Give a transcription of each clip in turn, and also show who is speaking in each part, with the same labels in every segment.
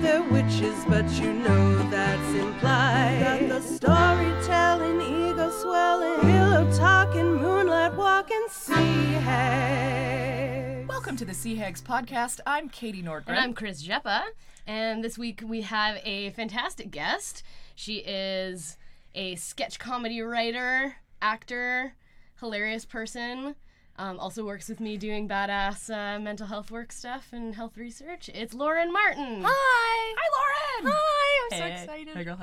Speaker 1: they're witches, but you know that's implied. Got the storytelling, ego swelling, pillow talking, moonlight walking, sea hags.
Speaker 2: Welcome to the Sea Hags podcast. I'm Katie Nordgren.
Speaker 3: And I'm Chris Jeppa. And this week we have a fantastic guest. She is a sketch comedy writer, actor, hilarious person. Um, also works with me doing badass uh, mental health work stuff and health research. It's Lauren Martin.
Speaker 2: Ah,
Speaker 4: Hi.
Speaker 2: Hi, Lauren.
Speaker 4: Hi. I'm
Speaker 2: Hey.
Speaker 4: so excited.
Speaker 2: Hey, girl.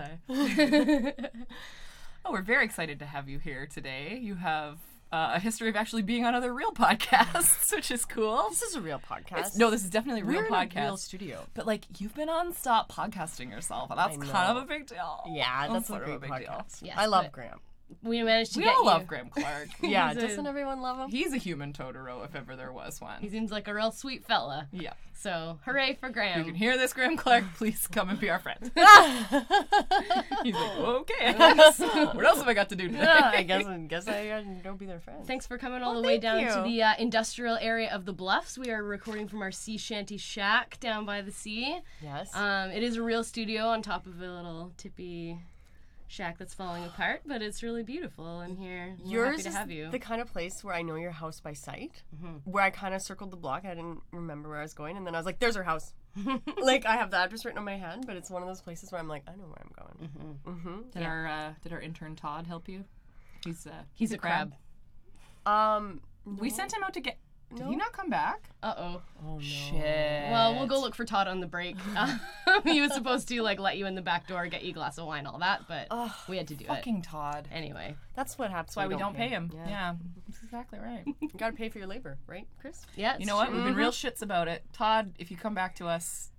Speaker 2: Hey. oh, we're very excited to have you here today. You have uh, a history of actually being on other real podcasts, which is cool.
Speaker 4: This is a real podcast.
Speaker 2: It's- no, this is definitely a real
Speaker 4: We're in
Speaker 2: podcast.
Speaker 4: a real studio.
Speaker 2: but like you've been on Stop Podcasting yourself, and that's kind of a big deal.
Speaker 4: Yeah, that's
Speaker 2: sort
Speaker 4: a
Speaker 2: of
Speaker 4: great
Speaker 2: big deal.
Speaker 4: podcast.
Speaker 3: Yes,
Speaker 4: I love
Speaker 3: but-
Speaker 4: Graham.
Speaker 3: We managed to
Speaker 2: We
Speaker 3: get
Speaker 2: all
Speaker 3: you.
Speaker 2: love Graham Clark.
Speaker 4: Yeah,
Speaker 3: a-
Speaker 4: doesn't everyone love him?
Speaker 2: He's a human Totoro if ever there was
Speaker 3: He
Speaker 2: one.
Speaker 3: seems like a real sweet fella.
Speaker 2: Yeah.
Speaker 3: So hooray for
Speaker 2: You can
Speaker 3: Graham.
Speaker 2: hear this, Graham Clark. Please come and be our friend. He's like, okay. I guess. what else have I got to do today?
Speaker 4: Yeah, I guess. I guess I gotta go be their friend.
Speaker 3: Thanks for
Speaker 2: Oh,
Speaker 3: coming all the way down
Speaker 4: thank
Speaker 3: to
Speaker 4: you.
Speaker 3: the uh, industrial area of the Bluffs. We are recording from our sea shanty shack down by the sea.
Speaker 4: Yes.
Speaker 3: Um, it is a real studio on top of a little tippy shack that's falling apart, but it's really beautiful in here. We're happy
Speaker 4: Yours
Speaker 3: to
Speaker 4: is
Speaker 3: have you.
Speaker 4: the kind of place where I know your house by sight, where I kind of circled the block. I didn't remember where I was going, and then I was like, "There's her house." like I have the address written on my hand, but it's one of those places where I'm like, I know where I'm going.
Speaker 2: Did our uh, did our intern Todd help you? He's uh,
Speaker 3: He's a crab.
Speaker 4: Um,
Speaker 2: We sent him out to get. Did he not come back?
Speaker 3: Uh oh.
Speaker 2: Shit.
Speaker 3: Well, we'll go look for Todd on the break. Um, he was supposed to like let you in the back door, get you a glass of wine, all that, but we had to do it
Speaker 2: Fucking Todd.
Speaker 3: anyway.
Speaker 4: that's what happens.
Speaker 2: Why
Speaker 4: when
Speaker 2: we
Speaker 4: you
Speaker 2: don't pay him?
Speaker 4: Yeah.
Speaker 2: that's exactly right.
Speaker 4: You gotta pay for your labor, right, Chris?
Speaker 3: Yeah.
Speaker 2: You know what? We've been real shits about it. Todd, if you come back to us,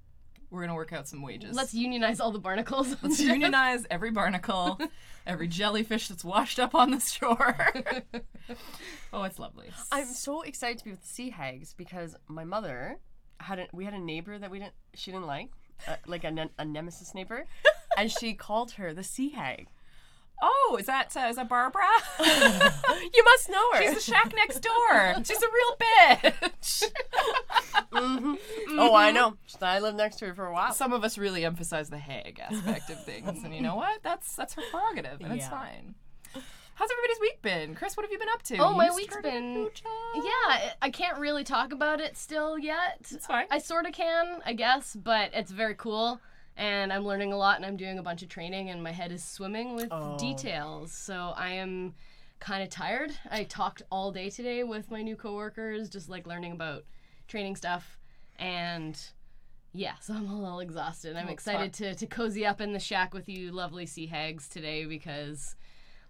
Speaker 2: we're gonna work out some wages.
Speaker 3: Let's unionize all the barnacles.
Speaker 2: Let's unionize every barnacle, every jellyfish that's washed up on the shore. oh, it's lovely.
Speaker 4: I'm so excited to be with Sea Hags because my mother had a, we had a neighbor that we didn't she didn't like, uh, like a, ne- a nemesis neighbor, and she called her the Sea Hag.
Speaker 2: oh, is that uh, is that Barbara?
Speaker 4: You must know her.
Speaker 2: She's the shack next door. She's a real bitch.
Speaker 4: Oh, I know. I lived next to her for a while.
Speaker 2: Some of us really emphasize the hag aspect of things, and you know what? That's that's her prerogative, and it's
Speaker 4: Yeah.
Speaker 2: fine. How's everybody's week been, Chris? What have you been up to?
Speaker 3: Oh, my
Speaker 2: You
Speaker 3: week's
Speaker 2: started a
Speaker 3: been-
Speaker 2: new job?
Speaker 3: Yeah, I- I can't really talk about it still yet.
Speaker 2: It's fine.
Speaker 3: I sort of can, I guess, but it's very cool. And I'm learning a lot and I'm doing a bunch of training, and my head is swimming with details. So I am kind of tired. I talked all day today with my new coworkers, just like learning about training stuff. And yeah, so I'm a little exhausted.
Speaker 4: Oh,
Speaker 3: I'm excited to, to cozy up in the shack with you, lovely sea hags, today because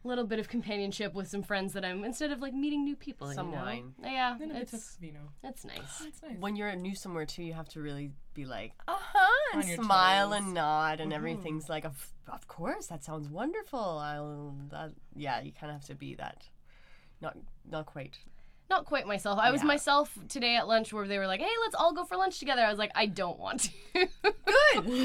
Speaker 3: a little bit of companionship with some friends that I'm, instead of like meeting new people.
Speaker 4: Some
Speaker 3: you know?
Speaker 4: wine.
Speaker 3: Yeah,
Speaker 2: It's,
Speaker 3: it's,
Speaker 2: you know,
Speaker 3: it's nice.
Speaker 2: it's nice.
Speaker 4: when you're new somewhere too, you have to really be like, uh huh, and
Speaker 2: On your
Speaker 4: smile
Speaker 2: toes.
Speaker 4: and nod, and everything's like, of, of course, that sounds wonderful. I'll, that, yeah, you kind of have to be that. Not, not quite.
Speaker 3: not quite myself. I was
Speaker 4: Yeah.
Speaker 3: myself today at lunch where they were like, "Hey, let's all go for lunch together." I was like, "I don't want to."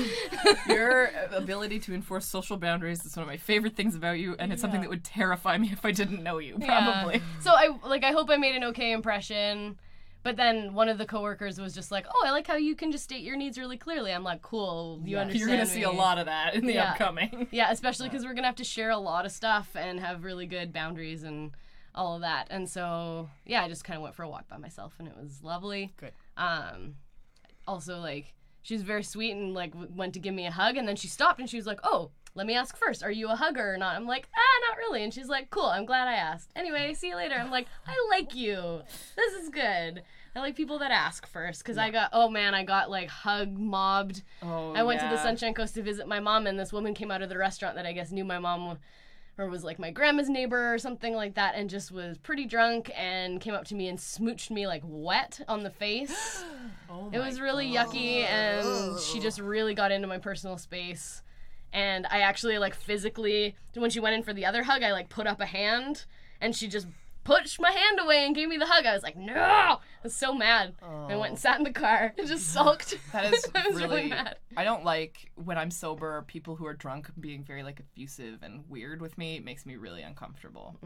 Speaker 2: Your ability to enforce social boundaries is one of my favorite things about you, and it's something that would terrify me if I didn't know you, probably.
Speaker 3: so I like I hope I made an okay impression. But then one of the coworkers was just like, "Oh, I like how you can just state your needs really clearly." I'm like, "Cool, you understand."
Speaker 2: You're going to see a
Speaker 3: me."
Speaker 2: lot of that in the
Speaker 3: Yeah.
Speaker 2: upcoming.
Speaker 3: Yeah, especially because we're gonna have to share a lot of stuff and have really good boundaries and all of that. And so yeah, I just kind of went for a walk by myself, and it was lovely.
Speaker 4: Good.
Speaker 3: Um, also like she was very sweet and like w- went to give me a hug, and then she stopped and she was like, "Oh, let me ask first, are you a hugger or not?" I'm like, "Ah, not really." And she's like, "Cool, I'm glad I asked." Anyway, see you later. I'm like, "I like you. This is good." I like people that ask first because I got oh man, I got like hug mobbed.
Speaker 2: Oh,
Speaker 3: I went to the
Speaker 2: yeah.
Speaker 3: Sunshine Coast to visit my mom, and this woman came out of the restaurant that I guess knew my mom w- or was like my grandma's neighbor or something like that, and just was pretty drunk and came up to me and smooched me like wet on the face.
Speaker 4: Oh
Speaker 3: it was really yucky, and she just really got into my personal space. And I actually like physically, when she went in for the other hug, I like put up a hand, and she just pushed my hand away and gave me the hug. I was like, no! I was so mad. I went and sat in the car and just sulked.
Speaker 2: Oh. That is
Speaker 3: I was
Speaker 2: really,
Speaker 3: really mad.
Speaker 2: I don't like when I'm sober people who are drunk being very like effusive and weird with me. It makes me really uncomfortable.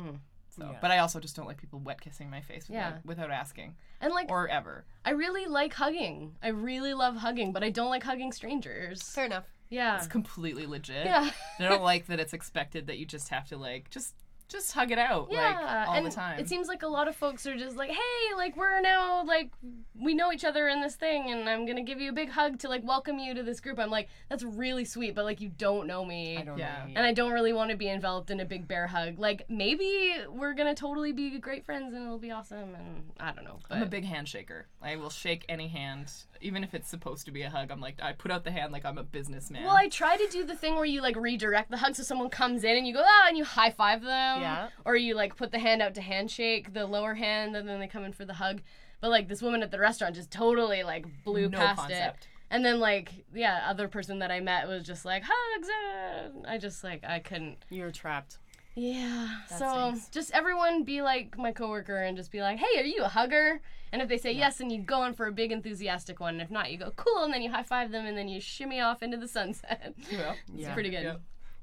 Speaker 2: So,
Speaker 4: Yeah.
Speaker 2: but I also just don't like people wet kissing my face without,
Speaker 3: Mm, Yeah.
Speaker 2: without asking
Speaker 3: And like,
Speaker 2: or ever.
Speaker 3: I really like hugging. I really love hugging, but I don't like hugging strangers.
Speaker 4: Fair enough.
Speaker 3: Yeah.
Speaker 2: It's completely legit.
Speaker 3: Uh-huh. Yeah.
Speaker 2: And I don't like that it's expected that you just have to like just just hug it out
Speaker 3: Yeah,
Speaker 2: like all
Speaker 3: and
Speaker 2: the time.
Speaker 3: it seems like a lot of folks are just like, "Hey, like we're now like we know each other in this thing, and I'm gonna give you a big hug to like welcome you to this group." I'm like, "That's really sweet, but like you don't know me,
Speaker 4: I don't
Speaker 2: Yeah.
Speaker 4: know.
Speaker 3: and I don't really want to be enveloped in a big bear hug. Like maybe we're gonna totally be great friends, and it'll be awesome, and I don't know." But
Speaker 2: I'm a big handshaker. I will shake any hand, even if it's supposed to be a hug. I'm like, I put out the hand like I'm a businessman.
Speaker 3: well, I try to do the thing where you like redirect the hug, so someone comes in and you go ah, and you high five them,
Speaker 4: Yeah.
Speaker 3: or you like put the hand out to handshake the lower hand, and then they come in for the hug. But like this woman at the restaurant just totally like blew
Speaker 2: No
Speaker 3: past
Speaker 2: concept.
Speaker 3: it, and then like yeah, other person that I met was just like hugs. uh," I just like I couldn't.
Speaker 4: You're trapped.
Speaker 3: Yeah. so just everyone be like my coworker and just be like, hey, are you a hugger? And if they say yes, then you go in for a big enthusiastic one. And if not, you go cool, and then you high five them, and then you shimmy off into the sunset.
Speaker 2: Yeah.
Speaker 3: it's
Speaker 4: Yeah.
Speaker 3: pretty good.
Speaker 2: Yeah.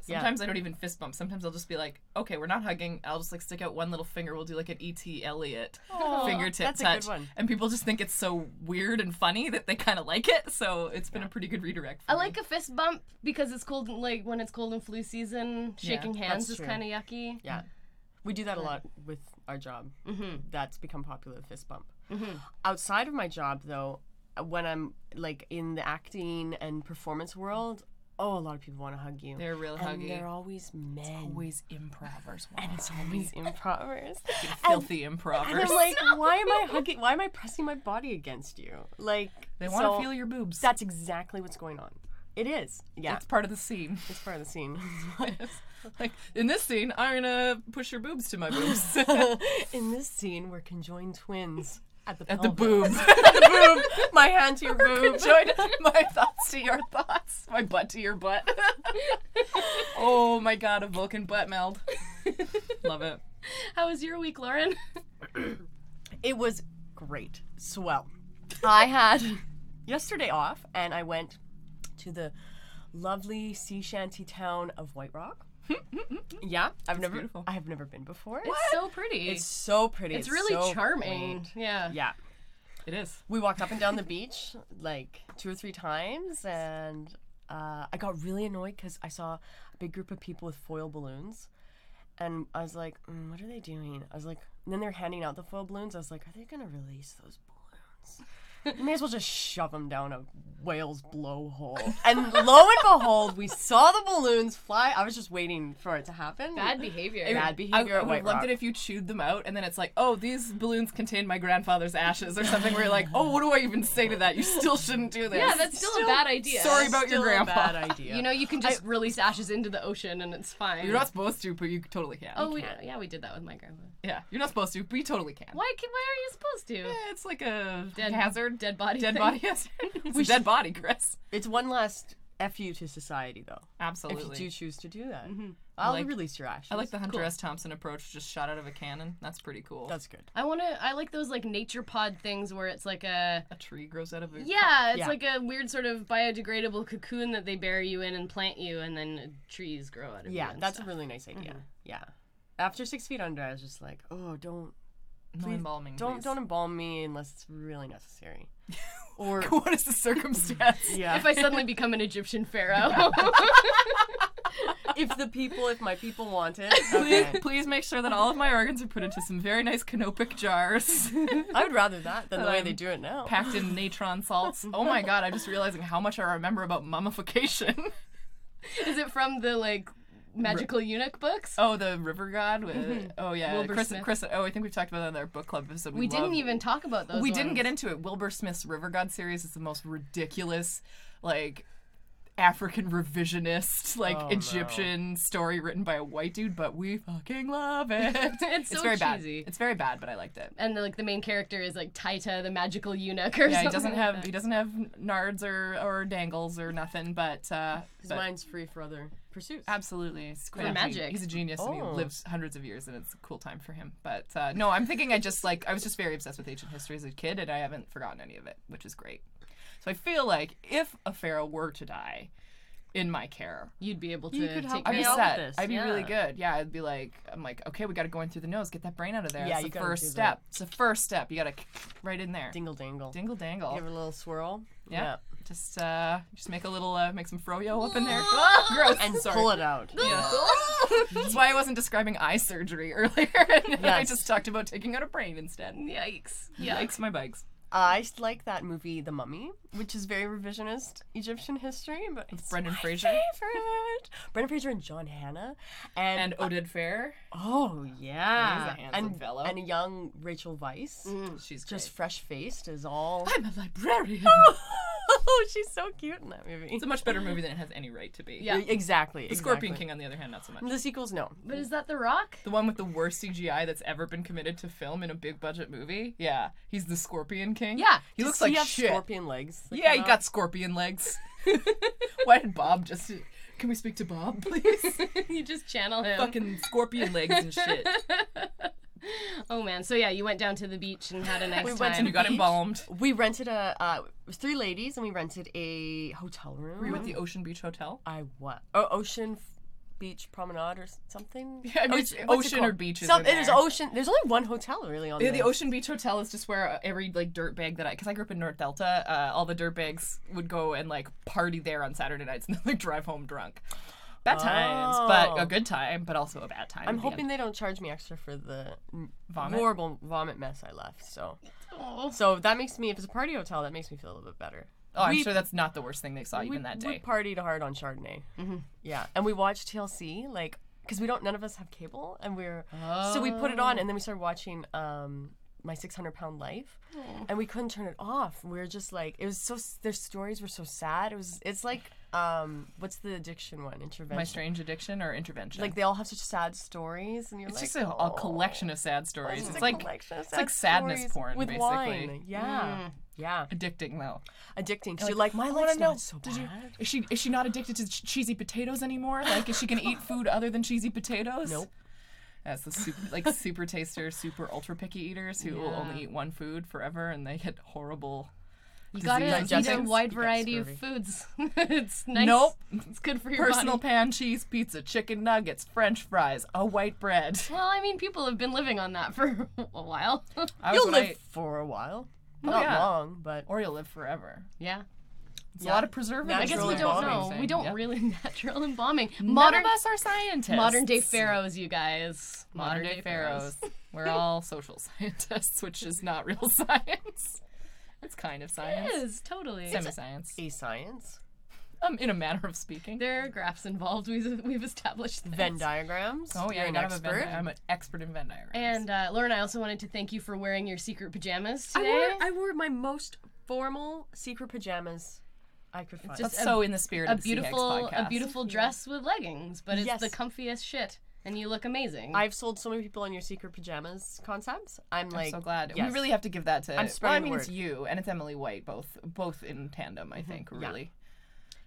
Speaker 2: Sometimes I don't even fist bump. Sometimes I'll just be like, okay, we're not hugging. I'll just like stick out one little finger. We'll do like an E.T. Elliot fingertip
Speaker 4: that's a
Speaker 2: touch.
Speaker 4: good one.
Speaker 2: And people just think it's so weird and funny that they kind of like it. So it's been a pretty good redirect for
Speaker 3: I
Speaker 2: me.
Speaker 3: like a fist bump because it's cold, like when it's cold and flu season, shaking hands
Speaker 4: that's
Speaker 3: is
Speaker 4: true.
Speaker 3: kind of yucky.
Speaker 4: Yeah. We do that a lot with our job. That's become popular, the fist bump. Outside of my job, though, uh, when I'm like in the acting and performance world, oh, a lot of people want to hug you.
Speaker 2: They're real
Speaker 4: and
Speaker 2: huggy.
Speaker 4: they're always men.
Speaker 2: always improvers. Wow.
Speaker 4: It's always improvers.
Speaker 2: Filthy
Speaker 4: And
Speaker 2: improvers.
Speaker 4: I'm like, why am I hugging? Why am I pressing my body against you? Like,
Speaker 2: they want to
Speaker 4: so
Speaker 2: feel your boobs.
Speaker 4: That's exactly what's going on. It is. Yeah.
Speaker 2: That's part of the scene.
Speaker 4: It's part of the scene.
Speaker 2: like in this scene, I'm gonna push your boobs to my boobs.
Speaker 4: In this scene, we're conjoined twins at the
Speaker 2: At the
Speaker 4: pelvis.
Speaker 2: boobs.
Speaker 4: boob, my hand to your boob.
Speaker 2: Join my thoughts to your thoughts. My butt to your butt. oh my god, a Vulcan butt meld. Love it.
Speaker 3: How was your week, Lauren?
Speaker 4: It was great. Swell. I had yesterday off and I went to the lovely sea shanty town of White Rock. yeah, I've never
Speaker 2: beautiful.
Speaker 4: I have never been before.
Speaker 3: It's so pretty.
Speaker 4: It's so pretty.
Speaker 3: It's really
Speaker 4: so
Speaker 3: charming.
Speaker 4: quaint.
Speaker 3: Yeah.
Speaker 4: Yeah.
Speaker 2: It is.
Speaker 4: We walked up and down the beach like two or three times and uh, I got really annoyed because I saw a big group of people with foil balloons. And I was like, mm, what are they doing? I was like, and then they're handing out the foil balloons. I was like, are they going to release those balloons? You may as well just shove them down a whale's blowhole. And lo and behold, we saw the balloons fly. I was just waiting for it to happen.
Speaker 3: Bad behavior.
Speaker 4: Bad
Speaker 2: I, I
Speaker 4: behavior
Speaker 2: would
Speaker 4: at White
Speaker 2: have loved
Speaker 4: Rock.
Speaker 2: it if you chewed them out and then it's like, oh, these balloons contain my grandfather's ashes or something where you're like, oh, what do I even say to that? You still shouldn't do this.
Speaker 3: yeah, that's still, a bad idea.
Speaker 2: Sorry about your
Speaker 4: Still a
Speaker 2: grandpa.
Speaker 4: Bad idea.
Speaker 3: You know, you can just release ashes into the ocean and it's fine.
Speaker 2: You're not supposed to, but you totally can.
Speaker 3: Oh, we, yeah, we did that with my grandpa.
Speaker 2: Yeah, you're not supposed to, but you totally can.
Speaker 3: Why? Can, why are you supposed to?
Speaker 2: Yeah, It's like a
Speaker 3: Dead
Speaker 2: hazard,
Speaker 3: dead body.
Speaker 2: dead
Speaker 3: thing.
Speaker 2: body hazard. It's a dead body, Chris.
Speaker 4: It's one last F you to society, though.
Speaker 2: Absolutely.
Speaker 4: If you do choose to do that, I'll
Speaker 2: like-
Speaker 4: release your ashes.
Speaker 2: I like the Hunter S. Thompson approach, just shot out of a cannon. That's pretty cool.
Speaker 4: That's good.
Speaker 3: I want to. I like those like nature pod things where it's like a.
Speaker 2: a tree grows out of a
Speaker 3: Yeah, it's
Speaker 4: Yeah.
Speaker 3: like a weird sort of biodegradable cocoon that they bury you in and plant you, and then trees grow out of you.
Speaker 4: Yeah,
Speaker 3: and
Speaker 4: that's
Speaker 3: stuff.
Speaker 4: a really nice idea.
Speaker 2: Mm-hmm.
Speaker 4: Yeah. After six feet under, I was just like, oh, don't,
Speaker 2: no embalming.
Speaker 4: don't,
Speaker 2: please.
Speaker 4: don't embalm me unless it's really necessary. or
Speaker 2: what is the circumstance?
Speaker 4: yeah,
Speaker 3: If I suddenly become an Egyptian pharaoh,
Speaker 4: if the people, if my people want it, okay.
Speaker 2: Please make sure that all of my organs are put into some very nice canopic jars,
Speaker 4: I would rather that than the way they
Speaker 2: Um,
Speaker 4: do it now.
Speaker 2: packed in natron salts. Oh my god, I'm just realizing how much I remember about mummification.
Speaker 3: is it from the like magical eunuch books?
Speaker 2: Oh, the river god. With, Oh yeah,
Speaker 3: Mm-hmm. Wilbur
Speaker 2: Chris.
Speaker 3: Smith.
Speaker 2: Chris. Oh, I think we talked about that in our book club episode.
Speaker 3: we
Speaker 2: love-
Speaker 3: didn't even talk about those.
Speaker 2: we didn't
Speaker 3: ones.
Speaker 2: get into it. Wilbur Smith's River God series is the most ridiculous, like African revisionist, like
Speaker 4: Oh, no.
Speaker 2: Egyptian story written by a white dude, but we fucking love it. it's
Speaker 3: It's, so
Speaker 2: very
Speaker 3: cheesy.
Speaker 2: bad. It's very bad, but I liked it.
Speaker 3: And like the main character is like Taita, the magical eunuch, or
Speaker 2: Yeah,
Speaker 3: something.
Speaker 2: he doesn't
Speaker 3: like
Speaker 2: have
Speaker 3: that.
Speaker 2: he doesn't have nards or or dangles or nothing, but uh
Speaker 4: Because
Speaker 2: but
Speaker 4: mine's free for other pursuits.
Speaker 2: Absolutely, it's quite
Speaker 3: for
Speaker 2: a gen-
Speaker 3: magic.
Speaker 2: He's a genius, and he
Speaker 4: Oh.
Speaker 2: lives hundreds of years, and it's a cool time for him. But uh, no, I'm thinking I just like I was just very obsessed with ancient history as a kid, and I haven't forgotten any of it, which is great. So I feel like if a pharaoh were to die, in my care.
Speaker 3: You'd be able to
Speaker 5: You could help
Speaker 3: take
Speaker 5: me
Speaker 2: I'd be
Speaker 3: care of
Speaker 5: out with
Speaker 2: set.
Speaker 5: this,
Speaker 2: I'd be really
Speaker 3: yeah.
Speaker 2: good. Yeah, I'd be like, I'm like, okay, we got to go in through the nose, get that brain out of there.
Speaker 4: Yeah,
Speaker 2: it's
Speaker 4: you
Speaker 2: the
Speaker 4: gotta
Speaker 2: first
Speaker 4: do
Speaker 2: step.
Speaker 4: that.
Speaker 2: It's the first step. You got to right in there.
Speaker 4: Dingle dangle.
Speaker 2: Dingle dangle.
Speaker 4: Give it a little swirl.
Speaker 2: Yeah.
Speaker 4: Yeah.
Speaker 2: Just uh, just make a little, uh, make some froyo up in there. Ah, gross.
Speaker 4: And
Speaker 2: Sorry.
Speaker 4: pull it out.
Speaker 2: That's why I wasn't describing eye surgery earlier. I
Speaker 4: Yes.
Speaker 2: just talked about taking out a brain instead.
Speaker 3: Yikes.
Speaker 2: Yeah.
Speaker 3: Yeah.
Speaker 2: Yikes, my bikes.
Speaker 4: I s- like that movie, The Mummy, which is very revisionist Egyptian history, but it's
Speaker 2: Brendan
Speaker 4: my
Speaker 2: Fraser.
Speaker 4: favorite. Brendan Fraser and John Hannah, and,
Speaker 2: And Oded Fair.
Speaker 4: oh yeah,
Speaker 2: He's a handsome
Speaker 4: and
Speaker 2: fellow. Mm.
Speaker 4: and a young Rachel Weisz,
Speaker 2: She's
Speaker 4: just
Speaker 2: great.
Speaker 4: fresh faced, is all.
Speaker 2: I'm a librarian.
Speaker 4: oh, she's so cute in that movie.
Speaker 2: It's a much better movie than it has any right to be.
Speaker 3: Yeah.
Speaker 4: E- exactly.
Speaker 2: The Scorpion King, on the other hand, not so much.
Speaker 4: The sequels, no.
Speaker 3: But is that The Rock?
Speaker 2: The one with the worst CGI that's ever been committed to film in a big budget movie. Yeah, he's the Scorpion King.
Speaker 3: Yeah.
Speaker 2: he
Speaker 4: Does
Speaker 2: looks
Speaker 4: he
Speaker 2: like
Speaker 4: have
Speaker 2: shit.
Speaker 4: Scorpion legs. uh, that
Speaker 2: yeah,
Speaker 4: come
Speaker 2: he
Speaker 4: out?
Speaker 2: got scorpion legs. Why did Bob just? Can we speak to Bob, please?
Speaker 3: you just channel him.
Speaker 2: Fucking scorpion legs and shit.
Speaker 3: Oh man. So yeah, you went down to the beach and had a nice
Speaker 4: We went
Speaker 3: time.
Speaker 2: And you got embalmed.
Speaker 4: We rented a. Uh, it was three ladies, and we rented a hotel room.
Speaker 2: Were you at the Ocean Beach Hotel?
Speaker 4: I what? Oh, Ocean F- Beach Promenade or s- something?
Speaker 2: Yeah, I mean,
Speaker 4: What's-
Speaker 2: it's
Speaker 4: what's it
Speaker 2: ocean
Speaker 4: called?
Speaker 2: or beach is
Speaker 4: Some,
Speaker 2: in
Speaker 4: There's
Speaker 2: there.
Speaker 4: ocean. There's only one hotel really on
Speaker 2: Yeah,
Speaker 4: there.
Speaker 2: the Ocean Beach Hotel is just where uh, every like dirt bag that I, because I grew up in North Delta, uh, all the dirt bags would go and like party there on Saturday nights and then like drive home drunk. Bad times, but
Speaker 4: Oh.
Speaker 2: a good time, but also a bad time. at
Speaker 4: I'm
Speaker 2: the
Speaker 4: hoping
Speaker 2: end.
Speaker 4: they don't charge me extra for the n-
Speaker 2: Vomit?
Speaker 4: horrible vomit mess I left. So,
Speaker 3: Oh.
Speaker 4: so that makes me. If it's a party hotel, that makes me feel a little bit better.
Speaker 2: Oh, I'm
Speaker 4: we-
Speaker 2: sure that's not the worst thing they saw
Speaker 4: we,
Speaker 2: even that
Speaker 4: we
Speaker 2: day. Mm-hmm.
Speaker 4: partied hard on Chardonnay. Yeah, and we watched TLC like because we don't. None of us have cable, and we're so we put it
Speaker 2: Oh.
Speaker 4: on, and then we started watching um my 600 pound life, and we couldn't turn it off. We were just like it was so. s- Their stories were so sad. It was. It's like um what's the addiction one intervention.
Speaker 2: My strange addiction or intervention.
Speaker 4: like they all have such sad stories, and you're
Speaker 2: it's
Speaker 4: like "Oh."
Speaker 2: just a, a collection of sad stories. It's, like
Speaker 4: collection of
Speaker 2: it's like
Speaker 4: sad
Speaker 2: sadness
Speaker 4: stories
Speaker 2: porn,
Speaker 4: with
Speaker 2: basically.
Speaker 4: wine. Yeah, yeah,
Speaker 2: addicting though.
Speaker 4: addicting. Cause you're like,
Speaker 3: "Oh,
Speaker 4: my
Speaker 2: wanna
Speaker 4: life's
Speaker 2: know,
Speaker 4: not so bad.
Speaker 2: did you- Is she is she not addicted to ch- cheesy potatoes anymore? Like, is she gonna eat food other than cheesy potatoes?
Speaker 4: Nope.
Speaker 2: That's the super, like super tasters, super ultra picky eaters who will only eat one food forever, and they get horrible.
Speaker 3: You gotta eat a
Speaker 2: Digestive-
Speaker 3: wide
Speaker 4: you got
Speaker 3: variety of
Speaker 4: scurvy.
Speaker 3: foods. it's nice.
Speaker 2: Nope.
Speaker 3: It's good for your
Speaker 2: Personal
Speaker 3: body.
Speaker 2: pan cheese pizza, chicken nuggets, French fries, a white bread.
Speaker 3: Well, I mean, people have been living on that for a while.
Speaker 2: I was
Speaker 4: You'll
Speaker 2: what
Speaker 4: live
Speaker 2: I- Oh,
Speaker 4: for a while, not
Speaker 2: yeah.
Speaker 4: long, but
Speaker 2: or you'll live forever.
Speaker 3: yeah.
Speaker 2: It's a lot of preservatives.
Speaker 3: I guess
Speaker 4: Natural
Speaker 3: we
Speaker 2: in
Speaker 3: don't
Speaker 2: that
Speaker 4: embalming
Speaker 3: know.
Speaker 2: thing.
Speaker 3: We don't
Speaker 2: Yeah.
Speaker 3: really natural embalming.
Speaker 2: None
Speaker 3: Modern
Speaker 2: of us are scientists.
Speaker 3: modern day pharaohs, you guys.
Speaker 2: Modern day pharaohs. We're all social scientists, which is not real science. It's kind of
Speaker 3: It
Speaker 2: science.
Speaker 3: is totally.
Speaker 2: Semi-science.
Speaker 4: a science
Speaker 2: Um, in a manner of speaking.
Speaker 3: there are graphs involved. We've, we've established this.
Speaker 4: Venn diagrams.
Speaker 2: oh yeah,
Speaker 4: You're
Speaker 2: I
Speaker 4: an
Speaker 2: gotta have a
Speaker 4: expert.
Speaker 2: Venn di- I'm an expert in Venn diagrams.
Speaker 3: And uh, Lauren, I also wanted to thank you for wearing your secret pajamas
Speaker 4: I
Speaker 3: today.
Speaker 4: wore, I wore my most formal secret pajamas I could find.
Speaker 2: that's
Speaker 3: a-
Speaker 2: so in the spirit
Speaker 3: a
Speaker 2: of the CX
Speaker 3: beautiful a
Speaker 2: podcast.
Speaker 3: beautiful dress with leggings, but it's
Speaker 4: Yes.
Speaker 3: the comfiest shit, and you look amazing.
Speaker 4: I've sold so many people on your secret pajamas concepts. I'm like
Speaker 2: I'm so glad.
Speaker 4: yes.
Speaker 2: We really have to give that to.
Speaker 4: I'm
Speaker 2: well, I
Speaker 4: spreading the
Speaker 2: mean, it's
Speaker 4: word.
Speaker 2: you and it's Emily White, both both in tandem. I think really.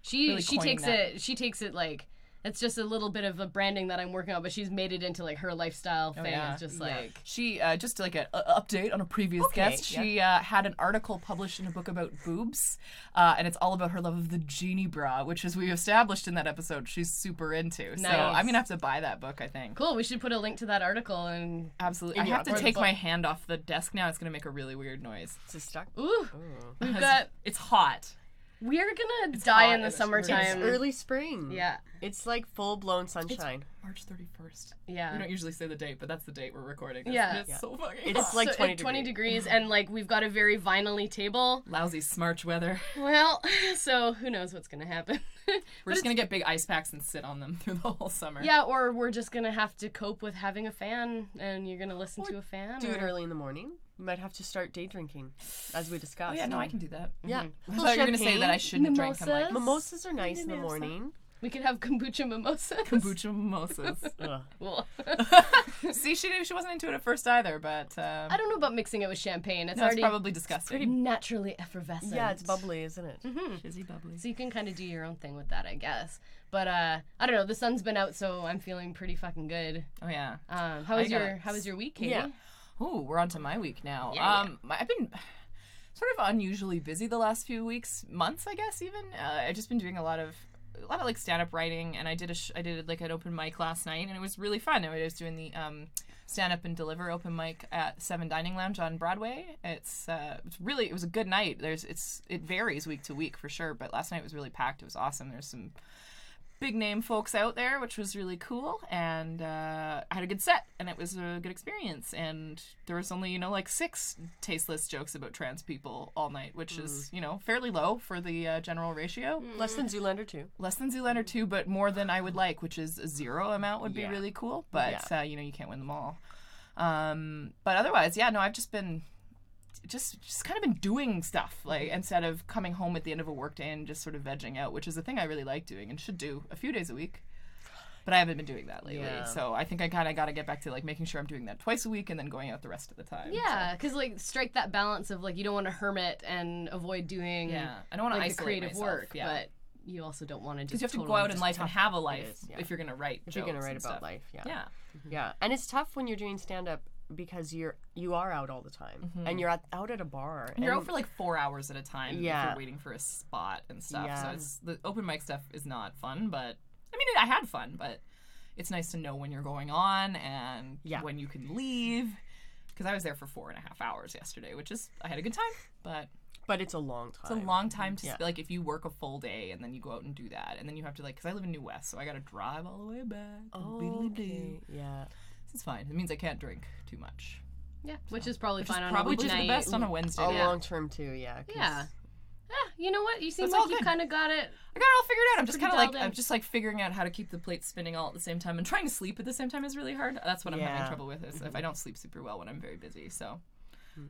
Speaker 3: she
Speaker 2: really
Speaker 3: she
Speaker 2: coining
Speaker 3: takes
Speaker 2: that.
Speaker 3: it she takes it like it's just a little bit of a branding that I'm working on, but she's made it into like her lifestyle thing.
Speaker 2: Oh, yeah,
Speaker 3: It's just
Speaker 2: yeah.
Speaker 3: like
Speaker 2: She uh, just like an update on a previous guest. She uh, had an article published in a book about boobs, uh, and it's all about her love of the genie bra, which, as we established in that episode, she's super into. So
Speaker 3: Nice.
Speaker 2: I'm gonna have to buy that book. I think.
Speaker 3: cool. We should put a link to that article and
Speaker 2: Absolutely. I
Speaker 4: your
Speaker 2: have to
Speaker 4: upper
Speaker 2: take my hand off the desk now. It's gonna make a really weird noise.
Speaker 4: it's stuck.
Speaker 3: ooh, we've got
Speaker 2: It's hot.
Speaker 3: we are gonna die
Speaker 2: hot
Speaker 3: in
Speaker 2: and
Speaker 3: the
Speaker 2: it's really-
Speaker 3: summertime.
Speaker 4: It's early spring.
Speaker 3: Yeah,
Speaker 4: It's like full blown sunshine.
Speaker 2: March 31st. We
Speaker 3: yeah.
Speaker 2: don't usually say the date, but that's the date we're recording. This.
Speaker 3: Yeah.
Speaker 2: And It's
Speaker 3: Yeah.
Speaker 2: so fucking
Speaker 4: It's,
Speaker 2: hot.
Speaker 4: like
Speaker 3: So,
Speaker 4: 20,
Speaker 3: at 20 degrees, and like we've got a very vinyl table.
Speaker 2: lousy smarch weather.
Speaker 3: Well, so who knows what's gonna happen?
Speaker 2: We're just gonna get big ice packs and sit on them through the whole summer.
Speaker 3: Yeah, or we're just gonna have to cope with having a fan, and you're gonna listen to a fan.
Speaker 4: Do it
Speaker 3: or-
Speaker 4: early in the morning. You might have to start day drinking, as we discussed.
Speaker 2: Oh yeah, no, I can do that. Mm-hmm.
Speaker 4: Yeah.
Speaker 2: I
Speaker 4: Little
Speaker 2: thought you were gonna say that I
Speaker 4: champagne.
Speaker 2: shouldn't drink. I'm like
Speaker 3: Mimosas?
Speaker 4: Mm-hmm. Mimosas are nice in the morning.
Speaker 3: We could have kombucha mimosas.
Speaker 2: kombucha mimosas.
Speaker 4: Ugh.
Speaker 3: Cool.
Speaker 2: See, she didn't- she wasn't into it at first either, but um,
Speaker 3: I don't know about mixing it with champagne. It's
Speaker 2: no, it's
Speaker 3: already
Speaker 2: probably disgusting.
Speaker 3: naturally effervescent.
Speaker 4: Yeah, it's bubbly, isn't it?
Speaker 3: So you can kind of do your own thing with that, I guess. But uh, I don't know. The sun's been out, so I'm feeling pretty fucking good.
Speaker 2: oh yeah.
Speaker 3: Um, how was
Speaker 2: got-
Speaker 3: your How was your week, Katie?
Speaker 4: Yeah.
Speaker 2: Ooh, we're on to my week now.
Speaker 3: Yeah,
Speaker 2: um, my- I've been sort of unusually busy the last few weeks, months, I guess, even. Uh, I've just been doing a lot of a lot of like stand up writing, and I did a sh- I did like an open mic last night, and it was really fun. I was doing the um, stand up and deliver open mic at Seven Dining Lounge on Broadway. It's uh, it's really it was a good night. There's it's it varies week to week for sure, but last night was really packed. It was awesome. There's some big name folks out there, which was really cool. And uh, I had a good set, and it was a good experience. And there was only you know like six tasteless jokes about trans people all night, which is you know fairly low for the uh, general ratio.
Speaker 4: Less than Zoolander too.
Speaker 2: Less than Zoolander two, but more than I would like, which is a zero amount would be
Speaker 4: Yeah.
Speaker 2: really cool. But uh, you know you can't win them all. Um, but otherwise, yeah, no, I've just been just just kind of been doing stuff like instead of coming home at the end of a workday and just sort of vegging out, which is a thing I really like doing and should do a few days a week. But I haven't been doing that lately,
Speaker 4: Yeah.
Speaker 2: so I think I kind of got to get back to like making sure I'm doing that twice a week and then going out the rest of the time. so-
Speaker 3: Yeah, because like strike that balance of like you don't want to hermit and avoid
Speaker 4: Mm.
Speaker 3: doing
Speaker 2: yeah. I don't want to
Speaker 3: like the
Speaker 2: isolate
Speaker 3: creative
Speaker 2: myself,
Speaker 3: work,
Speaker 2: yeah.
Speaker 3: but you also don't want to
Speaker 2: because
Speaker 3: just
Speaker 2: you have to go
Speaker 3: totally
Speaker 2: out in
Speaker 3: just
Speaker 2: life and have a life
Speaker 4: is, yeah.
Speaker 2: if you're gonna write.
Speaker 4: If you're gonna
Speaker 2: jokes
Speaker 4: write
Speaker 2: and
Speaker 4: about
Speaker 2: stuff.
Speaker 4: life, yeah.
Speaker 2: Yeah.
Speaker 4: Yeah, and it's tough when you're doing stand up because you're you are out all the time and you're at, out at a bar.
Speaker 2: And you're
Speaker 4: Mm-hmm. and-
Speaker 2: out for like four hours at a time if
Speaker 4: Yeah.
Speaker 2: you're waiting for a spot and stuff. So
Speaker 4: Yeah.
Speaker 2: it's the open mic stuff is not fun, but I mean, I had fun, but it's nice to know when you're going on and
Speaker 4: Yeah.
Speaker 2: when you can leave. Because I was there for four and a half hours yesterday, which is I had a good time, but
Speaker 4: but it's a long time.
Speaker 2: it's a long time to
Speaker 4: Yeah.
Speaker 2: sp- like if you work a full day and then you go out and do that, and then you have to like because I live in New West, so I got to drive all the way back.
Speaker 4: Oh, Okay,
Speaker 2: Okay.
Speaker 4: Yeah.
Speaker 2: It's fine. It means I can't drink too much,
Speaker 3: yeah, which is probably
Speaker 2: which is
Speaker 3: fine on
Speaker 2: probably
Speaker 3: a
Speaker 2: just the
Speaker 3: weeknight.
Speaker 2: best on a Wednesday.
Speaker 4: Oh,
Speaker 2: Yeah.
Speaker 4: long term too. Yeah. 'cause-
Speaker 3: Yeah. Ah, you know what? You seem
Speaker 2: That's all
Speaker 3: like you
Speaker 2: good.
Speaker 3: kind of got it.
Speaker 2: I got it all figured out. I'm just
Speaker 3: pretty
Speaker 2: kind of like
Speaker 3: dialed in.
Speaker 2: I'm just like figuring out how to keep the plate spinning all at the same time and trying to sleep at the same time is really hard. That's what I'm having
Speaker 4: Yeah.
Speaker 2: trouble with is if I don't sleep super well when I'm very busy. So,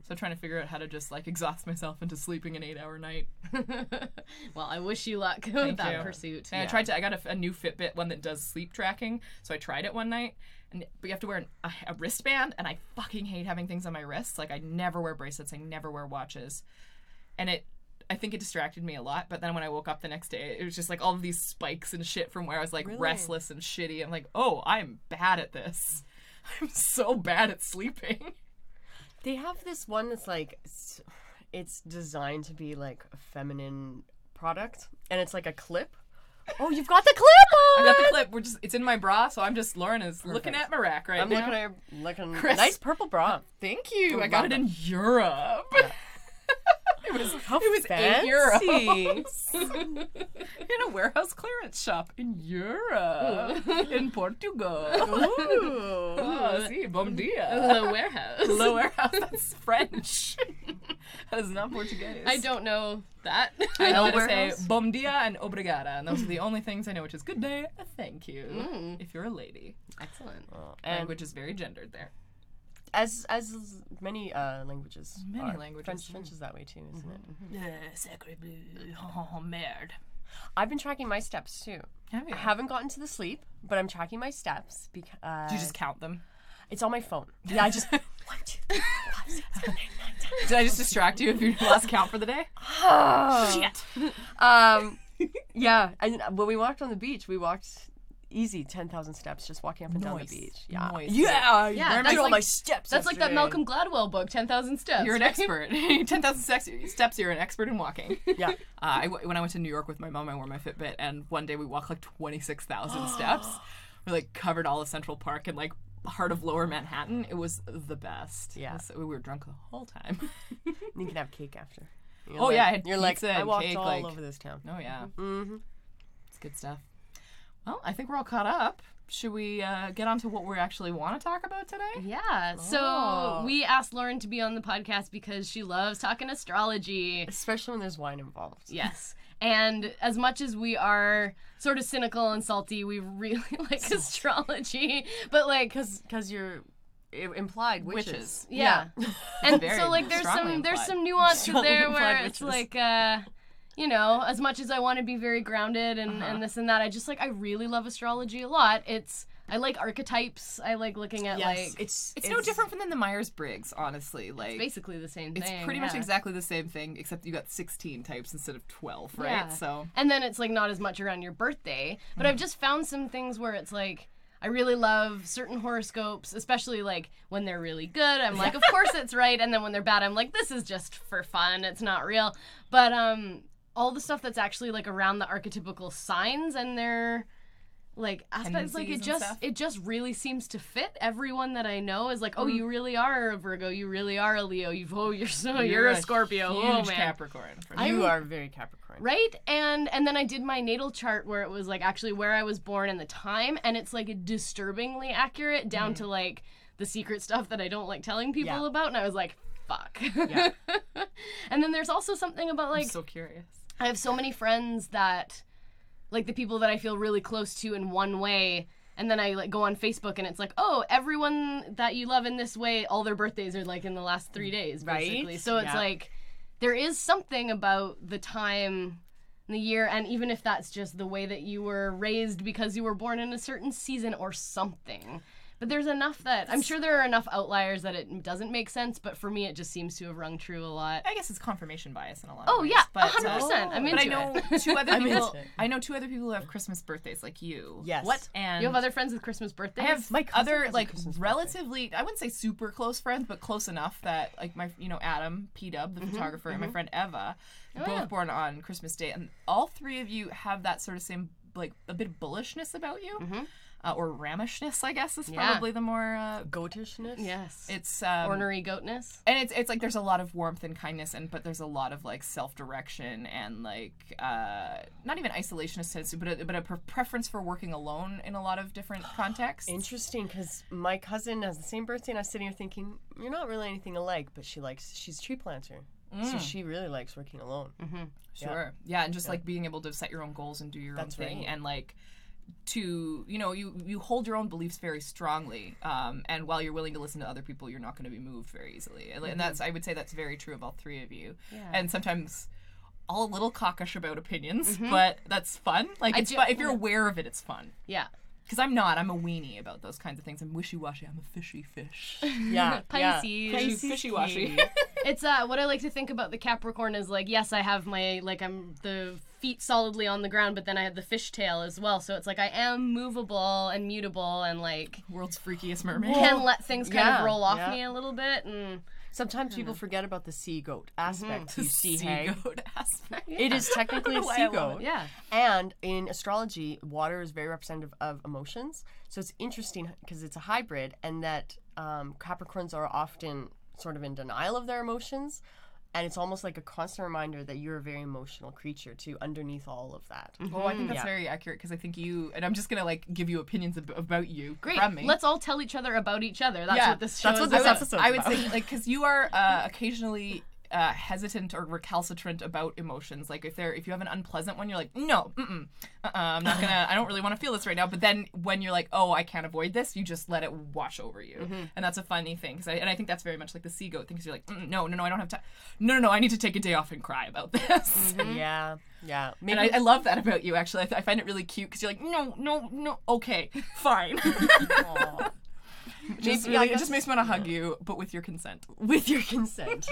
Speaker 2: so trying to figure out how to just like exhaust myself into sleeping an eight hour night.
Speaker 3: well, I wish you luck with
Speaker 2: Thank
Speaker 3: that
Speaker 2: you.
Speaker 3: pursuit.
Speaker 2: And I tried to I got a, a new Fitbit one that does sleep tracking. So I tried it one night, and but you have to wear an, a, a wristband, and I fucking hate having things on my wrists. Like I never wear bracelets. I never wear watches, and it. I think it distracted me a lot, but then when I woke up the next day, it was just like all of these spikes and shit from where I was like restless and shitty. I'm like, oh, I'm bad at this. I'm so bad at sleeping.
Speaker 4: They have this one that's like, s- it's designed to be like a feminine product, and it's like a clip. Oh, you've got the clip
Speaker 2: I
Speaker 4: on.
Speaker 2: got the clip. We're just it's in my bra, so I'm just Lauren is looking at my rack right
Speaker 4: I'm
Speaker 2: now.
Speaker 4: looking at your looking
Speaker 2: Chris.
Speaker 4: nice purple bra.
Speaker 2: Thank you. I got
Speaker 4: love
Speaker 2: it in Europe. it was
Speaker 4: How
Speaker 2: it was eight
Speaker 4: fancy.
Speaker 2: euros in a warehouse clearance shop in Europe in Portugal.
Speaker 4: Ooh.
Speaker 2: Oh, see, bom dia.
Speaker 3: the warehouse.
Speaker 2: The warehouse that's French. that is not Portuguese.
Speaker 3: I don't know that.
Speaker 2: I know how to say
Speaker 4: warehouse.
Speaker 2: bom dia and obrigada, and those are the only things I know, which is good day, and thank you. If you're a lady,
Speaker 3: Hmm, Excellent.
Speaker 4: Mm. And
Speaker 2: language is very gendered there.
Speaker 4: as as many uh, languages,
Speaker 2: Many
Speaker 4: are.
Speaker 2: languages,
Speaker 4: French,
Speaker 2: mm.
Speaker 4: French is that way too, isn't it?
Speaker 2: Sacre bleu, oh merde.
Speaker 4: I've been tracking my steps too.
Speaker 2: Have you?
Speaker 4: I haven't gotten to the sleep, but I'm tracking my steps because
Speaker 2: Do you just count them?
Speaker 4: it's on my phone. Yeah, I just. One, two, three, five, six, seven, eight, nine, ten.
Speaker 2: Did I just distract you if you lost count for the day? Shit.
Speaker 4: Ah. Um, yeah, and uh, when we walked on the beach, we walked easy ten thousand steps, just walking up and down the
Speaker 2: Nice.
Speaker 4: beach. Yeah,
Speaker 2: Nice.
Speaker 3: Yeah,
Speaker 4: yeah, yeah. I
Speaker 3: that's
Speaker 4: did all
Speaker 3: like-
Speaker 4: my steps.
Speaker 3: That's like that
Speaker 4: yesterday.
Speaker 3: Malcolm Gladwell book, Ten Thousand Steps.
Speaker 2: You're an expert. 10,000 steps, steps, you're an expert in walking. Uh,
Speaker 4: Yeah,
Speaker 2: I w- when I went to New York with my mom, I wore my Fitbit, and one day we walked like 26,000 steps. We like covered all of Central Park and like heart of lower Manhattan. It was the best.
Speaker 4: Yeah.
Speaker 2: Yes, we were drunk the whole time.
Speaker 4: And you can have cake after. You're
Speaker 2: Oh,
Speaker 4: like-
Speaker 2: yeah, I had
Speaker 4: you're like
Speaker 2: pizza
Speaker 4: I
Speaker 2: and
Speaker 4: walked
Speaker 2: cake,
Speaker 4: all
Speaker 2: like-
Speaker 4: over this town.
Speaker 2: oh, yeah.
Speaker 4: Mm-hmm.
Speaker 2: It's good stuff. Well, I think we're all caught up. Should we uh, get on to what we actually want to talk about
Speaker 3: Mm-hmm.
Speaker 2: today?
Speaker 3: Yeah. So
Speaker 4: Oh.
Speaker 3: we asked Lauren to be on the podcast because she loves talking astrology.
Speaker 4: Especially when there's wine involved.
Speaker 3: Yes. And as much as we are sort of cynical and salty, we really like astrology. But like
Speaker 4: because because you're i- implied witches.
Speaker 2: Witches.
Speaker 3: yeah. And
Speaker 2: Very
Speaker 3: so like there's some
Speaker 2: strongly
Speaker 3: there's
Speaker 2: implied.
Speaker 3: some nuances
Speaker 4: Strongly
Speaker 3: there where
Speaker 4: implied
Speaker 3: it's
Speaker 4: witches.
Speaker 3: like uh you know, as much as I want to be very grounded and,
Speaker 2: Uh-huh.
Speaker 3: and this and that, I just like I really love astrology a lot. It's I like archetypes. I like looking at like
Speaker 4: it's,
Speaker 2: It's, no different from than the Myers Briggs, honestly. Like
Speaker 3: basically the same
Speaker 2: It's
Speaker 3: thing.
Speaker 2: pretty much
Speaker 3: yeah.
Speaker 2: exactly the same thing, except you got 16 types instead of 12, right?
Speaker 3: Yeah.
Speaker 2: So,
Speaker 3: and then it's like not as much around your birthday but
Speaker 2: Mm.
Speaker 3: i've just found some things where it's like i really love certain horoscopes especially like when they're really good i'm like of course it's right and then when they're bad i'm like this is just for fun it's not real but um all the stuff that's actually like around the archetypical signs and their like aspects
Speaker 2: Tendencies
Speaker 3: like it
Speaker 2: and
Speaker 3: just
Speaker 2: stuff.
Speaker 3: it just really seems to fit everyone that i know is like oh
Speaker 2: Mm.
Speaker 3: you really are a virgo you really are a leo you've oh you're so you're, a, scorpio
Speaker 2: Huge
Speaker 3: oh man
Speaker 2: Capricorn. For
Speaker 4: You
Speaker 2: sure.
Speaker 4: are very Capricorn.
Speaker 3: right and and then i did my natal chart where it was like actually where i was born and the time and it's like disturbingly accurate down to like the secret stuff that i don't like telling people
Speaker 4: Mm-hmm. Yeah.
Speaker 3: about and i was like fuck
Speaker 4: Yeah.
Speaker 3: and then there's also something about like
Speaker 2: I'm so curious.
Speaker 3: I have so many friends that like the people that I feel really close to in one way and then I like go on Facebook and it's like, "Oh, everyone that you love in this way, all their birthdays are like in the last 3 days
Speaker 4: Right?
Speaker 3: basically." So it's
Speaker 4: Yeah.
Speaker 3: like there is something about the time and the year and even if that's just the way that you were raised because you were born in a certain season or something. But there's enough that I'm sure there are enough outliers that it doesn't make sense, but for me it just seems to have rung true a lot.
Speaker 2: I guess it's confirmation bias in a lot.
Speaker 3: Oh
Speaker 2: of ways,
Speaker 3: yeah,
Speaker 2: but, uh,
Speaker 3: 100%. I'm into
Speaker 2: But I know
Speaker 3: it.
Speaker 2: two other
Speaker 4: I'm into
Speaker 2: people.
Speaker 4: it.
Speaker 2: I know two other people who have Christmas birthdays like you.
Speaker 4: Yes.
Speaker 2: What and
Speaker 3: You have other friends with Christmas birthdays?
Speaker 2: I have
Speaker 4: My cousin
Speaker 2: other
Speaker 4: has a
Speaker 2: like
Speaker 4: Christmas birthday.
Speaker 2: relatively I wouldn't say super close friends, but close enough that like my you know Adam P Dub the photographer and my friend Eva, both
Speaker 3: yeah.
Speaker 2: born on Christmas Day, and all three of you have that sort of same like a bit of bullishness about you, uh, or rammishness I guess is
Speaker 3: Yeah.
Speaker 2: probably the more uh,
Speaker 4: Goatishness.
Speaker 3: Yes.
Speaker 2: it's um,
Speaker 3: ornery goatness.
Speaker 2: and it's it's like there's a lot of warmth and kindness and but there's a lot of like self-direction and like uh not even isolationist tendency but a, but a pre- preference for working alone in a lot of different contexts
Speaker 4: Interesting, because my cousin has the same birthday, and I was sitting here thinking, you're not really anything alike, but she likes, she's a tree planter.
Speaker 2: Mm.
Speaker 4: So she really likes working alone.
Speaker 2: sure yeah, and just like being able to set your own goals and do your
Speaker 4: That's
Speaker 2: own thing
Speaker 4: right.
Speaker 2: and like to you know you you hold your own beliefs very strongly um and while you're willing to listen to other people you're not going to be moved very easily and, and that's i would say that's very true of all three of you and sometimes all a little cockish about opinions but that's fun like it's
Speaker 3: do-
Speaker 2: fun. if you're aware of it it's fun
Speaker 3: Yeah.
Speaker 2: Because I'm not. I'm a weenie about those kinds of things. I'm wishy washy. I'm a fishy fish.
Speaker 4: Yeah.
Speaker 2: Ah,
Speaker 3: Pisces.
Speaker 4: Yeah.
Speaker 2: Fishy- fishy-washy.
Speaker 3: It's uh what I like to think about the Capricorn is like, yes, I have my like I'm the feet solidly on the ground, but then I have the fishtail as well. So it's like I am movable and mutable and like
Speaker 2: World's freakiest mermaid.
Speaker 3: can let things kind
Speaker 4: yeah,
Speaker 3: of roll off
Speaker 4: yeah.
Speaker 3: me a little bit and
Speaker 4: Sometimes people forget about the sea goat aspect. You see, hey?
Speaker 2: Mm-hmm. sea goat aspect.
Speaker 4: It is technically a
Speaker 2: why
Speaker 4: sea
Speaker 2: I love
Speaker 4: goat.
Speaker 2: it.
Speaker 3: yeah.
Speaker 4: And in astrology, water is very representative of emotions. So it's interesting because it's a hybrid, and that um, Capricorns are often sort of in denial of their emotions. And it's almost like a constant reminder that you're a very emotional creature, too, underneath all of that.
Speaker 2: Oh, I think that's very accurate because I think you and I'm just gonna like give you opinions ab- about you
Speaker 3: Great.
Speaker 2: from me.
Speaker 3: Let's all tell each other about each other. That's
Speaker 2: Yeah,
Speaker 3: what this show
Speaker 4: that's
Speaker 3: is
Speaker 4: what this
Speaker 3: about.
Speaker 4: episode- episode's
Speaker 2: I would
Speaker 4: about.
Speaker 2: say like because you are uh, occasionally uh, hesitant or recalcitrant about emotions. Like if they're if you have an unpleasant one, you're like, no, mm-mm, uh-uh, I'm not gonna. I don't really want to feel this right now. But then when you're like, oh, I can't avoid this, you just let it wash over you, and that's a funny thing. 'cause I, and I think that's very much like the sea goat thing. Cause you're like, mm, no, no, no, I don't have time. No, no, no, I need to take a day off and cry about this.
Speaker 4: Yeah, yeah. Maybe
Speaker 2: And I, I love that about you. Actually, I, th- I find it really cute because you're like, no, no, no, okay, fine. just
Speaker 4: Maybe I
Speaker 2: really, it
Speaker 4: guess-
Speaker 2: just makes me want to hug you, but with your consent,
Speaker 4: with your consent.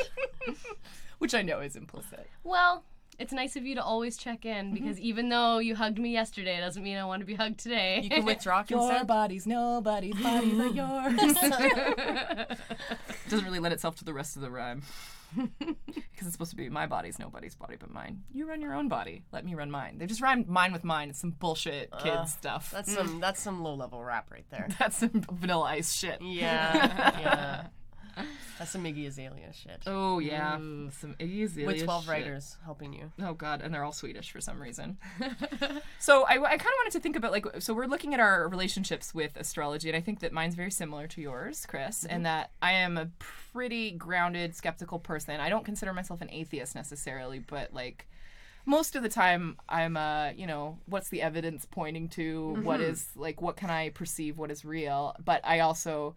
Speaker 2: which I know is implicit.
Speaker 3: Well, it's nice of you to always check
Speaker 2: Mm-hmm.
Speaker 3: in because even though you hugged me yesterday, it doesn't mean I want to be hugged today.
Speaker 4: You can withdraw consent.
Speaker 2: body's nobody's body but yours. Doesn't really lend itself to the rest of the rhyme. Because it's supposed to be my body's nobody's body but mine. You run your own body. Let me run mine. They just rhymed mine with mine. It's some bullshit kid stuff. That's,
Speaker 4: That's some that's some low level rap right there.
Speaker 2: some vanilla ice shit.
Speaker 4: Yeah, yeah. That's some Iggy Azalea shit.
Speaker 2: Oh yeah, some easy.
Speaker 4: With twelve writers helping you.
Speaker 2: Oh god, and they're all Swedish for some reason. so I, I kind of wanted to think about like so we're looking at our relationships with astrology, and I think that mine's very similar to yours, Chris, in that I am a pretty grounded, skeptical person. I don't consider myself an atheist necessarily, but like most of the time I'm uh, you know, what's the evidence pointing to? What is like what can I perceive what is real? But I also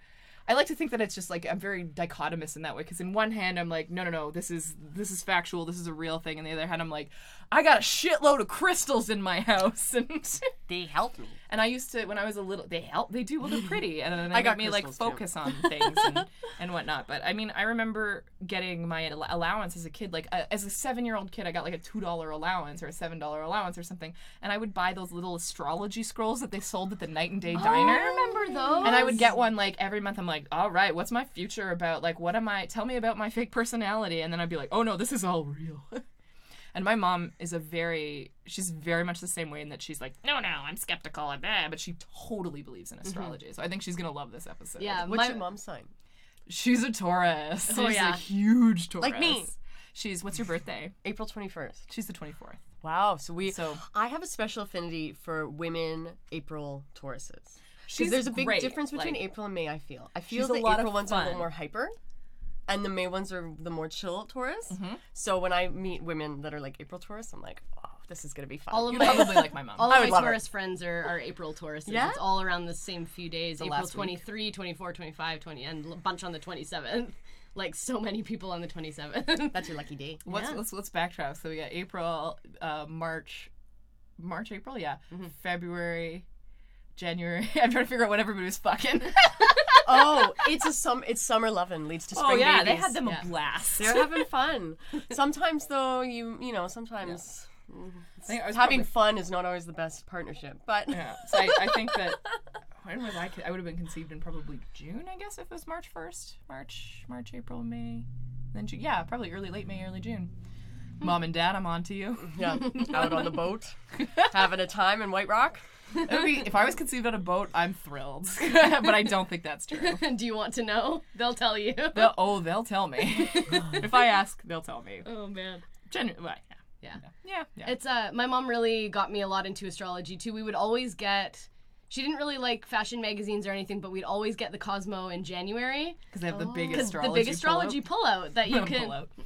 Speaker 2: I like to think that it's just like I'm very dichotomous in that way because in one hand I'm like no no no this is this is factual this is a real thing and the other hand I'm like I got a shitload of crystals in my house and
Speaker 4: They helped me.
Speaker 2: and I used to when I was a little they help they do well they're pretty and then they I
Speaker 4: got
Speaker 2: got me like
Speaker 4: crystals, too.
Speaker 2: focus on things and, and whatnot but I mean I remember getting my al- allowance as a kid like a, as a seven year old kid I got like a two dollar allowance or a seven dollar allowance or something and I would buy those little astrology scrolls that they sold at the Night and Day Diner
Speaker 4: Oh,
Speaker 3: I remember those.
Speaker 2: and I would get one like every month. I'm like, all right, what's my future about? Like, what am I? Tell me about my fake personality. And then I'd be like, oh no, this is all real. And my mom is a very, she's very much the same way in that she's like, no, no, I'm skeptical, and blah, but she totally believes
Speaker 4: Mm-hmm.
Speaker 2: in astrology. So I think she's gonna love this episode.
Speaker 3: Yeah,
Speaker 4: What's
Speaker 3: my,
Speaker 4: your mom's sign?
Speaker 2: she's a Taurus.
Speaker 3: Oh,
Speaker 2: she's
Speaker 3: yeah.
Speaker 2: a huge Taurus.
Speaker 4: Like me.
Speaker 2: She's what's your birthday?
Speaker 4: April 21st.
Speaker 2: She's the 24th.
Speaker 4: Wow. So we.
Speaker 2: So-
Speaker 4: I have a special affinity for women April Tauruses.
Speaker 2: She's
Speaker 4: Because there's a big
Speaker 2: great,
Speaker 4: difference between
Speaker 2: like-
Speaker 4: April and May. I feel. I feel
Speaker 2: a
Speaker 4: the
Speaker 2: lot of
Speaker 4: April ones are a
Speaker 2: fun.
Speaker 4: little more hyper, and the May ones are the more chill Taurus.
Speaker 2: Mm-hmm.
Speaker 4: So when I meet women that are like April Taurus, I'm like, oh, this is gonna be fun.
Speaker 3: all of
Speaker 2: You'd
Speaker 3: my
Speaker 2: probably like my mom.
Speaker 3: all of
Speaker 4: would
Speaker 3: my
Speaker 4: love it.
Speaker 3: Taurus friends are, are April Tauruses.
Speaker 4: Yeah?
Speaker 3: It's all around the same few days April
Speaker 4: last week.
Speaker 3: 23, 24, 25, 20, and a bunch on the 27th. Like so many people on the 27th.
Speaker 4: That's your lucky day.
Speaker 2: Let's,
Speaker 3: Yeah.
Speaker 2: let's let's backtrack. So we got April, uh, March, March, April, yeah, February, January. I'm trying to figure out what everybody was fucking.
Speaker 4: oh, it's a sum. It's summer lovin' leads to spring.
Speaker 2: Oh, they
Speaker 4: babies.
Speaker 2: had them
Speaker 3: Yeah.
Speaker 2: a blast.
Speaker 4: They're having fun. Sometimes though, you you know, sometimes
Speaker 2: They- I was
Speaker 4: having
Speaker 2: probably-
Speaker 4: fun is not always the best partnership. But
Speaker 2: yeah. So I, I think that when was I? con- I would have been conceived in probably June, I guess, if it was March first, March, March, April, May, then June. Yeah, probably early, late May, early June. Mom and Dad, I'm on to you.
Speaker 4: yeah, out on the boat, having a time in White Rock.
Speaker 2: It would be- if I was conceived on a boat, I'm thrilled, but I don't think that's true.
Speaker 3: Do you want to know? They'll tell you.
Speaker 2: They'll, oh, they'll tell me. if I ask, they'll tell me.
Speaker 3: oh man.
Speaker 2: Genuinely, well, yeah.
Speaker 3: Yeah.
Speaker 2: Yeah, yeah.
Speaker 3: It's uh my mom really got me a lot into astrology too. We would always get she didn't really like fashion magazines or anything, but we'd always get the Cosmo in January.
Speaker 2: because they have Oh. the big
Speaker 3: Because the
Speaker 2: astrology.
Speaker 3: big astrology pullout that you
Speaker 2: pull-out.
Speaker 3: can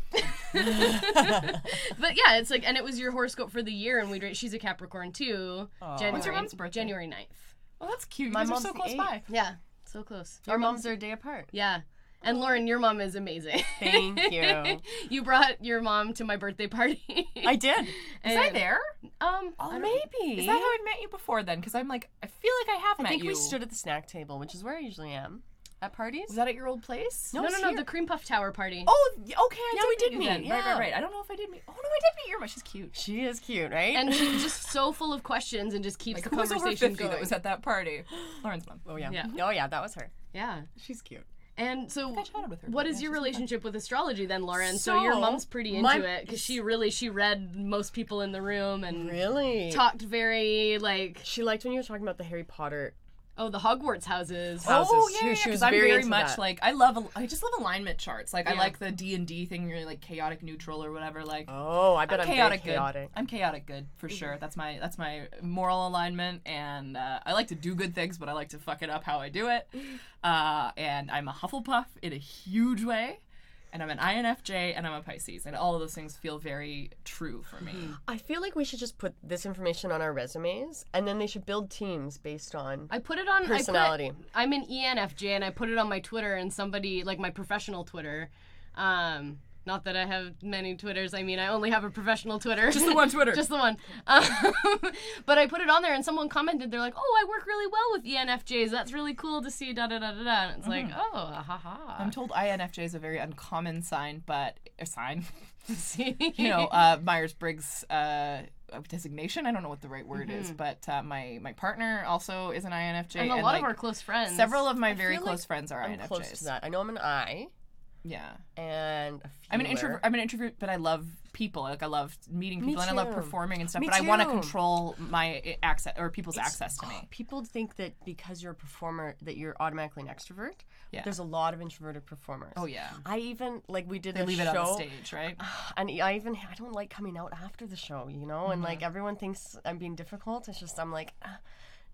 Speaker 2: Pull-out.
Speaker 3: But yeah, it's like, and it was your horoscope for the year, and we'd rate. She's a Capricorn too. January,
Speaker 2: When's your mom's birthday?
Speaker 3: January 9th.
Speaker 2: Well, that's cute. You
Speaker 4: My
Speaker 2: guys are
Speaker 4: mom's
Speaker 2: so
Speaker 4: the
Speaker 2: close
Speaker 4: eighth.
Speaker 2: by.
Speaker 3: Yeah, so close.
Speaker 4: Our moms are a day apart.
Speaker 3: Yeah, and Lauren, your mom is amazing.
Speaker 4: Thank you.
Speaker 3: you brought your mom to my birthday party.
Speaker 4: I did.
Speaker 2: Was I there?
Speaker 3: um,
Speaker 4: Oh, maybe.
Speaker 2: Is that how I met you before then? Because I'm like, I feel like I have
Speaker 4: I
Speaker 2: met
Speaker 4: think
Speaker 2: you.
Speaker 4: we stood at the snack table, which is where I usually am at parties.
Speaker 2: Was that at your old place?
Speaker 3: no,
Speaker 4: it's
Speaker 3: no, no,
Speaker 4: here.
Speaker 3: the cream puff tower party.
Speaker 2: Oh, y- okay. I
Speaker 4: Yeah, we did
Speaker 2: you then.
Speaker 4: meet,
Speaker 2: Right, right,
Speaker 4: yeah.
Speaker 2: right. I don't know if I did meet. Oh no, I did meet Irma. She's cute.
Speaker 4: she is cute, right?
Speaker 3: And she's just so full of questions and just keeps
Speaker 2: Like
Speaker 3: the
Speaker 2: who was over
Speaker 3: conversation
Speaker 2: fifty
Speaker 3: going.
Speaker 2: that was at that party? Lauren's mom.
Speaker 4: oh yeah.
Speaker 3: Yeah.
Speaker 4: Oh yeah, that was her.
Speaker 3: yeah.
Speaker 4: She's cute.
Speaker 3: And so,
Speaker 2: I chatted with her,
Speaker 3: what
Speaker 2: but
Speaker 3: is
Speaker 2: yeah,
Speaker 3: your
Speaker 2: she's fun.
Speaker 3: relationship with astrology then, Lauren? So, your
Speaker 4: So,
Speaker 3: mom's pretty into
Speaker 4: my-
Speaker 3: it because she really she read most people in the room and
Speaker 4: Really?
Speaker 3: talked very like
Speaker 4: She liked when you were talking about the Harry Potter.
Speaker 3: oh the Hogwarts houses.
Speaker 2: Oh
Speaker 4: houses.
Speaker 2: yeah,
Speaker 4: She-
Speaker 2: yeah,
Speaker 4: she
Speaker 2: 'cause
Speaker 4: was
Speaker 2: I'm
Speaker 4: very
Speaker 2: very,
Speaker 4: into
Speaker 2: much
Speaker 4: that.
Speaker 2: like I love. al- I just love alignment charts. Like I
Speaker 3: Yeah.
Speaker 2: like the D and D thing. You're like chaotic neutral or whatever. Like
Speaker 4: Oh, I bet I'm, very
Speaker 2: chaotic,
Speaker 4: chaotic. Mm-hmm.
Speaker 2: good. I'm chaotic good for sure. That's my that's my moral alignment, and uh, I like to do good things, but I like to fuck it up how I do it. Uh, and I'm a Hufflepuff in a huge way, and I'm an INFJ, and I'm a Pisces, and all of those things feel very true for me.
Speaker 4: I feel like we should just put this information on our resumes, and then they should build teams based on
Speaker 3: I put it on I put it-
Speaker 4: personality.
Speaker 3: I'm an E ENFJ and I put it on my Twitter and somebody like my professional Twitter. Um, not that I have many Twitters. I mean, I only have a professional Twitter.
Speaker 2: Just the one Twitter.
Speaker 3: Just the one. Um, but I put it on there and someone commented. They're like, "Oh, I work really well with ENFJs. That's really cool to see." Da da da da da. And it's like, oh, ah, ha ha.
Speaker 2: Mm-hmm. I'm told INFJ is a very uncommon sign, but a sign.
Speaker 3: See?
Speaker 2: you know uh, Myers Briggs uh, designation. I don't know what the right word
Speaker 4: Mm-hmm.
Speaker 2: is, but uh, my my partner also is an INFJ,
Speaker 3: and a
Speaker 2: and,
Speaker 3: lot
Speaker 2: like,
Speaker 3: of our close friends.
Speaker 2: several of my very
Speaker 4: feel
Speaker 2: close
Speaker 4: like
Speaker 2: friends are
Speaker 4: I'm
Speaker 2: INFJs.
Speaker 4: close to that. I know I'm an I,
Speaker 2: Yeah,
Speaker 4: and a
Speaker 2: I'm an
Speaker 4: feeler.
Speaker 2: introvert. I'm an introvert, but I love people. Like I love meeting people, and I love
Speaker 4: too.
Speaker 2: performing and stuff.
Speaker 4: Me
Speaker 2: but I want to
Speaker 4: too.
Speaker 2: control my i- access or people's access to
Speaker 4: Oh,
Speaker 2: me.
Speaker 4: people think that because you're a performer that you're automatically an extrovert.
Speaker 2: Yeah.
Speaker 4: There's a lot of introverted performers.
Speaker 2: Oh yeah,
Speaker 4: I even like we did
Speaker 2: they
Speaker 4: a
Speaker 2: leave it
Speaker 4: show,
Speaker 2: on the stage, right?
Speaker 4: and e, I even I don't like coming out after the show, you know, and
Speaker 2: Mm-hmm.
Speaker 4: like everyone thinks I'm being difficult. It's just I'm like, "Ah,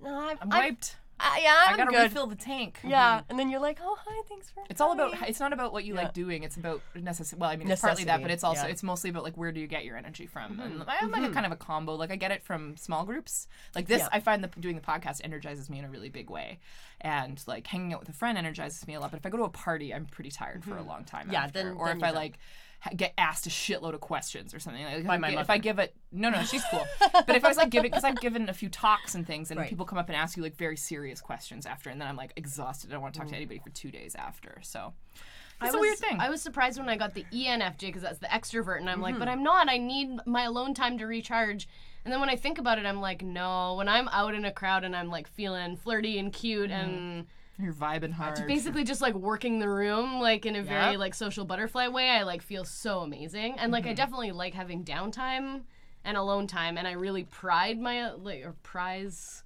Speaker 4: no, I've,
Speaker 2: I'm
Speaker 4: I've-
Speaker 2: wiped.
Speaker 4: I, yeah,
Speaker 2: Uh, i
Speaker 4: I'm
Speaker 2: gotta
Speaker 4: good.
Speaker 2: refill the tank.
Speaker 4: Yeah, and then you're like, oh hi, thanks for.
Speaker 2: It's all
Speaker 4: coming."
Speaker 2: about. It's not about what you like doing. It's about necessity. Well, I mean, it's partly that,
Speaker 4: Necessity,
Speaker 2: but it's also
Speaker 4: yeah. Mm-hmm.
Speaker 2: it's mostly about like where do you get your energy from? And I'm like a kind of a combo. Like I get it from small groups. Like this,
Speaker 4: Yeah.
Speaker 2: I find that doing the podcast energizes me in a really big way, and like hanging out with a friend energizes me a lot. But if I go to a party, I'm pretty tired for a long time.
Speaker 4: Mm-hmm. Yeah,
Speaker 2: after.
Speaker 4: then-
Speaker 2: or
Speaker 4: then
Speaker 2: if
Speaker 4: you're
Speaker 2: I
Speaker 4: done.
Speaker 2: like ha- get asked a shitload of questions or something. Like, if, I
Speaker 4: my
Speaker 2: gi- if
Speaker 4: mother.
Speaker 2: I give it, no, no, she's cool. but if I was like giving, because I've given a few talks and things, and
Speaker 4: Right.
Speaker 2: people come up and ask you like very serious questions after, and then I'm like exhausted. I don't want to talk to anybody for two days after. So.
Speaker 3: Mm. I
Speaker 2: It's a
Speaker 3: was,
Speaker 2: weird thing.
Speaker 3: I was surprised when I got the E ENFJ because that's the extrovert, and I'm like,
Speaker 2: Mm-hmm.
Speaker 3: but I'm not. I need my alone time to recharge. And then when
Speaker 2: Mm.
Speaker 3: I think about it, I'm like, no. When I'm out in a crowd and I'm like feeling flirty and cute and
Speaker 2: You're vibing hard.
Speaker 3: basically just like working the room like in a very
Speaker 2: Yep.
Speaker 3: like social butterfly way i like feel so amazing and like i definitely like having downtime and alone time and i really pride my uh, like or prize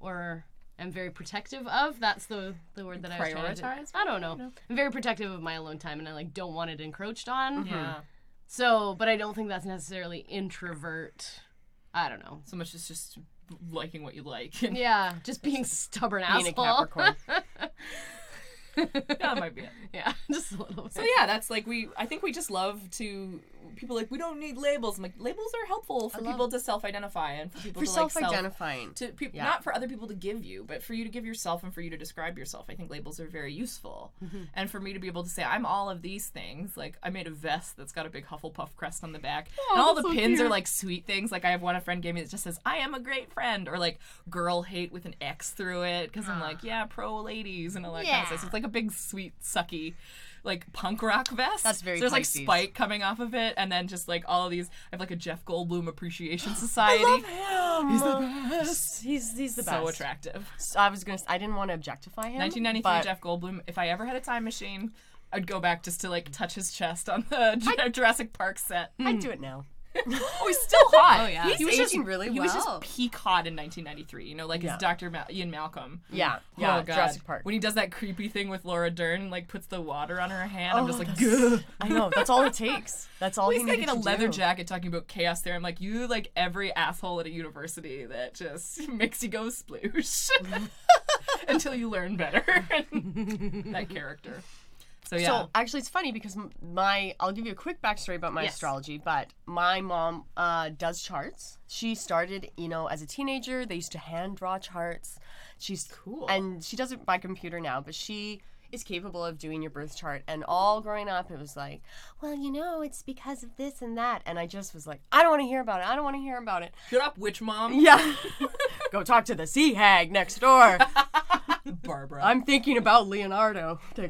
Speaker 3: or am very protective of that's the the word that i was trying
Speaker 2: prioritize
Speaker 3: to i don't know i'm very protective of my alone time and i like don't want it encroached on
Speaker 2: yeah.
Speaker 3: so but i don't think that's necessarily introvert i don't know
Speaker 2: So much as just liking what you like. And
Speaker 3: yeah just being stubborn
Speaker 4: Being a
Speaker 3: asshole
Speaker 4: Capricorn.
Speaker 2: that might be it.
Speaker 3: yeah just a little bit
Speaker 2: So yeah, that's like we. I think we just love to people are like we don't need labels. I'm like labels are helpful for people to self-identify and for people
Speaker 4: For
Speaker 2: to like self
Speaker 4: self-identifying.
Speaker 2: to peop
Speaker 4: Yeah.
Speaker 2: not for other people to give you, but for you to give yourself and for you to describe yourself. I think labels are very useful,
Speaker 4: Mm-hmm.
Speaker 2: and for me to be able to say I'm all of these things. Like I made a vest that's got a big Hufflepuff crest on the back,
Speaker 4: Oh,
Speaker 2: and all the pins are like sweet things. Like I have one a friend gave me that just says I am a great friend, or like girl hate with an X through it because I'm
Speaker 4: Ah.
Speaker 2: like yeah pro ladies and all that kind of stuff. So it's like a big sweet sucky. Like punk rock vest.
Speaker 4: That's very
Speaker 2: So there's like
Speaker 4: Pisces.
Speaker 2: spike coming off of it, and then just like all of these. I have like a Jeff Goldblum appreciation society. I love He's the best
Speaker 4: He's he's the best.
Speaker 2: so attractive.
Speaker 4: So I was gonna. s- I didn't want to objectify him.
Speaker 2: 1993
Speaker 4: but
Speaker 2: Jeff Goldblum. If I ever had a time machine, I'd go back just to like touch his chest on the Ju- Jurassic Park set.
Speaker 4: I'd do it now.
Speaker 2: Oh, he's still hot. oh yeah,
Speaker 4: He's aging really
Speaker 2: He was
Speaker 4: well.
Speaker 2: just peak hot in 1993. You know, like his Dr. Ma- Ian Malcolm.
Speaker 4: Yeah, yeah.
Speaker 2: oh, God.
Speaker 4: Jurassic Park.
Speaker 2: When he does that creepy thing with Laura Dern, like puts the water on her hand, I'm just like, "Gah."
Speaker 4: I know. Oh, That's all it takes. That's all
Speaker 2: He's
Speaker 4: he
Speaker 2: like in
Speaker 4: needed
Speaker 2: a
Speaker 4: to
Speaker 2: leather
Speaker 4: do.
Speaker 2: jacket talking about chaos there. I'm like, you like every asshole at a university that just makes you go sploosh until you learn better. that character. So yeah.
Speaker 4: So actually, it's funny because m- my I'll give you a quick backstory about my
Speaker 3: Yes.
Speaker 4: astrology. But my mom uh, does charts. She started, you know, as a teenager. They used to hand draw charts. She's
Speaker 2: Cool.
Speaker 4: and she does it by computer now. But she is capable of doing your birth chart. And all growing up, it was like, well, you know, it's because of this and that. And I just was like, I don't want to hear about it. I don't want to hear about it.
Speaker 2: Shut up, witch mom,
Speaker 4: Yeah. Go talk to the sea hag next door.
Speaker 2: Barbara.
Speaker 4: I'm thinking about Leonardo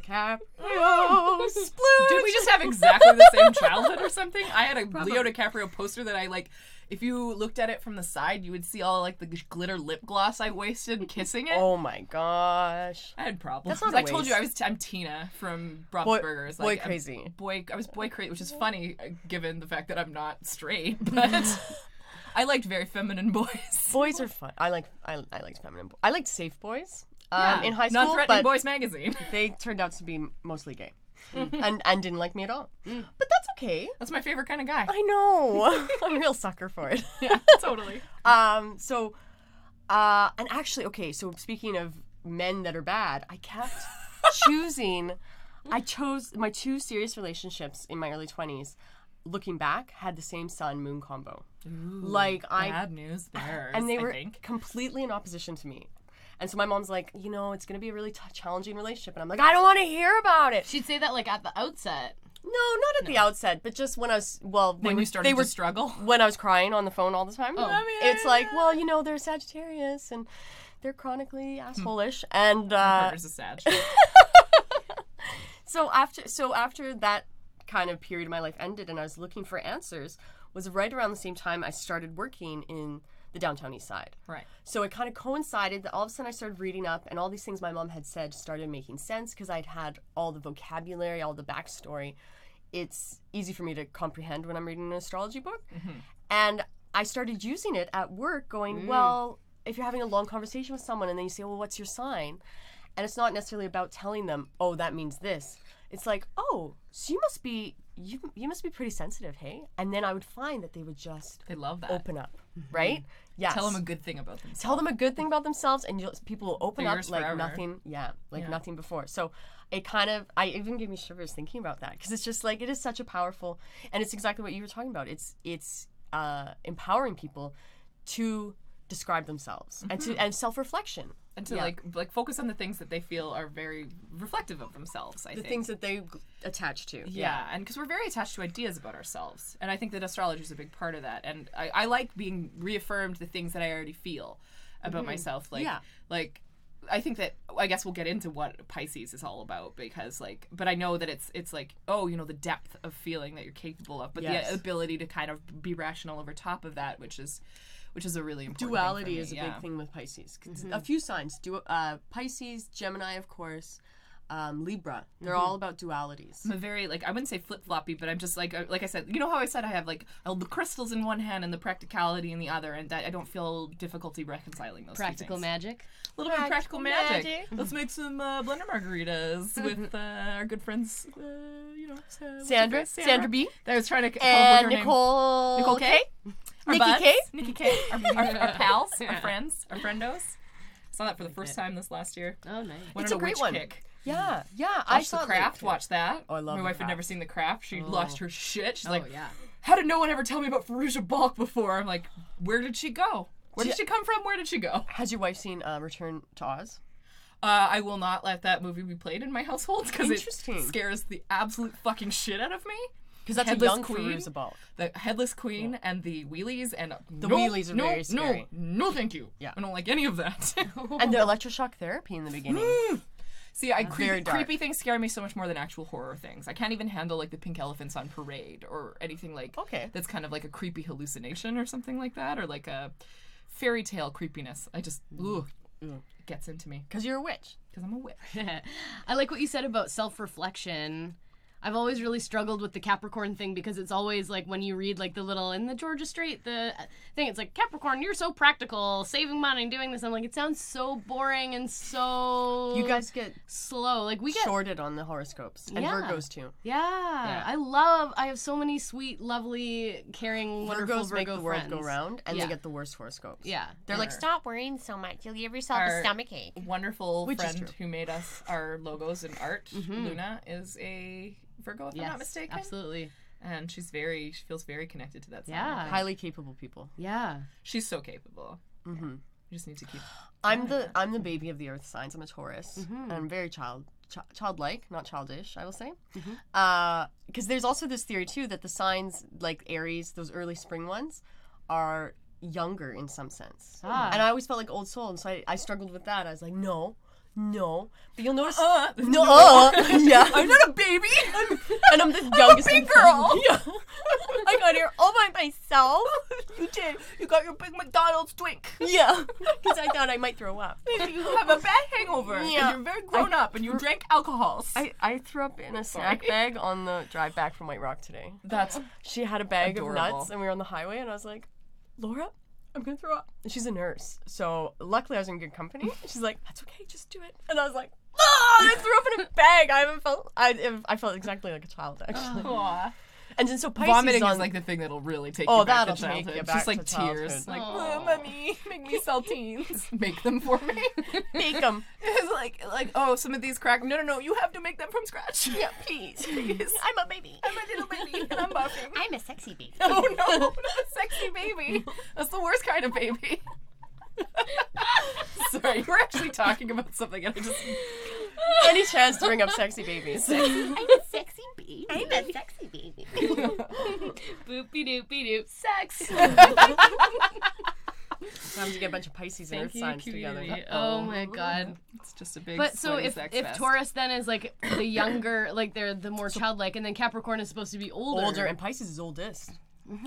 Speaker 4: DiCaprio. Sploosh.
Speaker 2: Did we just have exactly the same childhood or something? I had a Leo DiCaprio poster that I like. If you looked at it from the side, you would see all like the glitter lip gloss I wasted kissing it.
Speaker 4: Oh my gosh.
Speaker 2: I had problems.
Speaker 4: That's not
Speaker 2: I
Speaker 4: a
Speaker 2: told you
Speaker 4: waste.
Speaker 2: I was. T- I'm Tina from
Speaker 4: Boy-
Speaker 2: Bob's Burgers.
Speaker 4: boy
Speaker 2: Like, I'm
Speaker 4: crazy.
Speaker 2: Boy, I was boy crazy, which is funny uh, given the fact that I'm not straight. But I liked very feminine boys.
Speaker 4: Boys are fun. I like I, I liked feminine. Bo- I liked safe boys. Um, in high school,
Speaker 2: non-threatening
Speaker 4: but
Speaker 2: boys magazine.
Speaker 4: they turned out to be mostly gay, and and didn't like me at all.
Speaker 2: Mm.
Speaker 4: But that's okay.
Speaker 2: That's my favorite kind of guy.
Speaker 4: I know. I'm a real sucker for it.
Speaker 2: yeah, totally.
Speaker 4: Um. So, uh, and actually, okay. So speaking of men that are bad, I kept choosing. I chose my two serious relationships in my early twenties. Looking back, had the same sun moon combo. like I
Speaker 2: Bad news bears.
Speaker 4: and they
Speaker 2: I
Speaker 4: were
Speaker 2: think.
Speaker 4: completely in opposition to me. And so my mom's like, you know, it's gonna be a really t- challenging relationship, and I'm like, I don't want to hear about it.
Speaker 3: She'd say that like at the outset.
Speaker 4: No, not at the outset, but just when I was well, they
Speaker 2: when
Speaker 4: were,
Speaker 2: you started
Speaker 4: they were
Speaker 2: to struggle.
Speaker 4: when I was crying on the phone all the time. It's like, well, you know, they're Sagittarius and they're chronically assholish, and uh,
Speaker 2: Burgers is sad.
Speaker 4: so after so after that kind of period of my life ended and I was looking for answers was right around the same time I started working in the downtown east side.
Speaker 2: right.
Speaker 4: So it kind of coincided that all of a sudden I started reading up and all these things my mom had said started making sense because I'd had all the vocabulary, all the backstory. It's easy for me to comprehend when I'm reading an astrology book.
Speaker 2: Mm-hmm.
Speaker 4: And I started using it at work going,
Speaker 2: Mm.
Speaker 4: well, if you're having a long conversation with someone and then you say, well, what's your sign? And it's not necessarily about telling them, oh, that means this. It's like, oh, so you must be you, you must be pretty sensitive, hey? And then I would find that they would just
Speaker 2: They love that. Mm-hmm.
Speaker 4: open up, right? Yes
Speaker 2: Tell them a good thing about them.
Speaker 4: tell them a good thing about themselves and you'll, people will open
Speaker 2: They're
Speaker 4: up
Speaker 2: yours
Speaker 4: like
Speaker 2: forever.
Speaker 4: nothing yeah like nothing before so it kind of i even gave me shivers thinking about that because it's just like it is such a powerful and it's exactly what you were talking about it's it's uh, empowering people to describe themselves and
Speaker 2: Mm-hmm.
Speaker 4: to and self-reflection
Speaker 2: and to
Speaker 4: Yeah.
Speaker 2: like like focus on the things that they feel are very reflective of themselves. I
Speaker 4: the
Speaker 2: think.
Speaker 4: things that they g- attach to
Speaker 2: yeah, and because we're very attached to ideas about ourselves, and I think that astrology is a big part of that. And I, I like being reaffirmed the things that I already feel about myself. Like
Speaker 4: Mm-hmm. Yeah.
Speaker 2: like I think that I guess we'll get into what Pisces is all about because like, but I know that it's it's like oh you know the depth of feeling that you're capable of, but
Speaker 4: Yes.
Speaker 2: the ability to kind of be rational over top of that, which is. which is a really important
Speaker 4: duality
Speaker 2: thing for me,
Speaker 4: is a
Speaker 2: yeah. Mm-hmm.
Speaker 4: big thing with Pisces. 'Cause A few signs, du- uh, Pisces, Gemini, of course, um, Libra. They're
Speaker 2: Mm-hmm.
Speaker 4: all about dualities.
Speaker 2: I'm a very like I wouldn't say flip floppy, but I'm just like uh, like I said, you know how I said I have like uh, the crystals in one hand and the practicality in the other, and that I don't feel difficulty reconciling those. two
Speaker 3: Practical
Speaker 2: things.
Speaker 3: magic.
Speaker 2: a little bit of practical magic. Let's make some uh, blender margaritas with uh, our good friends, uh, you know, Sa- what's her
Speaker 4: Sandra,
Speaker 2: face?
Speaker 4: Sandra B,
Speaker 2: I was trying to c- come up
Speaker 4: and
Speaker 2: with her
Speaker 4: Nicole.
Speaker 2: name. Nicole K. Our
Speaker 4: Nikki
Speaker 2: buds,
Speaker 4: K?
Speaker 2: Nikki K. Our, our, our pals, our friends, our friendos. Saw that for the first time this last year.
Speaker 3: Oh, nice.
Speaker 2: Went
Speaker 4: It's
Speaker 2: on
Speaker 4: a great
Speaker 2: witch
Speaker 4: one.
Speaker 2: kick.
Speaker 4: Yeah, yeah. I
Speaker 2: Watched
Speaker 4: saw
Speaker 2: the
Speaker 4: like-
Speaker 2: craft. Watch that.
Speaker 4: Oh, I love
Speaker 2: My
Speaker 4: The
Speaker 2: wife had
Speaker 4: Craft. Oh.
Speaker 2: never seen the craft. She lost her shit. She's
Speaker 3: Oh,
Speaker 2: like,
Speaker 3: yeah.
Speaker 2: how did no one ever tell me about Faruja Balk before? I'm like, where did she go? Where did she come from? Where did she go?
Speaker 4: Has your wife seen uh, Return to Oz?
Speaker 2: Uh, I will not let that movie be played in my household because it
Speaker 4: Interesting.
Speaker 2: scares the absolute fucking shit out of me.
Speaker 4: Because that's
Speaker 2: Headless
Speaker 4: a young
Speaker 2: Queen.
Speaker 4: Queen. about.
Speaker 2: The headless queen and the wheelies and the
Speaker 4: wheelies are
Speaker 2: no,
Speaker 4: very scary.
Speaker 2: No, no, thank you.
Speaker 4: Yeah.
Speaker 2: I don't like any of that.
Speaker 4: And the electroshock therapy in the beginning.
Speaker 2: See, I
Speaker 4: very
Speaker 2: creepy,
Speaker 4: dark.
Speaker 2: creepy things scare me so much more than actual horror things. I can't even handle like the pink elephants on parade or anything like
Speaker 4: Okay.
Speaker 2: that's kind of like a creepy hallucination or something like that or like a fairy tale creepiness. I just ooh, it gets into me
Speaker 4: Because you're a witch.
Speaker 2: because I'm a witch.
Speaker 3: I like what you said about self reflection. I've always really struggled with the Capricorn thing because it's always like when you read like the little in the Georgia Street the uh, thing it's like Capricorn you're so practical saving money and doing this I'm like it sounds so boring and so
Speaker 4: You guys get
Speaker 3: slow like we get
Speaker 4: shorted on the horoscopes. And
Speaker 3: Yeah.
Speaker 4: Virgos too.
Speaker 3: yeah, I love I have so many sweet lovely caring wonderful
Speaker 4: Virgos
Speaker 3: Virgo
Speaker 4: make the world
Speaker 3: friends.
Speaker 4: go round and
Speaker 3: Yeah.
Speaker 4: they get the worst horoscopes.
Speaker 3: yeah
Speaker 4: They're like, stop.
Speaker 5: Stop worrying so much. You'll give yourself
Speaker 2: Our-
Speaker 5: a stomachache.
Speaker 2: Wonderful
Speaker 4: Which is
Speaker 2: friend
Speaker 4: true.
Speaker 2: who made us our logos and art, Luna, is a Virgo, if I'm not
Speaker 3: Yes,
Speaker 2: mistaken.
Speaker 3: absolutely
Speaker 2: And she's very, she feels very connected to that. sign, I
Speaker 3: Yeah.
Speaker 2: think.
Speaker 4: Highly capable people.
Speaker 3: yeah
Speaker 2: she's so capable. You just need to keep.
Speaker 4: I'm the I'm the baby of the earth signs. I'm a Taurus. And I'm very child ch- childlike, not childish, I will say. Because there's also this theory too that the signs like Aries, those early spring ones, are younger in some sense.
Speaker 3: Ah.
Speaker 4: And I always felt like old soul, and so I, I struggled with that. I was like, no, no. But you'll notice,
Speaker 2: Uh,
Speaker 4: no, uh, yeah. I'm not a baby. and I'm the youngest in-
Speaker 5: girl.
Speaker 4: Yeah.
Speaker 5: I got here all by myself.
Speaker 2: you did. You got your big McDonald's drink.
Speaker 4: Yeah, because I thought I might throw up.
Speaker 2: you have a bad hangover.
Speaker 4: Yeah.
Speaker 2: And you're very grown up, and you drank alcohols.
Speaker 4: I, I threw up in a snack bag on the drive back from White Rock today.
Speaker 2: That's
Speaker 4: She had a bag of
Speaker 2: Adorable.
Speaker 4: nuts, and we were on the highway, and I was like, Laura, I'm gonna throw up. And she's a nurse, so luckily I was in good company. She's like, That's okay, just do it. And I was like, Ah! I threw up in a bag. I haven't felt. I I felt exactly like a child actually.
Speaker 2: Aw.
Speaker 4: And then so Pisces
Speaker 2: vomiting
Speaker 4: on,
Speaker 2: is like the thing that'll really take
Speaker 4: Oh,
Speaker 2: you back to
Speaker 4: that'll take
Speaker 2: childhood.
Speaker 4: you
Speaker 2: It's
Speaker 4: back
Speaker 2: just like
Speaker 4: to
Speaker 2: tears,
Speaker 4: childhood.
Speaker 2: like, oh, mommy, make me saltines, make them for me.
Speaker 4: make 'em.
Speaker 2: It's like, like, oh, some of these crack. No, no, no, you have to make them from scratch. Yeah, please, please.
Speaker 5: I'm a baby.
Speaker 2: I'm a little baby and I'm buffing.
Speaker 5: I'm a sexy baby.
Speaker 2: Oh no, not a sexy baby. That's the worst kind of baby. Sorry, we're actually talking about something, and I just
Speaker 4: Any chance to bring up sexy babies?
Speaker 5: I'm a sexy baby. I'm a sexy baby.
Speaker 3: boopy doopy doop sex
Speaker 4: Sometimes you get a bunch of Pisces and Earth signs together.
Speaker 3: oh my god
Speaker 2: it's just a big.
Speaker 3: But so
Speaker 2: swing
Speaker 3: if
Speaker 2: sex
Speaker 3: if
Speaker 2: fest.
Speaker 3: Taurus then is like the younger, like they're the more childlike, and then Capricorn is supposed to be older.
Speaker 4: Older and Pisces is oldest.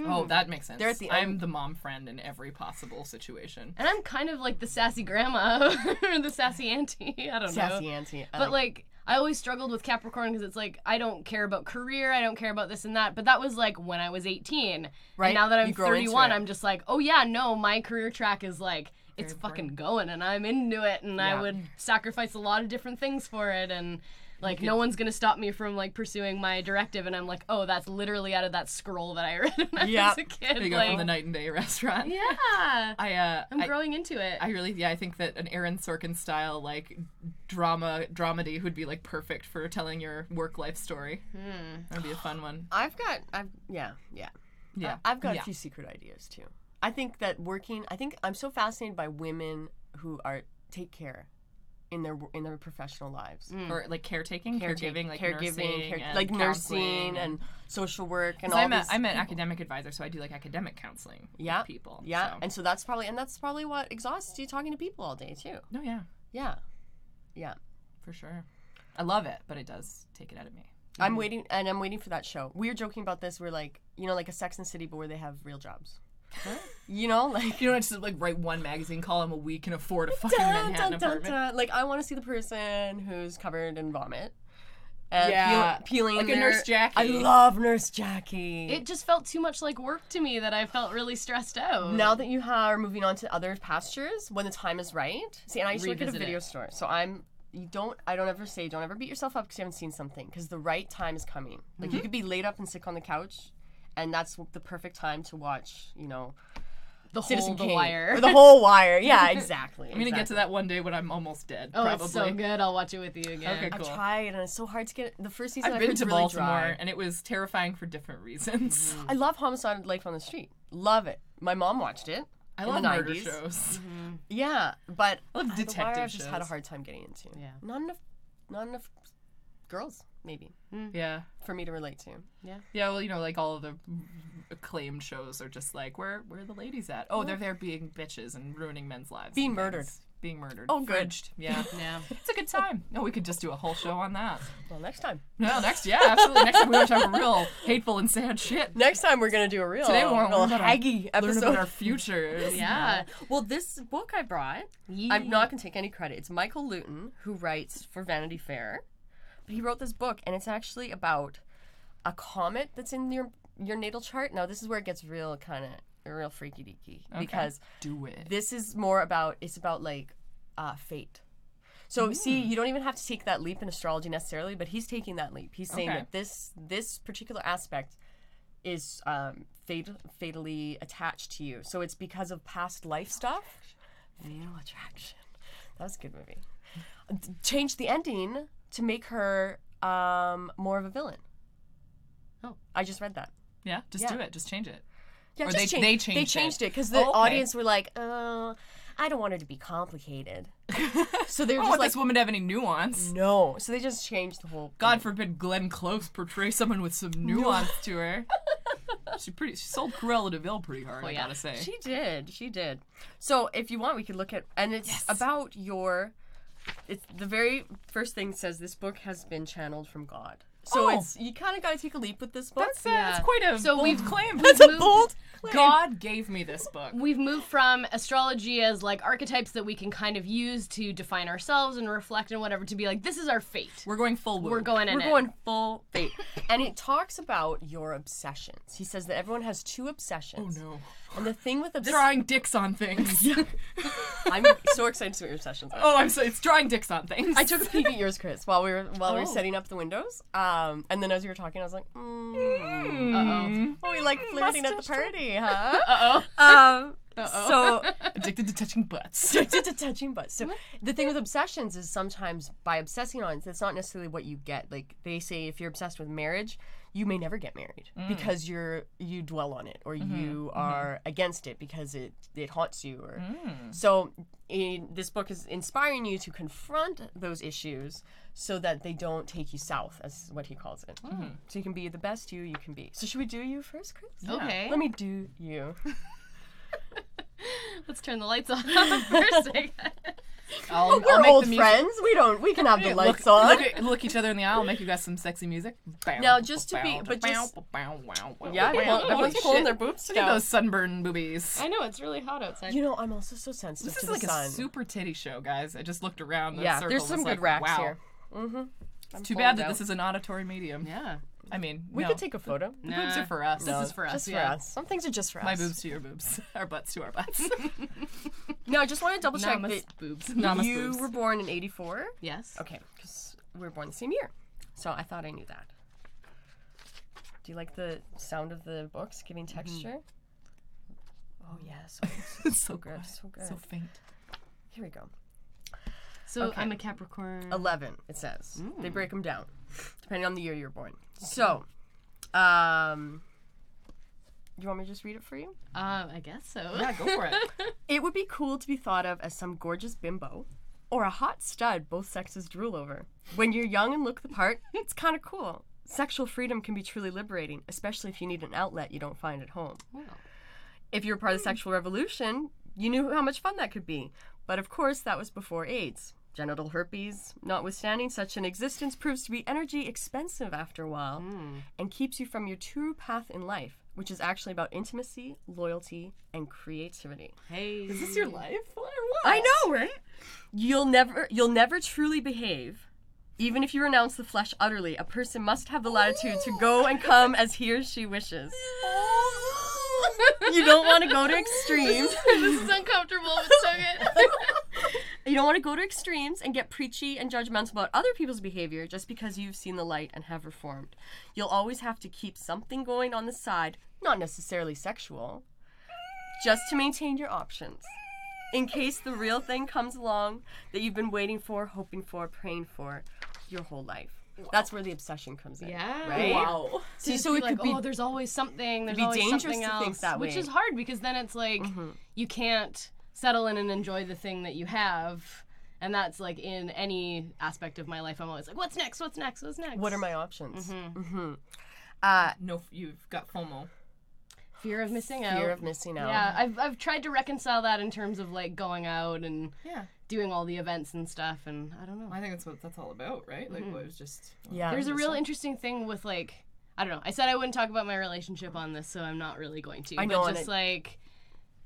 Speaker 2: oh, that makes sense.
Speaker 4: They're at the
Speaker 2: I'm
Speaker 4: end.
Speaker 2: the mom friend in every possible situation.
Speaker 3: And I'm kind of like the sassy grandma or the sassy auntie. I don't
Speaker 4: Sassy
Speaker 3: know.
Speaker 4: auntie. I
Speaker 3: But like I always struggled with Capricorn because it's like I don't care about career, I don't care about this and that. But that was like when I was 18.
Speaker 4: Right,
Speaker 3: And now that I'm
Speaker 4: you grow into
Speaker 3: 31,
Speaker 4: it.
Speaker 3: I'm just like, oh yeah, no, my career track is like. It's fucking going, and I'm into it, and I
Speaker 2: Yeah.
Speaker 3: would sacrifice a lot of different things for it, and like no one's gonna stop me from like pursuing my directive. And I'm like, oh, that's literally out of that scroll that I read when I was
Speaker 4: Yep.
Speaker 3: a kid.
Speaker 2: There you go
Speaker 3: like,
Speaker 2: from the night and day restaurant.
Speaker 3: yeah,
Speaker 2: I uh,
Speaker 3: I'm
Speaker 2: I-
Speaker 3: growing into it.
Speaker 2: I really, yeah, I think that an Aaron Sorkin style like drama dramedy would be like perfect for telling your work life story.
Speaker 3: Hmm.
Speaker 2: That'd be a fun one.
Speaker 4: I've got, I've yeah, yeah.
Speaker 2: Yeah,
Speaker 4: I've got
Speaker 2: Yeah.
Speaker 4: a few secret ideas too. I think that working. I think I'm so fascinated by women who are take care in their in their professional lives,
Speaker 2: or like caretaking, Mm. caregiving, like nursing,
Speaker 4: um, care-
Speaker 2: and
Speaker 4: like
Speaker 2: counseling
Speaker 4: nursing and social work and all.
Speaker 2: I'm, a,
Speaker 4: these
Speaker 2: I'm an
Speaker 4: people.
Speaker 2: academic advisor, so I do like academic counseling. with
Speaker 4: Yeah,
Speaker 2: people.
Speaker 4: Yeah,
Speaker 2: so-
Speaker 4: and so that's probably and that's probably what exhausts you talking to people all day too.
Speaker 2: no, yeah,
Speaker 4: Yeah,
Speaker 2: Mm-hmm.
Speaker 4: yeah.
Speaker 2: for sure. I love it, but it does take it out of me.
Speaker 4: I'm waiting, and I'm waiting for that show. We were joking about this. We're like, you know, like a Sex and the City, but where they have real jobs. You know, like
Speaker 2: You don't have to like write one magazine column a week and afford a fucking
Speaker 4: dun,
Speaker 2: Manhattan
Speaker 4: dun, dun,
Speaker 2: apartment.
Speaker 4: dun. like I want to see the person who's covered in vomit. And
Speaker 2: Yeah.
Speaker 4: peel- peeling
Speaker 2: Like a
Speaker 4: their-
Speaker 2: Nurse Jackie.
Speaker 4: I love Nurse Jackie.
Speaker 3: It just felt too much like work to me that I felt really stressed out.
Speaker 4: now that you are moving on to other pastures, when the time is right. See, and I used to work at a
Speaker 2: Revisit
Speaker 4: video
Speaker 2: it.
Speaker 4: store, so I'm. You don't. I don't ever say don't ever beat yourself up because you haven't seen something because the right time is coming. Like
Speaker 2: Mm-hmm.
Speaker 4: you could be laid up and sick on the couch, and that's the perfect time to watch. You know,
Speaker 3: the whole
Speaker 4: Citizen
Speaker 3: The
Speaker 4: Kane.
Speaker 3: Wire.
Speaker 4: or the whole wire. Yeah, exactly.
Speaker 2: I'm gonna get to that one day when I'm almost dead.
Speaker 3: oh,
Speaker 2: probably.
Speaker 3: it's so good. I'll watch it with you again.
Speaker 2: Okay,
Speaker 4: I
Speaker 2: cool.
Speaker 4: tried, and it's so hard to get. The first season
Speaker 2: I've
Speaker 4: I
Speaker 2: been
Speaker 4: heard
Speaker 2: to
Speaker 4: really
Speaker 2: Baltimore
Speaker 4: dry. Mm-hmm.
Speaker 2: and it was terrifying for different reasons.
Speaker 4: I love Homicide: Life on the Street. Love it. My mom watched it.
Speaker 2: I
Speaker 4: in
Speaker 2: love
Speaker 4: the Mm-hmm.
Speaker 2: murder
Speaker 4: 90s.
Speaker 2: shows.
Speaker 4: Yeah, but
Speaker 2: I love
Speaker 4: uh, The Wire
Speaker 2: detective
Speaker 4: I've just had a
Speaker 2: shows.
Speaker 4: hard time getting into.
Speaker 3: Yeah.
Speaker 4: Not enough, not enough girls, maybe,
Speaker 2: Yeah.
Speaker 4: for me to relate to.
Speaker 2: Yeah, well, you know, like all of the acclaimed shows are just like, where where are the ladies at? Oh, they're there being bitches and ruining men's lives.
Speaker 4: Being
Speaker 2: and things.
Speaker 4: murdered.
Speaker 2: Being murdered.
Speaker 4: Oh, good.
Speaker 2: Fridged. Yeah.
Speaker 3: Yeah.
Speaker 2: it's a good time. No, we could just do a whole show on that.
Speaker 4: Well, next time.
Speaker 2: No, next, yeah, absolutely. Next time we want to talk about real hateful and sad shit.
Speaker 4: Next time we're gonna do a real,
Speaker 2: Today we want to
Speaker 4: real
Speaker 2: learn about, our,
Speaker 4: Oh, haggy
Speaker 2: learn about our
Speaker 4: episode.
Speaker 2: futures.
Speaker 3: Yeah.
Speaker 4: Well, this book I brought, I'm not gonna take any credit. It's Michael Luton who writes for Vanity Fair, but he wrote this book, and it's actually about a comet that's in your your natal chart. Now, this is where it gets real kind of real freaky deaky because
Speaker 2: Do it.
Speaker 4: this is more about it's about like uh, fate so see you don't even have to take that leap in astrology necessarily but he's taking that leap he's saying
Speaker 2: Okay.
Speaker 4: that this this particular aspect is um, fat- fatally attached to you so it's because of past life stuff fatal attraction that was a good movie D- changed the ending to make her um, more of a villain
Speaker 3: Oh.
Speaker 4: i just read that
Speaker 2: Yeah, just
Speaker 4: Yeah.
Speaker 2: do it. Just change it.
Speaker 4: yeah,
Speaker 2: Or
Speaker 4: just
Speaker 2: they-
Speaker 4: change-
Speaker 2: they changed
Speaker 4: They
Speaker 2: it.
Speaker 4: changed it because the
Speaker 2: Oh, okay.
Speaker 4: audience were like, "Oh, I don't want her to be complicated." so they
Speaker 2: I
Speaker 4: were
Speaker 2: don't
Speaker 4: just
Speaker 2: want
Speaker 4: like,
Speaker 2: Oh, this woman to have any nuance.
Speaker 4: "No." So they just changed the whole.
Speaker 2: God forbid Glenn Close portray someone with some nuance to her. She pretty she sold Cruella de Vil pretty hard, I
Speaker 3: yeah.
Speaker 2: gotta say.
Speaker 4: She did. She did. So if you want, we could look at, and it's about your. It's the very first thing says this book has been channeled from God. So
Speaker 2: Oh.
Speaker 4: it's you kind of got to take a leap with this book.
Speaker 2: that's, uh,
Speaker 3: Yeah.
Speaker 2: that's quite a
Speaker 3: So
Speaker 2: bold
Speaker 3: we've-
Speaker 2: claim.
Speaker 3: That's a moved-
Speaker 4: bold.
Speaker 2: God gave me this book.
Speaker 3: We've moved from astrology as like archetypes that we can kind of use to define ourselves and reflect and whatever to be like, this is our fate.
Speaker 2: We're going full woo.
Speaker 3: We're going in
Speaker 4: We're
Speaker 3: it.
Speaker 4: going full fate, and it talks about your obsessions. He says that everyone has two obsessions.
Speaker 2: Oh, no.
Speaker 4: And the thing with obsessions.
Speaker 2: Drawing dicks on things.
Speaker 4: I'm so excited to see what your sessions are.
Speaker 2: oh, I'm so it's drawing dicks on things.
Speaker 4: I took a peek at yours, Chris, while we were while we were
Speaker 2: Oh.
Speaker 4: setting up the windows. Um, and then as you were talking, I was like, mm,
Speaker 2: Hmm.
Speaker 3: Uh-oh.
Speaker 4: "Oh, we like flirting at the party, huh?"
Speaker 3: Uh-oh.
Speaker 4: Um, so
Speaker 2: addicted to touching butts.
Speaker 4: addicted to touching butts. So the thing with obsessions is sometimes by obsessing on, it, that's not necessarily what you get. Like they say, if you're obsessed with marriage, you may never get married because you're you dwell on it or you are against it because it it haunts you. Or so in, this book is inspiring you to confront those issues so that they don't take you south, as what he calls it. Mm-hmm. So you can be the best you you can be. So should we do you first, Chris?
Speaker 3: Okay.
Speaker 4: Let me do you.
Speaker 3: Let's turn the lights on first. I guess.
Speaker 2: I'll,
Speaker 4: We're old friends. We don't. We can have the lights
Speaker 2: look,
Speaker 4: on.
Speaker 2: Look, at- look each other in the eye. I'll make you guys some sexy music. Bow,
Speaker 4: Now, just to
Speaker 2: bow,
Speaker 4: be- but
Speaker 2: bow,
Speaker 4: just-
Speaker 2: bow, wow, wow,
Speaker 4: Yeah,
Speaker 2: wow.
Speaker 4: everyone- everyone's
Speaker 3: holy
Speaker 4: pulling
Speaker 3: shit.
Speaker 4: their boobs
Speaker 2: Look at
Speaker 4: down.
Speaker 2: those sunburned boobies.
Speaker 3: I know it's really hot outside.
Speaker 4: You know, I'm also so sensitive
Speaker 2: This
Speaker 4: to
Speaker 2: is
Speaker 4: the
Speaker 2: like
Speaker 4: sun.
Speaker 2: a super titty show, guys. I just looked around. The
Speaker 4: yeah,
Speaker 2: circle
Speaker 4: there's some
Speaker 2: was
Speaker 4: good
Speaker 2: like,
Speaker 4: racks
Speaker 2: wow.
Speaker 4: here.
Speaker 2: It's too bad
Speaker 4: pulled
Speaker 2: that
Speaker 4: out.
Speaker 2: this is an auditory medium.
Speaker 3: yeah.
Speaker 2: I mean,
Speaker 4: We
Speaker 2: no.
Speaker 4: could take a photo.
Speaker 2: the boobs are for us.
Speaker 3: This is for us.
Speaker 4: Just
Speaker 3: yeah.
Speaker 4: for us. Some things are just for
Speaker 2: My
Speaker 4: us.
Speaker 2: boobs to your boobs, our butts to our butts.
Speaker 4: No, I just want to double check
Speaker 3: Namas
Speaker 4: that
Speaker 3: boobs.
Speaker 2: Namas
Speaker 4: you
Speaker 2: boobs.
Speaker 4: were born in '84.
Speaker 3: Yes.
Speaker 4: Okay, because we were born the same year, so I thought I knew that. Do you like the sound of the books giving
Speaker 2: Mm-hmm.
Speaker 4: texture? Oh yes, oh,
Speaker 2: It's so
Speaker 4: good,
Speaker 2: gross,
Speaker 4: so good.
Speaker 2: so faint.
Speaker 4: Here we go.
Speaker 3: So I'm a Capricorn.
Speaker 4: 11 it says they break them down depending on the year you're born so um you want me to just read it for you
Speaker 3: Uh, I guess so.
Speaker 2: Yeah, go for it.
Speaker 4: it would be cool to be thought of as some gorgeous bimbo or a hot stud both sexes drool over when you're young and look the part it's kind of cool sexual freedom can be truly liberating especially if you need an outlet you don't find at home if you were part of the sexual revolution, you knew how much fun that could be. But of course, that was before AIDS. Genital herpes, notwithstanding such an existence, proves to be energy expensive after a while and keeps you from your true path in life, which is actually about intimacy, loyalty, and creativity.
Speaker 2: Hey. Is this your life or what?
Speaker 4: I know, right? You'll never you'll never truly behave. Even if you renounce the flesh utterly, a person must have the latitude to go and come as he or she wishes. You don't want to go to extremes.
Speaker 3: this is uncomfortable, but so good.
Speaker 4: You don't want to go to extremes and get preachy and judgmental about other people's behavior just because you've seen the light and have reformed. You'll always have to keep something going on the side, not necessarily sexual, just to maintain your options. In case the real thing comes along that you've been waiting for, hoping for, praying for your whole life. That's where the obsession comes in.
Speaker 3: Yeah.
Speaker 4: Right?
Speaker 2: Wow.
Speaker 4: See,
Speaker 3: Just
Speaker 4: so
Speaker 3: be
Speaker 4: it
Speaker 3: like,
Speaker 4: could be.
Speaker 3: oh, there's always something. There's
Speaker 4: be
Speaker 3: always
Speaker 4: dangerous
Speaker 3: something
Speaker 4: to
Speaker 3: else,
Speaker 4: think that
Speaker 3: which
Speaker 4: way. Mm-hmm.
Speaker 3: is hard because then it's like you can't settle in and enjoy the thing that you have, and that's like in any aspect of my life. I'm always like, what's next? What's next? What's next?
Speaker 4: what are my options?
Speaker 3: Mm-hmm.
Speaker 4: Mhm.
Speaker 2: No, you've got FOMO.
Speaker 3: fear of missing out?
Speaker 4: Fear of missing out.
Speaker 3: yeah, I've I've tried to reconcile that in terms of like going out and
Speaker 2: Yeah.
Speaker 3: doing all the events and stuff, and I don't know.
Speaker 2: I think that's what that's all about, right?
Speaker 4: Mm-hmm.
Speaker 2: Like, what it was just.
Speaker 4: Yeah.
Speaker 3: There's a real interesting thing with like I don't know. I said I wouldn't talk about my relationship on this, so I'm not really going to.
Speaker 4: I know,
Speaker 3: but
Speaker 4: and
Speaker 3: just
Speaker 4: it-
Speaker 3: like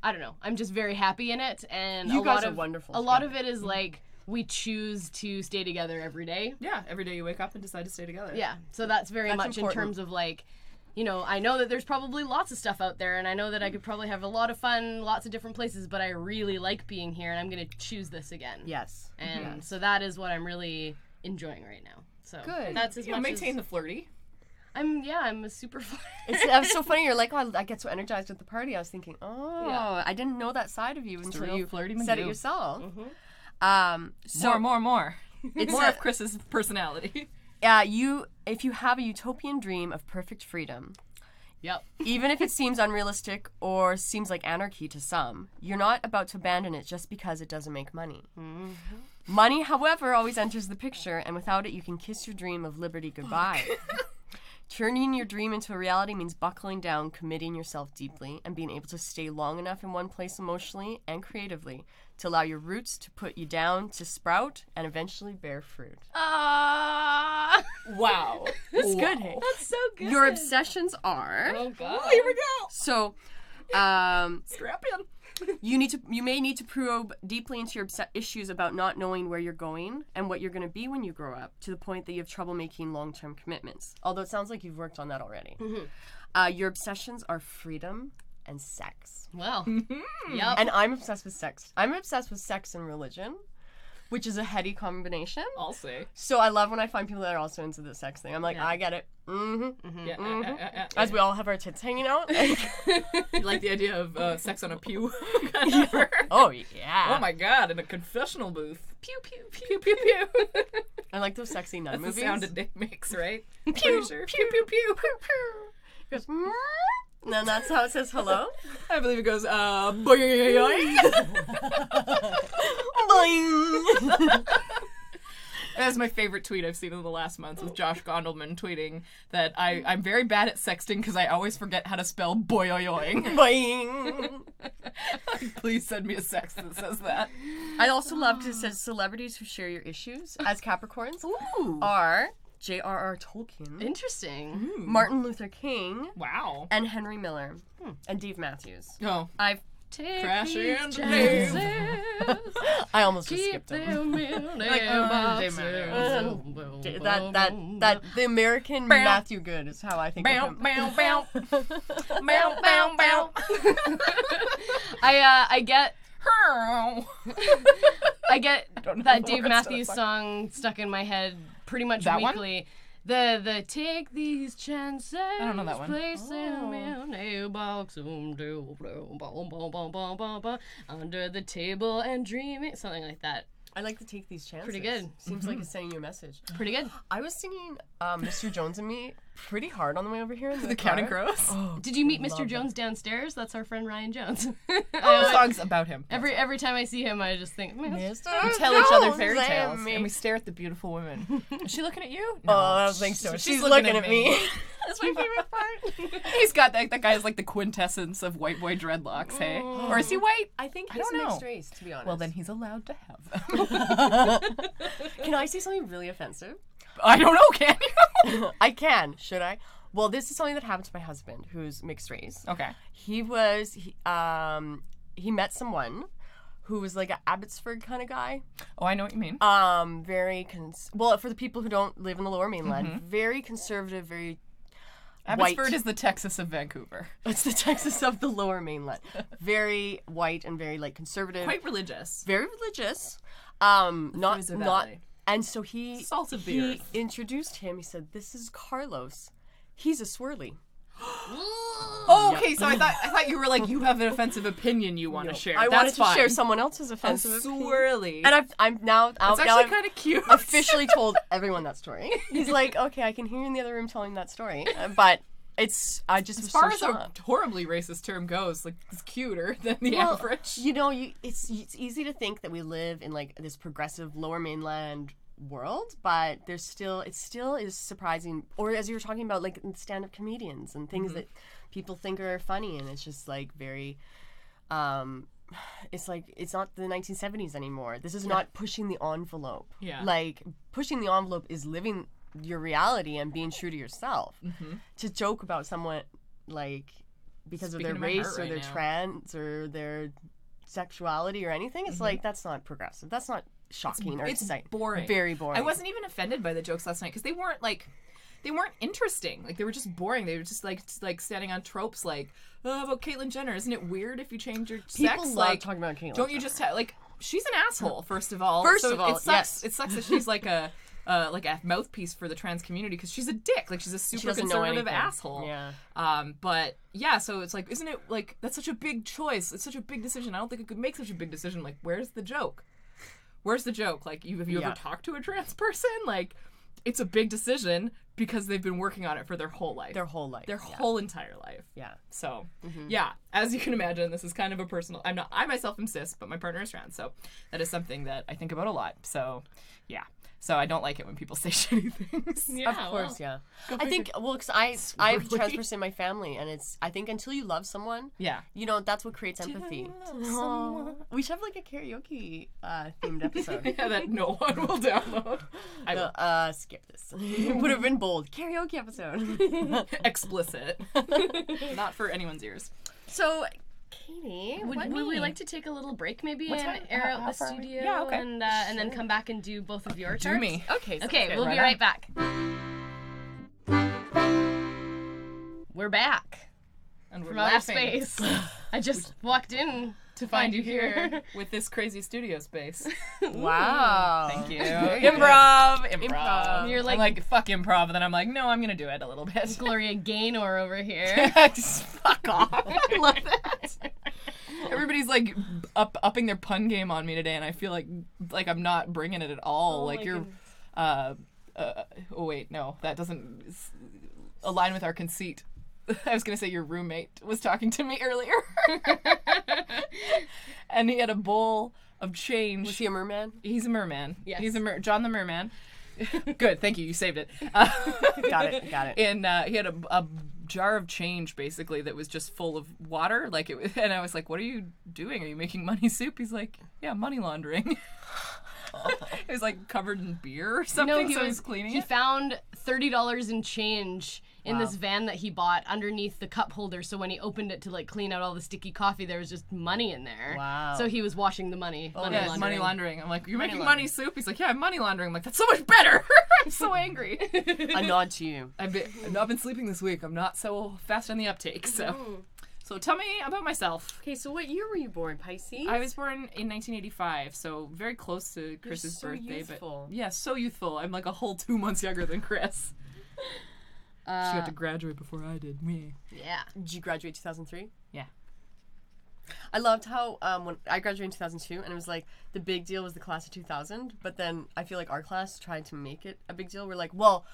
Speaker 3: I don't know. I'm just very happy in it, and
Speaker 4: You
Speaker 3: a
Speaker 4: guys
Speaker 3: lot
Speaker 4: are
Speaker 3: of,
Speaker 4: wonderful
Speaker 3: A lot of
Speaker 4: together. Mm-hmm.
Speaker 3: it is like we choose to stay together every day.
Speaker 2: Yeah. Every day you wake up and decide to stay together.
Speaker 3: Yeah, so that's very
Speaker 4: That's
Speaker 3: much
Speaker 4: important.
Speaker 3: in terms of like. You know, I know that there's probably lots of stuff out there, and I know that I could probably have a lot of fun, lots of different places, but I really like being here, and I'm going to choose this again.
Speaker 4: Yes.
Speaker 3: And so that is what I'm really enjoying right now. So
Speaker 4: Good.
Speaker 3: That's as
Speaker 2: You know,
Speaker 3: much
Speaker 2: maintain
Speaker 3: as
Speaker 2: the flirty.
Speaker 3: I'm. Yeah, I'm a super fun.
Speaker 4: It's, it was so funny. You're like, oh, I get so energized at the party. I was thinking, oh,
Speaker 3: Yeah.
Speaker 4: I didn't know that side of you until
Speaker 2: real
Speaker 4: you
Speaker 2: flirty
Speaker 4: said it
Speaker 2: Magoo.
Speaker 4: yourself. Um, so
Speaker 2: more, more, more.
Speaker 4: It's
Speaker 2: more
Speaker 4: a-
Speaker 2: of Chris's personality.
Speaker 4: yeah, Uh, you if you have a utopian dream of perfect freedom,
Speaker 3: Yep.
Speaker 4: even if it seems unrealistic or seems like anarchy to some, you're not about to abandon it just because it doesn't make money. Money, however, always enters the picture, and without it, you can kiss your dream of liberty goodbye. Turning your dream into a reality means buckling down, committing yourself deeply, and being able to stay long enough in one place emotionally and creatively to allow your roots to put you down, to sprout, and eventually bear fruit.
Speaker 3: Ah,
Speaker 2: Wow.
Speaker 4: That's good. Hey?
Speaker 3: so good.
Speaker 4: Your obsessions are.
Speaker 3: oh god.
Speaker 4: So, um,
Speaker 2: Strap in.
Speaker 4: you need to. You may need to probe deeply into your obse- issues about not knowing where you're going and what you're going to be when you grow up, to the point that you have trouble making long-term commitments. Although it sounds like you've worked on that already. Uh, your obsessions are freedom and sex.
Speaker 3: Well.
Speaker 4: Mm-hmm.
Speaker 3: Yep.
Speaker 4: And I'm obsessed with sex. I'm obsessed with sex and religion, which is a heady combination.
Speaker 2: I'll say.
Speaker 4: So I love when I find people that are also into the sex thing. I'm like, I get it. hmm
Speaker 2: Yeah, uh, uh, uh, uh,
Speaker 4: As we all have our tits hanging out.
Speaker 2: You like the idea of uh, sex on a pew? Kind of.
Speaker 4: oh yeah.
Speaker 2: Oh my god, in a confessional booth. Pew pew pew pew pew.
Speaker 4: I like those sexy nun
Speaker 2: That's
Speaker 4: movies.
Speaker 2: the sound a dick makes, right? Pew, sure. pew pew pew pew pew.
Speaker 4: goes, "Mm," and then that's how it says hello.
Speaker 2: I believe it goes uh boing. That's my favorite tweet I've seen in the last month with Josh Gondelman tweeting that I, I'm very bad at sexting because I always forget how to spell boyoyoing.
Speaker 4: Boing.
Speaker 2: Please send me a sext that says that.
Speaker 4: I also love 'cause it says celebrities who share your issues as Capricorns
Speaker 2: Ooh.
Speaker 4: are J.R.R. Tolkien,
Speaker 3: Interesting.
Speaker 4: Martin Luther King,
Speaker 2: Wow.
Speaker 4: and Henry Miller, and Dave Matthews.
Speaker 2: Oh.
Speaker 4: I've
Speaker 3: Take
Speaker 2: Crash
Speaker 3: these
Speaker 2: and
Speaker 3: chances,
Speaker 4: I almost just
Speaker 3: keep
Speaker 4: skipped them.
Speaker 3: them in their
Speaker 2: oh, they
Speaker 3: boxes.
Speaker 2: matter.
Speaker 4: J- That that that the American Matthew Good is how I think
Speaker 2: Bow,
Speaker 4: of him.
Speaker 2: bow, bow. Bow, bow, bow.
Speaker 3: I uh, I get
Speaker 2: Hurl.
Speaker 3: I get
Speaker 2: don't know
Speaker 3: that
Speaker 2: the words to
Speaker 3: Dave
Speaker 2: that
Speaker 3: Matthews
Speaker 2: song.
Speaker 3: song stuck in my head pretty much
Speaker 2: That one?
Speaker 3: weekly. The the take these chances. I
Speaker 2: don't know that one. Oh.
Speaker 3: Place them in a box. um, do, do, bum, bum, bum, bum, bum, bum, Under the table and dreaming. Something like that.
Speaker 4: I like to take these chances.
Speaker 3: Pretty good.
Speaker 4: Seems like it's sending you a message.
Speaker 3: Pretty good.
Speaker 4: I was singing um, Mr. Jones and Me pretty hard on the way over here. In the,
Speaker 2: The Counting
Speaker 4: car.
Speaker 2: Crows.
Speaker 3: Did you meet Mr. Jones downstairs? That's our friend Ryan Jones. I
Speaker 2: The
Speaker 3: always-
Speaker 2: song's about him.
Speaker 3: every every time I see him, I just think, man, that's-
Speaker 4: We
Speaker 2: tell each other fairy tales and we stare at the beautiful women. Is she looking at you? No.
Speaker 4: Oh, I don't think so. She's, looking, at me. That's my favorite part.
Speaker 2: He's got that. That guy's like the quintessence of white boy dreadlocks. Hey, or is he white?
Speaker 4: I think he's
Speaker 2: don't know.
Speaker 4: mixed race, to be honest.
Speaker 2: Mm. Well, then he's allowed to have them.
Speaker 4: can I say something really offensive?
Speaker 2: I don't know. Can you?
Speaker 4: I can. Should I? Well, this is something that happened to my husband, who's mixed race.
Speaker 2: Okay.
Speaker 4: He was he, um he met someone who was like a Abbotsford kind of guy.
Speaker 2: Oh, I know what you mean.
Speaker 4: Um, very cons- well for the people who don't live in the Lower Mainland,
Speaker 2: Mm-hmm.
Speaker 4: very conservative, very
Speaker 2: Abbotsford
Speaker 4: white.
Speaker 2: is the Texas of Vancouver.
Speaker 4: it's the Texas of the Lower Mainland, very white and very like conservative,
Speaker 2: Quite religious.
Speaker 4: very religious. Um, not
Speaker 2: fruits of
Speaker 4: not
Speaker 2: LA.
Speaker 4: and so he
Speaker 2: Salt of the
Speaker 4: he
Speaker 2: earth.
Speaker 4: introduced him. He said, "This is Carlos. He's a swirly."
Speaker 2: Oh, okay. So I thought I thought you were like you have an offensive opinion you want to share.
Speaker 4: I
Speaker 2: That's
Speaker 4: wanted to
Speaker 2: fine.
Speaker 4: share someone else's
Speaker 2: A
Speaker 4: offensive opinion.
Speaker 2: swirly.
Speaker 4: And I've, I'm now out.
Speaker 2: it's
Speaker 4: Now
Speaker 2: actually
Speaker 4: I've
Speaker 2: kind of cute.
Speaker 4: officially told everyone that story. He's like, okay, I can hear you in the other room telling that story, Uh, but it's I just
Speaker 2: as
Speaker 4: was
Speaker 2: far
Speaker 4: so
Speaker 2: as a
Speaker 4: shocked.
Speaker 2: horribly racist term goes, like it's cuter than the
Speaker 4: Well,
Speaker 2: average.
Speaker 4: You know, you it's it's easy to think that we live in like this progressive Lower Mainland world, but there's still it still is surprising. Or as you were talking about, like stand-up comedians and
Speaker 2: Mm-hmm.
Speaker 4: things that people think are funny, and it's just like very. Um, it's like it's not the 1970s anymore. This is not pushing the envelope.
Speaker 2: Yeah.
Speaker 4: Like pushing the envelope is living your reality and being true to yourself.
Speaker 2: Mm-hmm.
Speaker 4: To joke about someone like because
Speaker 2: Speaking
Speaker 4: of
Speaker 2: to
Speaker 4: their
Speaker 2: my heart
Speaker 4: race or
Speaker 2: right
Speaker 4: their
Speaker 2: now.
Speaker 4: trans or their sexuality or anything, it's like that's not progressive. That's not shocking or
Speaker 2: Mm-hmm. it's
Speaker 4: exciting.
Speaker 2: boring.
Speaker 4: Very boring.
Speaker 2: I wasn't even offended by the jokes last night because they weren't like they weren't interesting. Like they were just boring. They were just like just, like standing on tropes like oh, about Caitlyn Jenner. Isn't it weird if you change your sex?
Speaker 4: People love
Speaker 2: like
Speaker 4: talking about Caitlyn
Speaker 2: don't you just ha- like she's an asshole first of all.
Speaker 4: First
Speaker 2: So
Speaker 4: of all,
Speaker 2: it sucks.
Speaker 4: yes.
Speaker 2: It sucks that she's like a. Uh, like a mouthpiece for the trans community because she's a dick. Like she's a super
Speaker 4: doesn't know
Speaker 2: conservative
Speaker 4: anything.
Speaker 2: asshole.
Speaker 4: Yeah.
Speaker 2: Um. But yeah. So it's like, isn't it like that's such a big choice? It's such a big decision. I don't think I could make such a big decision. Like, where's the joke? where's the joke? Like, you, have you
Speaker 4: Yeah.
Speaker 2: ever talked to a trans person? Like, it's a big decision because they've been working on it for their whole life,
Speaker 4: their whole life.
Speaker 2: their
Speaker 4: yeah.
Speaker 2: whole entire life.
Speaker 4: yeah. Mm-hmm.
Speaker 2: So, yeah, as you can imagine, this is kind of a personal. I'm not. I myself am cis, but my partner is trans, so that is something that I think about a lot. So, yeah. So I don't like it when people say shitty things.
Speaker 3: Yeah,
Speaker 4: Of course, yeah. I
Speaker 2: figure.
Speaker 4: think well, because I I have
Speaker 2: Swirly.
Speaker 4: trans person in my family, and it's I think until you love someone,
Speaker 2: Yeah.
Speaker 4: you know that's what creates empathy. Aw. We should have like a karaoke uh, themed episode.
Speaker 2: Yeah, that no one will download. I
Speaker 4: No,
Speaker 2: will.
Speaker 4: uh, skip this. it would have been bold karaoke episode.
Speaker 2: Explicit. Not for anyone's ears.
Speaker 4: so
Speaker 5: Katie,
Speaker 3: Would,
Speaker 5: what
Speaker 3: would we
Speaker 5: mean?
Speaker 3: like to take a little break maybe and
Speaker 2: time-
Speaker 3: air
Speaker 2: how-
Speaker 3: out
Speaker 2: how
Speaker 3: the
Speaker 2: far are we-
Speaker 3: studio
Speaker 2: Yeah, okay.
Speaker 3: and uh, and then come back and do both of your
Speaker 2: Do
Speaker 3: charts?
Speaker 2: me.
Speaker 4: okay, so
Speaker 3: Okay, we'll
Speaker 2: right
Speaker 3: be
Speaker 2: on.
Speaker 3: right back. We're back
Speaker 2: And we're
Speaker 3: from outer
Speaker 2: laughing.
Speaker 3: space. I just walked in
Speaker 2: to find you here with this crazy studio space.
Speaker 4: Wow.
Speaker 2: Thank you.
Speaker 4: Improv.
Speaker 2: Improv.
Speaker 3: You're
Speaker 2: Um, I'm
Speaker 3: like-
Speaker 2: like fuck improv, and then I'm like, no, I'm gonna do it a little bit.
Speaker 3: Gloria Gaynor over here.
Speaker 2: Just fuck off. I love that. Everybody's like up upping their pun game on me today, and I feel like like I'm not bringing it at all. like you're, uh, uh, oh wait, no, that doesn't s- align with our conceit. I was gonna say your roommate was talking to me earlier, and he had a bowl of change.
Speaker 4: Was he a merman?
Speaker 2: He's a merman.
Speaker 3: Yes.
Speaker 2: He's a mer- John the merman. Good. Thank you. You saved it. Uh,
Speaker 4: Got it. Got it.
Speaker 2: and uh, he had a, a jar of change basically that was just full of water. Like it, was, and I was like, "What are you doing? Are you making money soup?" He's like, "Yeah, money laundering." it was like covered in beer or something. so he's cleaning
Speaker 3: He
Speaker 2: it.
Speaker 3: found thirty dollars in change in this van that he bought underneath the cup holder. So when he opened it to like clean out all the sticky coffee, there was just money in there.
Speaker 4: Wow. Oh,
Speaker 3: So he was washing the money. money
Speaker 2: Yeah, it's
Speaker 3: laundering.
Speaker 2: money laundering. I'm like, you're making money soup. He's like, yeah, I'm money laundering. I'm like, that's so much better. I'm so angry.
Speaker 4: A nod to you.
Speaker 2: I've been, I've not been sleeping this week. I'm not so fast on the uptake. So, so tell me about myself.
Speaker 4: Okay, so what year were you born, Pisces?
Speaker 2: I was born in 1985, so very close to Chris's
Speaker 4: so
Speaker 2: birthday.
Speaker 4: youthful.
Speaker 2: But yeah, so youthful. I'm like a whole two months younger than Chris. she got to graduate before I did. Me.
Speaker 3: Yeah.
Speaker 4: Did you graduate 2003?
Speaker 2: Yeah.
Speaker 4: I loved how um, when I graduated in 2002, and it was like the big deal was the class of 2000. But then I feel like our class tried to make it a big deal. We're like, well,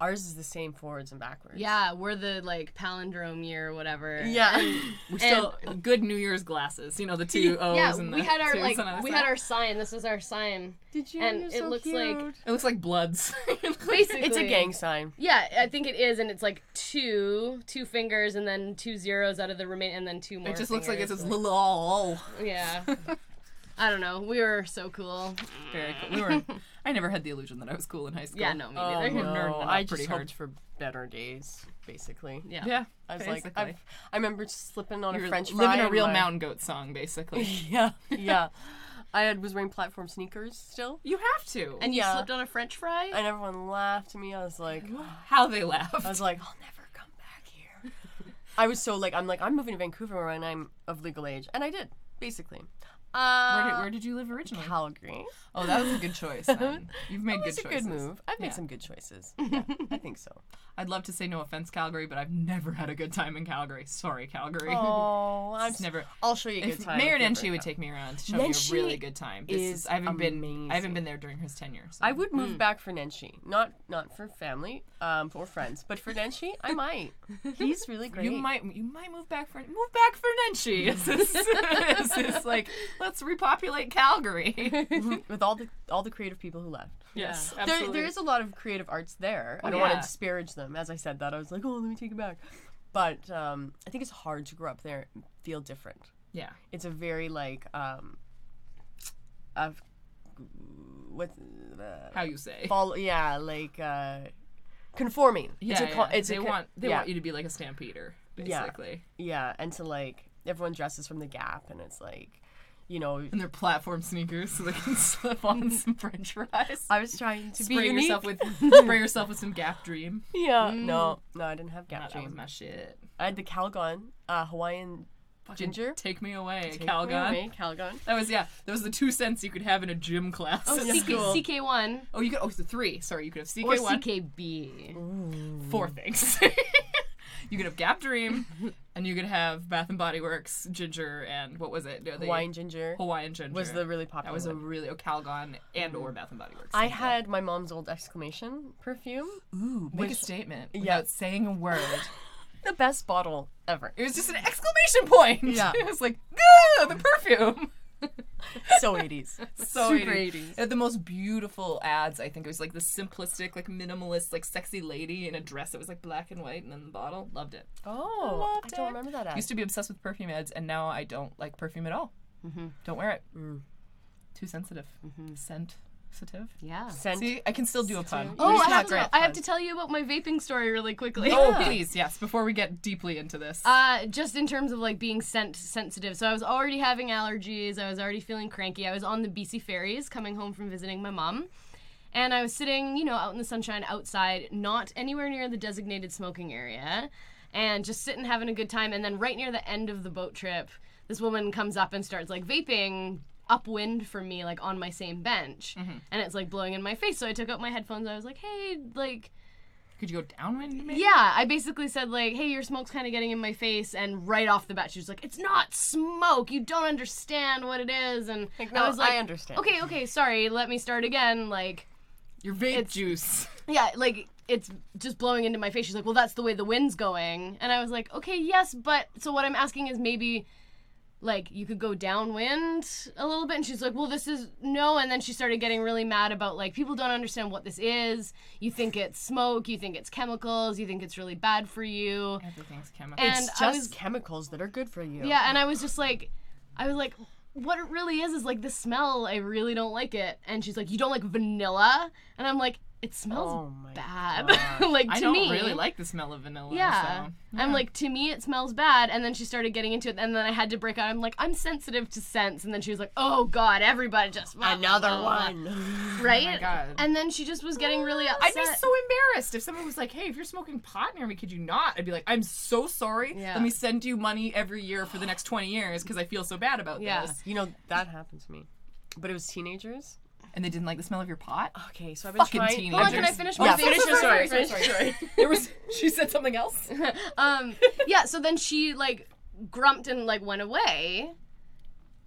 Speaker 4: ours is the same forwards and backwards.
Speaker 3: Yeah, we're the like palindrome year or whatever.
Speaker 4: Yeah.
Speaker 2: We still good New Year's glasses. You know the two
Speaker 4: Oh,
Speaker 2: O's
Speaker 3: Yeah,
Speaker 2: and the
Speaker 3: we had our
Speaker 2: twos
Speaker 3: like
Speaker 2: on the
Speaker 3: we
Speaker 2: side.
Speaker 3: had our sign. This was our sign.
Speaker 4: Did you?
Speaker 3: And You're it so looks like- cute.
Speaker 2: It looks like Bloods.
Speaker 3: Basically,
Speaker 4: It's a gang sign.
Speaker 3: Yeah, I think it is, and it's like two, two fingers, and then two zeros out of the remain, and then two more.
Speaker 4: Oh,
Speaker 2: It just looks like it
Speaker 3: fingers.
Speaker 2: says lol.
Speaker 3: Yeah. I don't know. We were so cool.
Speaker 2: Very cool. We were, I never had the illusion that I was cool in high school.
Speaker 3: Yeah, no, me
Speaker 4: Oh,
Speaker 3: neither.
Speaker 2: nerding
Speaker 4: no.
Speaker 2: it up
Speaker 4: I just
Speaker 2: pretty
Speaker 4: hoped
Speaker 2: hard.
Speaker 4: for better days, basically.
Speaker 3: Yeah.
Speaker 2: Yeah.
Speaker 4: I was like,
Speaker 2: basically.
Speaker 4: i I remember slipping on
Speaker 2: You
Speaker 4: a
Speaker 2: were
Speaker 4: French fry.
Speaker 2: living a
Speaker 4: and
Speaker 2: real
Speaker 4: my-
Speaker 2: mountain goat song, basically.
Speaker 4: Yeah, yeah. I had, was wearing platform sneakers still,
Speaker 2: you have to.
Speaker 3: And you
Speaker 4: Yeah.
Speaker 3: slipped on a French fry.
Speaker 4: and everyone laughed at me. I was like,
Speaker 2: how they laughed.
Speaker 4: I was like, I'll never come back here. I was so like, I'm like, I'm moving to Vancouver when I'm of legal age, and I did basically. Uh,
Speaker 2: where, did, where did you live originally?
Speaker 4: Calgary.
Speaker 2: Oh, that was a good choice. Then. You've made good
Speaker 4: It's a
Speaker 2: choices.
Speaker 4: good move. I've made
Speaker 2: Yeah.
Speaker 4: some good choices. Yeah, I think so.
Speaker 2: I'd love to say no offense, Calgary, but I've never had a good time in Calgary. Sorry, Calgary.
Speaker 4: Oh, I'm
Speaker 2: It's never.
Speaker 4: I'll show you a good
Speaker 2: If
Speaker 4: time.
Speaker 2: Mayor
Speaker 4: if you ever
Speaker 2: Nenshi would
Speaker 4: come.
Speaker 2: take me around to show me a really
Speaker 4: Nenshi
Speaker 2: good time. This is,
Speaker 4: is
Speaker 2: I haven't been I
Speaker 4: amazing.
Speaker 2: haven't been there during his tenure. So.
Speaker 4: I would move back for Nenshi. Not not for family, um, or friends, but for Nenshi, I might. He's really great.
Speaker 2: You might you might move back for move back for Nenshi. It's this, it's this like let's repopulate Calgary.
Speaker 4: with all the all the creative people who left.
Speaker 2: Yes,
Speaker 4: There, there is a lot of creative arts there. I don't
Speaker 2: yeah.
Speaker 4: want to disparage them. As I said that, I was like, oh, let me take it back. But um, I think it's hard to grow up there, and feel different.
Speaker 2: yeah.
Speaker 4: It's a very like um, of what
Speaker 2: How you say?
Speaker 4: follow, yeah, like uh, conforming.
Speaker 2: Yeah,
Speaker 4: it's a co-
Speaker 2: yeah.
Speaker 4: it's a
Speaker 2: they
Speaker 4: co-
Speaker 2: want they
Speaker 4: yeah.
Speaker 2: want you to be like a stampeder,
Speaker 4: Yeah.
Speaker 2: basically.
Speaker 4: Yeah, and to like everyone dresses from the Gap, and it's like, you know,
Speaker 2: And their platform sneakers so they can slip on some French fries.
Speaker 4: I was trying to
Speaker 2: spray
Speaker 4: be unique.
Speaker 2: yourself with spray yourself with some Gap Dream.
Speaker 4: yeah, no, no, I didn't have Gap
Speaker 2: That, that was
Speaker 4: jeans.
Speaker 2: my shit.
Speaker 4: I had the Calgon, uh, Hawaiian ginger.
Speaker 2: Take me away, Calgon.
Speaker 4: Wait, Calgon.
Speaker 2: That was yeah. Those are the two cents you could have in a gym class.
Speaker 3: Oh,
Speaker 2: at
Speaker 3: CK,
Speaker 2: school.
Speaker 3: CK1
Speaker 2: Oh, you could. Oh, it's the three. Sorry, you could have CK
Speaker 3: or
Speaker 2: one.
Speaker 3: CKB.
Speaker 2: Four
Speaker 4: Mm.
Speaker 2: things. you could have Gap Dream, and you could have Bath and Body Works ginger and what was it? No, the
Speaker 4: Hawaiian ginger
Speaker 2: Hawaiian ginger
Speaker 4: was the really
Speaker 2: that
Speaker 4: popular
Speaker 2: was a
Speaker 4: one.
Speaker 2: really oh, Calgon and or Bath and Body Works.
Speaker 4: I had my mom's old exclamation perfume.
Speaker 2: Ooh, make a statement
Speaker 4: Yeah.
Speaker 2: without saying a word.
Speaker 4: The best bottle ever.
Speaker 2: it was just an exclamation point.
Speaker 4: Yeah.
Speaker 2: it was like, "Gah, the perfume.
Speaker 4: So 80s.
Speaker 2: so
Speaker 4: Super
Speaker 2: 80s.
Speaker 4: 80s.
Speaker 2: It had the most beautiful ads, I think. It was like the simplistic, like minimalist, like sexy lady in a dress that was like black and white and then the bottle. Loved it.
Speaker 4: Oh, I
Speaker 2: Loved
Speaker 4: don't
Speaker 2: it.
Speaker 4: remember that ad.
Speaker 2: Used to be obsessed with perfume ads and now I don't like perfume at all.
Speaker 3: Mm-hmm.
Speaker 2: Don't wear it.
Speaker 3: Mm.
Speaker 2: Too sensitive. Scent. Sensitive.
Speaker 3: Yeah.
Speaker 4: Scent.
Speaker 2: See, I can still do a pun.
Speaker 3: Oh,
Speaker 2: It's
Speaker 3: I
Speaker 2: not
Speaker 3: have,
Speaker 2: great
Speaker 3: to, I have
Speaker 2: puns.
Speaker 3: to tell you about my vaping story really quickly.
Speaker 2: Oh, please, yes, before we get deeply into this.
Speaker 3: Uh, just in terms of like being scent sensitive. So I was already having allergies. I was already feeling cranky. I was on the BC ferries coming home from visiting my mom. And I was sitting, you know, out in the sunshine outside, not anywhere near the designated smoking area, and just sitting having a good time. And then right near the end of the boat trip, this woman comes up and starts like vaping upwind from me, like on my same bench. And it's like blowing in my face. So I took out my headphones. I was like, hey, like,
Speaker 2: Could you go downwind maybe?
Speaker 3: yeah, I basically said like, "Hey, your smoke's kind of getting in my face," and right off the bat, she was like, "It's not smoke. You don't understand what it is." And
Speaker 4: no,
Speaker 3: I was like,
Speaker 4: I understand.
Speaker 3: "Okay, okay, sorry. Let me start again." Like,
Speaker 2: Your vape juice.
Speaker 3: yeah, like it's just blowing into my face. She's like, "Well, that's the way the wind's going," and I was like, "Okay, yes, but so what I'm asking is maybe." Like you could go downwind a little bit, and she's like, "Well, this is no." And then she started getting really mad about like people don't understand what this is. You think it's smoke, you think it's chemicals, you think it's really bad for you.
Speaker 2: Everything's chemical.
Speaker 3: And
Speaker 4: It's
Speaker 3: I
Speaker 4: just
Speaker 3: was
Speaker 4: chemicals that are good for you.
Speaker 3: yeah, and I was just like, I was like, what it really is is like the smell. I really don't like it. And she's like, you don't like vanilla, and I'm like, it smells
Speaker 4: Oh my
Speaker 3: bad.
Speaker 4: God.
Speaker 3: like to
Speaker 2: I don't
Speaker 3: me,
Speaker 2: really like the smell of vanilla.
Speaker 3: Yeah.
Speaker 2: So.
Speaker 3: I'm like, to me, it smells bad. And then she started getting into it, and then I had to break out. I'm like, I'm sensitive to scents. And then she was like, oh God, everybody just blah, blah,
Speaker 4: Another
Speaker 3: blah, blah,
Speaker 4: one.
Speaker 3: right?
Speaker 2: Oh God.
Speaker 3: And then she just was getting really upset.
Speaker 2: I'd be so embarrassed if someone was like, "Hey, if you're smoking pot near me, could you not?" I'd be like, "I'm so sorry.
Speaker 3: Yeah.
Speaker 2: Let me send you money every year for the next 20 years because I feel so bad about
Speaker 3: Yeah.
Speaker 2: this."
Speaker 4: You know, that happened to me. But it was teenagers.
Speaker 2: And they didn't like the smell of your pot.
Speaker 4: Okay, so I've been
Speaker 2: Fucking
Speaker 4: trying.
Speaker 2: teenagers.
Speaker 3: Hold on, can I finish my
Speaker 4: Yeah,
Speaker 3: thing?
Speaker 4: finish your story, finish
Speaker 3: sorry, sorry.
Speaker 2: there was. She said something else.
Speaker 3: um yeah so then she like grumped and like went away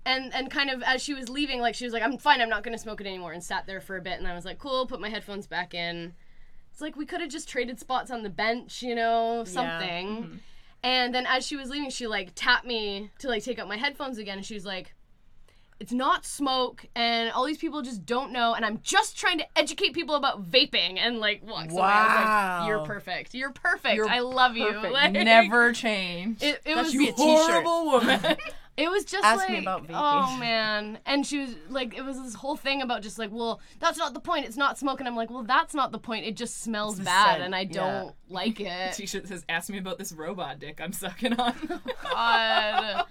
Speaker 3: and and kind of as she was leaving like she was like i'm fine i'm not gonna smoke it anymore and sat there for a bit and i was like cool put my headphones back in it's like we could have just traded spots on the bench you know something and then as she was leaving she like tapped me to like take out my headphones again and she was like It's not smoke, and all these people just don't know. And I'm just trying to educate people about vaping, and like walks away. I was
Speaker 4: Wow.
Speaker 3: like, You're perfect. You're perfect.
Speaker 2: You're
Speaker 3: I love you.
Speaker 2: Perfect.
Speaker 3: Like,
Speaker 2: Never change.
Speaker 3: It, it
Speaker 2: that
Speaker 3: was
Speaker 2: should be a t-shirt.
Speaker 4: Horrible woman.
Speaker 3: It was just
Speaker 4: Ask
Speaker 3: like,
Speaker 4: me about vaping.
Speaker 3: oh man, and she was like, it was this whole thing about just like, well, that's not the point. It's not smoke, and I'm like, well, that's not the point. It just smells
Speaker 4: the
Speaker 3: bad,
Speaker 4: scent,
Speaker 3: and I
Speaker 4: yeah.
Speaker 3: don't like it.
Speaker 2: T-shirt says, "Ask me about this robot dick I'm sucking on."
Speaker 3: God.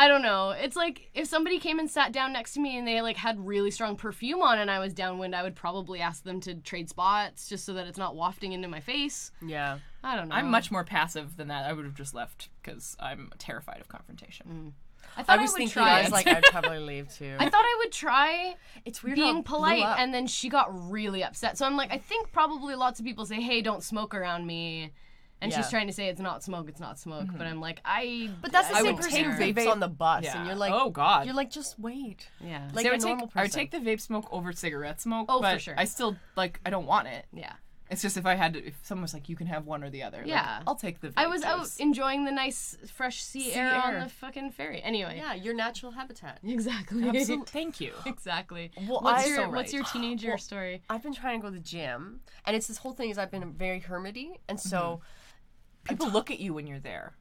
Speaker 3: I don't know. It's like if somebody came and sat down next to me and they like had really strong perfume on and I was downwind, I would probably ask them to trade spots just so that it's not wafting into my face.
Speaker 4: yeah.
Speaker 3: I don't know.
Speaker 2: I'm much more passive than that. I would have just left because I'm terrified of confrontation.
Speaker 3: I thought
Speaker 4: I
Speaker 3: I,
Speaker 4: was
Speaker 3: would
Speaker 4: thinking,
Speaker 3: try.
Speaker 4: I was like, I'd probably leave too.
Speaker 3: I thought I would try
Speaker 4: it's weird how
Speaker 3: being
Speaker 4: it blew
Speaker 3: polite,
Speaker 4: up.
Speaker 3: and then she got really upset. So I'm like, I think probably lots of people say, "Hey, don't smoke around me," and
Speaker 4: Yeah. Mm-hmm.
Speaker 3: she's trying to say it's not smoke, it's not smoke. But I'm like, I.
Speaker 4: But that's the
Speaker 3: I
Speaker 4: same
Speaker 3: would
Speaker 4: person who
Speaker 3: care.
Speaker 4: vapes on the bus,
Speaker 2: Yeah.
Speaker 4: and you're like,
Speaker 2: oh god.
Speaker 4: you're like, just wait.
Speaker 3: Yeah.
Speaker 4: Like
Speaker 2: See, I
Speaker 4: a
Speaker 2: would take,
Speaker 4: normal person.
Speaker 2: I would take the vape smoke over cigarette smoke.
Speaker 3: Oh, for
Speaker 2: but
Speaker 3: sure.
Speaker 2: I still like. I don't want it.
Speaker 3: yeah.
Speaker 2: It's just if I had, to, if someone was like, you can have one or the other. like,
Speaker 3: Yeah.
Speaker 2: I'll take the. Vape
Speaker 3: I was out
Speaker 2: juice.
Speaker 3: enjoying the nice fresh sea,
Speaker 2: Sea
Speaker 3: air,
Speaker 2: air.
Speaker 3: on the fucking ferry. Anyway.
Speaker 4: yeah, your natural habitat.
Speaker 3: Exactly.
Speaker 2: Absolute- Thank you.
Speaker 3: exactly.
Speaker 4: Well,
Speaker 3: what's
Speaker 4: I-
Speaker 3: your
Speaker 4: so
Speaker 3: what's
Speaker 2: right.
Speaker 3: your teenager story?
Speaker 4: I've been trying to go to the gym, and it's this whole thing is I've been very hermity, and so
Speaker 2: People look at you when you're there.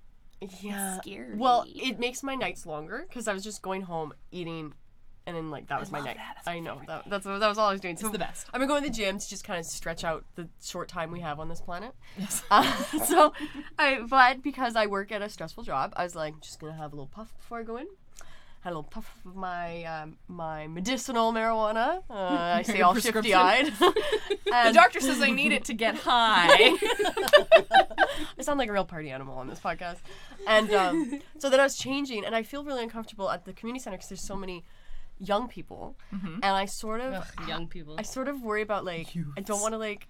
Speaker 4: yeah,
Speaker 5: Scary.
Speaker 4: Well, it makes my nights longer because I was just going home eating, and then like that was my night. I know that, that's what- that was all I was doing. so
Speaker 2: the best.
Speaker 4: I've been going to the gym to just kind of stretch out the short time we have on this planet.
Speaker 2: Yes.
Speaker 4: Uh, so, I but because I work at a stressful job, I was like just gonna have a little puff before I go in. Had a little puff of my um, my medicinal marijuana. Uh, I stay all
Speaker 2: Prescription.
Speaker 4: shifty eyed.
Speaker 2: The doctor says I need it to get high.
Speaker 4: I sound like a real party animal on this podcast. And um, so then I was changing, and I feel really uncomfortable at the community center because there's so many young people,
Speaker 2: Mm-hmm.
Speaker 4: and I sort of,
Speaker 3: Young people.
Speaker 4: I sort of worry about like I don't want to like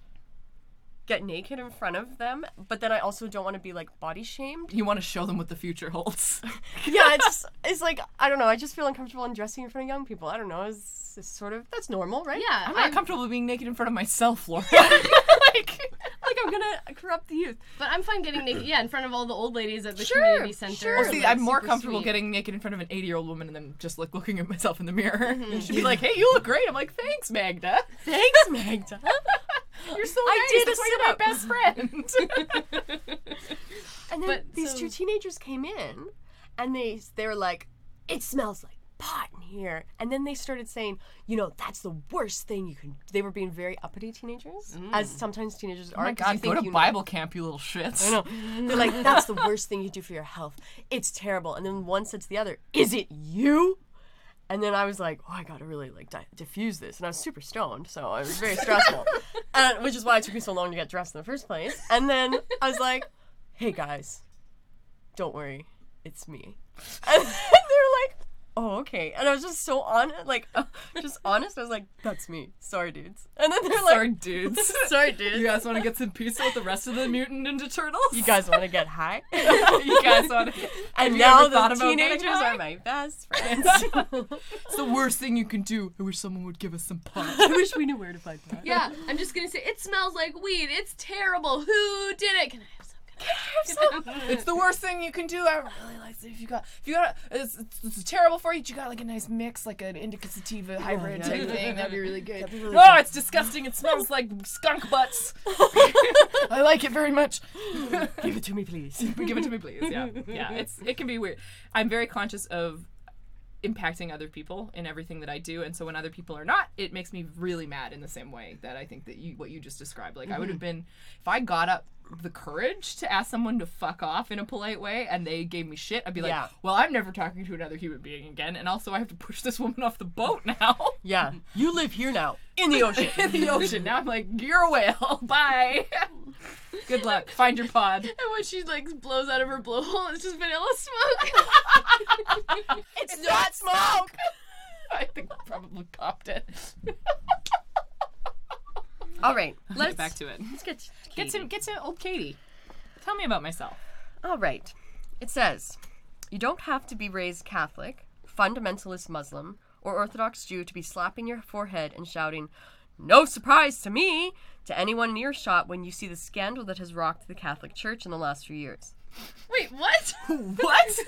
Speaker 4: get naked in front of them, but then I also don't want to be like body shamed.
Speaker 2: you want to show them what the future holds.
Speaker 4: yeah, it's just it's like I don't know. I just feel uncomfortable in dressing in front of young people. I don't know. It's, it's sort of that's normal, right?
Speaker 3: yeah.
Speaker 2: I'm
Speaker 3: I-
Speaker 2: not comfortable being naked in front of myself, Laura.
Speaker 4: like, like I'm gonna corrupt the youth.
Speaker 3: but I'm fine getting naked. Yeah, in front of all the old ladies at the
Speaker 4: Sure,
Speaker 3: community center.
Speaker 4: sure.
Speaker 2: Well,
Speaker 3: and,
Speaker 2: Oh, see,
Speaker 3: like,
Speaker 2: I'm more
Speaker 3: super
Speaker 2: comfortable
Speaker 3: sweet.
Speaker 2: getting naked in front of an 80 year old woman and then just like looking at myself in the mirror. And she'd be like, "Hey, you look great." I'm like, "Thanks, Magda.
Speaker 4: Thanks, Magda.
Speaker 2: You're so
Speaker 4: I
Speaker 2: nice.
Speaker 4: did a
Speaker 2: That's why you're my best friend."
Speaker 4: And then
Speaker 3: But
Speaker 4: these two
Speaker 3: so-
Speaker 4: teenagers came in, and they they were like, "It smells like pot in here." And then they started saying, "You know, that's the worst thing you can." They were being very uppity teenagers, as sometimes teenagers are.
Speaker 2: My
Speaker 4: 'cause
Speaker 2: God,
Speaker 4: you
Speaker 2: go
Speaker 4: think
Speaker 2: to
Speaker 4: you know.
Speaker 2: Bible camp, you little shits.
Speaker 4: I know. They're like, "That's the worst thing you do for your health. It's terrible." And then one said to the other, "Is it you?" And then I was like, "Oh, I gotta really like di- diffuse this," and I was super stoned, so it was very stressful, and, which is why it took me so long to get dressed in the first place. And then I was like, "Hey guys, don't worry, it's me." And they're like, "Oh, okay." And I was just so on, like, just honest. I was like, "That's me. Sorry, dudes." And then they're like,
Speaker 2: Sorry, dudes.
Speaker 4: "Sorry, dudes.
Speaker 2: You guys want to get some pizza with the rest of the mutant ninja turtles?
Speaker 4: You guys want to get high?"
Speaker 2: you guys want to?
Speaker 4: And
Speaker 2: you
Speaker 4: now
Speaker 2: ever thought
Speaker 4: the
Speaker 2: about getting
Speaker 4: teenagers
Speaker 2: high?
Speaker 4: are my best friends.
Speaker 2: It's the worst thing you can do. I wish someone would give us some pot.
Speaker 4: I wish we knew where to find pot.
Speaker 3: Yeah, I'm just gonna say it smells like weed. It's terrible. Who did it? Can I have some? Can
Speaker 2: It's the worst thing you can do. I really like if you got if you got a, it's, it's, it's terrible for you. You got like a nice mix, like an indica sativa hybrid type thing. That'd be really good. oh, it's disgusting. It smells like skunk butts. I like it very much.
Speaker 4: Give it to me, please.
Speaker 2: Give it to me, please. Yeah, yeah. It's it can be weird. I'm very conscious of impacting other people in everything that I do, and so when other people are not, it makes me really mad. In the same way that I think that you what you just described, like I would have been if I got up the courage to ask someone to fuck off in a polite way, and they gave me shit. I'd be like,
Speaker 4: Yeah.
Speaker 2: well, I'm never talking to another human being again, and also I have to push this woman off the boat now
Speaker 4: Yeah, you live here now in the ocean.
Speaker 2: in the ocean. Now I'm like, you're a whale. Bye. Good luck. Find your pod.
Speaker 3: I-" And when she like blows out of her blowhole, it's just vanilla smoke.
Speaker 4: it's not smoke.
Speaker 2: I think I probably popped it.
Speaker 4: All right,
Speaker 2: Let's get back to it.
Speaker 4: let's get to
Speaker 2: Get
Speaker 4: Katie.
Speaker 2: to get to old Katie. Tell me about myself.
Speaker 4: All right. It says, you don't have to be raised Catholic, fundamentalist Muslim, or Orthodox Jew to be slapping your forehead and shouting, "No surprise to me!" to anyone in earshot when you see the scandal that has rocked the Catholic Church in the last few years.
Speaker 3: Wait, what?
Speaker 2: What?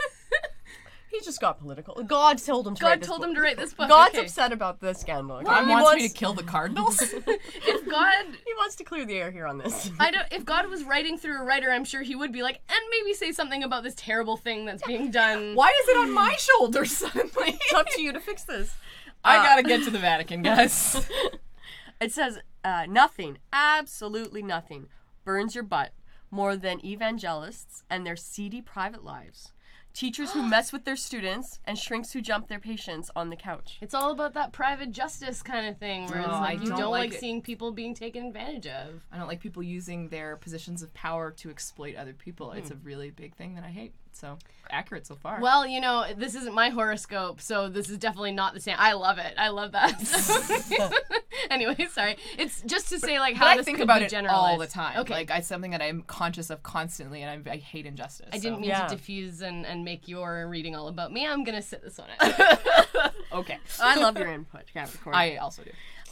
Speaker 4: He just got political. God told him to write
Speaker 3: God
Speaker 4: this
Speaker 3: told
Speaker 4: book.
Speaker 3: him to write this book.
Speaker 4: God's
Speaker 3: okay.
Speaker 4: upset about this scandal. okay?
Speaker 2: God
Speaker 4: He
Speaker 2: wants,
Speaker 4: wants,
Speaker 2: me to kill the cardinals.
Speaker 3: If God,
Speaker 4: he wants to clear the air here on this.
Speaker 3: I don't. If God was writing through a writer, I'm sure he would be like, and maybe say something about this terrible thing that's being done.
Speaker 2: Why is it on my shoulders suddenly?
Speaker 4: it's up to you to fix this.
Speaker 2: I gotta get to the Vatican, guys.
Speaker 4: It says uh, nothing, absolutely nothing, burns your butt more than evangelists and their seedy private lives. Teachers who mess with their students and shrinks who jump their patients on the couch.
Speaker 3: It's all about that private justice kind of thing, where it's
Speaker 2: No,
Speaker 3: like
Speaker 2: I
Speaker 3: you
Speaker 2: don't
Speaker 3: don't,
Speaker 2: like
Speaker 3: like,
Speaker 2: it.
Speaker 3: seeing people being taken advantage of.
Speaker 2: I don't like people using their positions of power to exploit other people. It's a really big thing that I hate. So accurate so far.
Speaker 3: Well, you know, this isn't my horoscope, so this is definitely not the same. I love it. I love that. anyway, sorry. It's just to say like how
Speaker 2: I
Speaker 3: this
Speaker 2: think
Speaker 3: could
Speaker 2: about
Speaker 3: be
Speaker 2: it all
Speaker 3: generalized.
Speaker 2: the time.
Speaker 3: Okay.
Speaker 2: Like it's something that I'm conscious of constantly, and i I hate injustice.
Speaker 3: I didn't mean
Speaker 4: yeah.
Speaker 3: to diffuse and, and make your reading all about me. I'm gonna sit this one out.
Speaker 2: Okay.
Speaker 4: I love your input, Capricorn.
Speaker 2: I also do.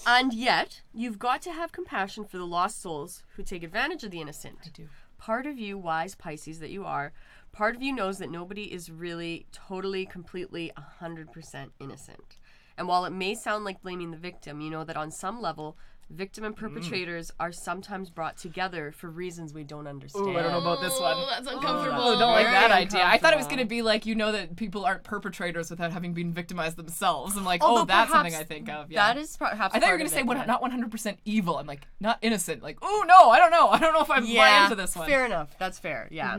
Speaker 4: and yet, you've got to have compassion for the lost souls who take advantage of the innocent. I
Speaker 2: do.
Speaker 4: Part of you, wise Pisces that you are, part of you knows that nobody is really totally, completely, 100% innocent. And while it may sound like blaming the victim, you know that on some level, victim
Speaker 2: Mm.
Speaker 4: and perpetrators are sometimes brought together for reasons we don't understand.
Speaker 2: about this one.
Speaker 3: oh, that's uncomfortable.
Speaker 2: Oh, don't like
Speaker 4: Very
Speaker 2: that idea. I thought it was
Speaker 4: uncomfortable.
Speaker 2: going to be like you know that people aren't perpetrators without having been victimized themselves. I'm like,
Speaker 4: Although
Speaker 2: oh, that's something I
Speaker 4: perhaps
Speaker 2: think of. Yeah.
Speaker 4: That is perhaps.
Speaker 2: I thought you were
Speaker 4: part
Speaker 2: going
Speaker 4: of
Speaker 2: to say
Speaker 4: it,
Speaker 2: one,
Speaker 4: yeah.
Speaker 2: not 100% evil. I'm like, not innocent. Like, oh no, I don't know. I don't know if I'm
Speaker 4: yeah,
Speaker 2: into this one. Mm-hmm.
Speaker 4: Fair enough. That's fair. Yeah.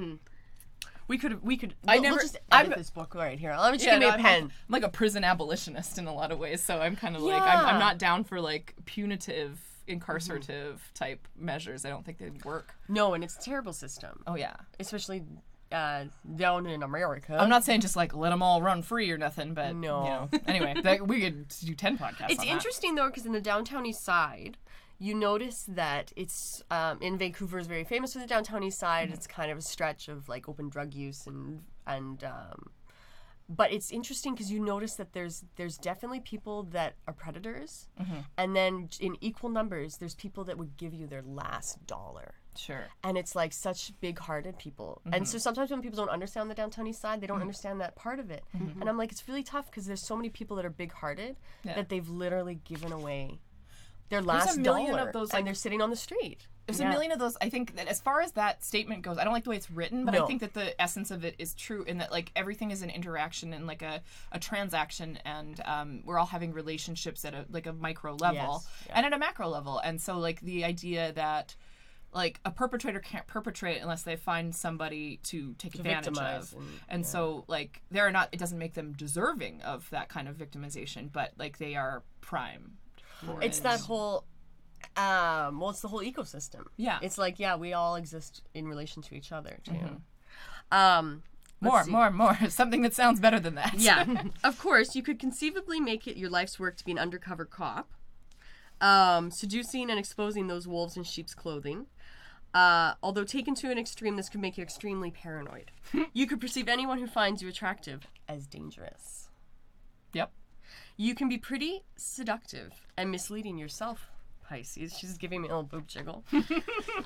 Speaker 4: We could. We could.
Speaker 2: I
Speaker 4: we'll- we'll
Speaker 2: never-
Speaker 4: just
Speaker 2: I'm-
Speaker 4: edit this book right here. Let me just
Speaker 2: Yeah,
Speaker 4: give me
Speaker 2: no,
Speaker 4: a
Speaker 2: I'm
Speaker 4: pen.
Speaker 2: Like, I'm like a prison abolitionist in a lot of ways, so I'm kind of like I'm, I'm
Speaker 4: Yeah.
Speaker 2: not down for like punitive, incarcerative type measures. I don't think they'd work.
Speaker 4: no, and it's a terrible system,
Speaker 2: Oh yeah,
Speaker 4: especially uh, down in America.
Speaker 2: I'm not saying just like let them all run free or nothing, but
Speaker 4: No.
Speaker 2: You know, anyway, that, we could do ten podcasts.
Speaker 4: It's
Speaker 2: on
Speaker 4: interesting though, because in the downtown east side, you notice that it's um, in Vancouver is very famous for the downtown east side. It's kind of a stretch of like open drug use and and. Um, but it's interesting because you notice that there's there's definitely people that are predators, and then in equal numbers, there's people that would give you their last dollar.
Speaker 2: That. Sure.
Speaker 4: and it's like such big-hearted people and
Speaker 2: Mm-hmm.
Speaker 4: so sometimes when people don't understand the downtown east side they don't understand that part of it and i'm like it's really tough because there's so many people that are big-hearted
Speaker 2: Mm-hmm. Yeah.
Speaker 4: that they've literally given away their
Speaker 2: a
Speaker 4: last
Speaker 2: million of
Speaker 4: dollar
Speaker 2: those, like-
Speaker 4: and they're sitting on the street
Speaker 2: There's
Speaker 4: Yeah.
Speaker 2: a million of those. I think that as far as that statement goes, I don't like the way it's written, but I
Speaker 4: No.
Speaker 2: think that the essence of it is true in that like everything is an interaction and like a, a transaction, and um, we're all having relationships at a like a micro level
Speaker 4: Yes,
Speaker 2: and at a macro level, and so like the idea that like a perpetrator can't perpetrate unless they find somebody to take advantage
Speaker 4: victimize
Speaker 2: of,
Speaker 4: and-
Speaker 2: and so like they're not. It doesn't make them deserving of that kind of victimization, but like they are prime. for
Speaker 4: it's
Speaker 2: it.
Speaker 4: that whole um well it's the whole ecosystem
Speaker 2: Yeah.
Speaker 4: it's like yeah we all exist in relation to each other too
Speaker 2: Mm-hmm.
Speaker 4: um
Speaker 2: more, more, more. Something that sounds better than that.
Speaker 4: Yeah. of course, you could conceivably make it your life's work to be an undercover cop, um, seducing and exposing those wolves in sheep's clothing. Uh, although taken to an extreme, this could make you extremely paranoid. you could perceive anyone who finds you attractive as dangerous.
Speaker 2: Yep.
Speaker 4: You can be pretty seductive and misleading yourself. Pisces, she's giving me a little boob jiggle.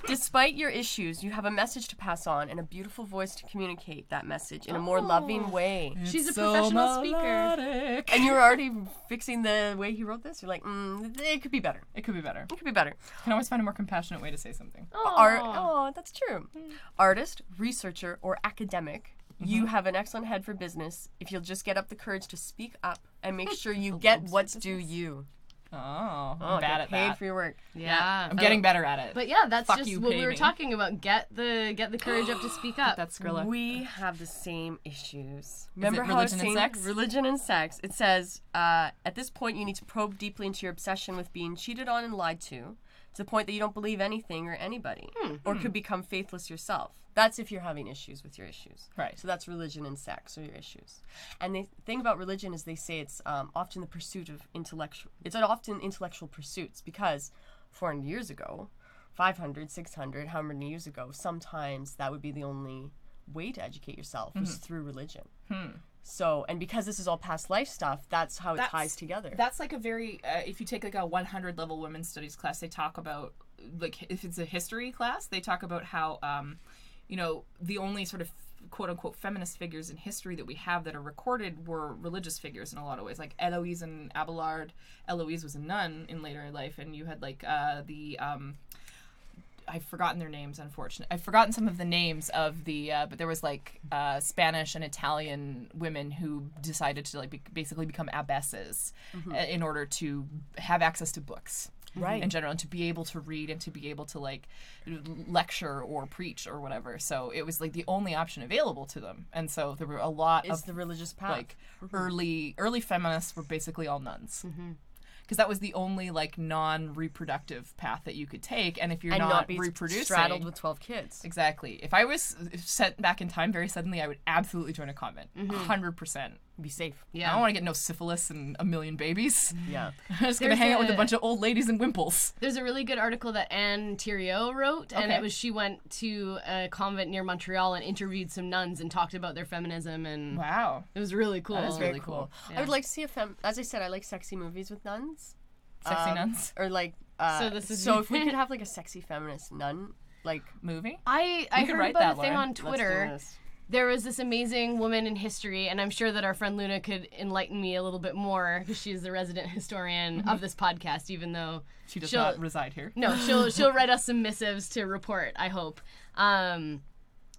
Speaker 4: Despite your issues, you have a message to pass on and a beautiful voice to communicate that message in a more loving way.
Speaker 3: She's a professional speaker.
Speaker 2: speaker.
Speaker 4: and you're already fixing the way he wrote this. You're like, mm, it could be better.
Speaker 2: It could be better.
Speaker 4: It could be better.
Speaker 2: Can always find a more compassionate way to say something.
Speaker 4: Art. Oh, that's true.
Speaker 2: Hmm.
Speaker 4: Artist, researcher, or academic.
Speaker 2: Mm-hmm.
Speaker 4: You have an excellent head for business if you'll just get up the courage to speak up and make sure you get what's due you.
Speaker 2: Oh, I'm bad
Speaker 4: Oh, get
Speaker 2: at
Speaker 4: paid
Speaker 2: that.
Speaker 4: for your work.
Speaker 3: Yeah.
Speaker 2: I'm getting better at it.
Speaker 3: But yeah, that's
Speaker 2: Fuck
Speaker 3: just
Speaker 2: you,
Speaker 3: what we
Speaker 2: pay
Speaker 3: were
Speaker 2: me.
Speaker 3: talking about. Get the get the courage up to speak up.
Speaker 2: that's Skrilla.
Speaker 4: We have the same issues. Remember
Speaker 2: it
Speaker 4: how it's
Speaker 2: religion and
Speaker 4: saying
Speaker 2: sex?
Speaker 4: religion and sex? It says uh, at this point you need to probe deeply into your obsession with being cheated on and lied to, to the point that you don't believe anything or anybody, or could become faithless yourself. That's if you're having issues with your issues.
Speaker 2: Right.
Speaker 4: So that's religion and sex are your issues. And the thing about religion is they say it's um, often the pursuit of intellectual. It's often intellectual pursuits because 400 years ago, 500, 600, how many years ago, sometimes that would be the only way to educate yourself was through religion. So, and because this is all past life stuff, that's how it
Speaker 2: That's-
Speaker 4: ties together.
Speaker 2: That's like a very, uh, if you take like a 100 level women's studies class, they talk about, like, if it's a history class, they talk about how, um, you know, the only sort of quote unquote feminist figures in history that we have that are recorded were religious figures in a lot of ways, like Eloise and Abelard. Eloise was a nun in later life, and you had like uh, the um, I've forgotten their names. Unfortunately, I've forgotten some of the names of the. Uh, but there was like uh, Spanish and Italian women who decided to like be- basically become abbesses uh, in order to have access to books
Speaker 4: Right.
Speaker 2: in general and to be able to read and to be able to like l- lecture or preach or whatever so it was like the only option available to them and so there were a lot
Speaker 4: It's
Speaker 2: of
Speaker 4: the religious path.
Speaker 2: like
Speaker 3: Mm-hmm.
Speaker 2: early early feminists were basically all nuns because that was the only like non-reproductive path that you could take and if you're
Speaker 4: and
Speaker 2: not,
Speaker 4: not, be
Speaker 2: reproducing
Speaker 4: straddled with 12 kids.
Speaker 2: exactly if i was sent back in time very suddenly i would absolutely join a convent
Speaker 3: Mm-hmm.
Speaker 2: 100%
Speaker 4: Be safe.
Speaker 2: yeah. I don't want to get no syphilis and a million babies.
Speaker 4: Yeah.
Speaker 2: I'm just gonna
Speaker 3: There's
Speaker 2: hang out with a
Speaker 3: a-
Speaker 2: bunch of old ladies in wimples.
Speaker 3: There's a really good article that Anne Thériault wrote, and
Speaker 2: Okay.
Speaker 3: it was she went to a convent near Montreal and interviewed some nuns and talked about their feminism, and
Speaker 2: Wow.
Speaker 3: it was really cool.
Speaker 2: That is very
Speaker 4: Very
Speaker 2: cool.
Speaker 4: cool. I would like to see a fem. As I said, I like sexy movies with nuns.
Speaker 2: Sexy
Speaker 4: Um,
Speaker 2: nuns.
Speaker 4: Or like. Uh, so
Speaker 3: So this is-
Speaker 4: if we could have like a sexy feminist nun, like.
Speaker 2: movie.
Speaker 3: I, I
Speaker 2: could
Speaker 3: heard
Speaker 2: write
Speaker 3: about
Speaker 2: that,
Speaker 3: a thing
Speaker 2: Lauren.
Speaker 3: on
Speaker 2: Let's do
Speaker 3: Twitter.
Speaker 4: Yes.
Speaker 3: there was this amazing woman in history, and I'm sure that our friend Luna could enlighten me a little bit more because she's the resident historian
Speaker 2: Mm-hmm.
Speaker 3: of this podcast, even though
Speaker 2: She does
Speaker 3: She'll-
Speaker 2: not reside here.
Speaker 3: no, she'll she'll write us some missives to report. I hope. Um,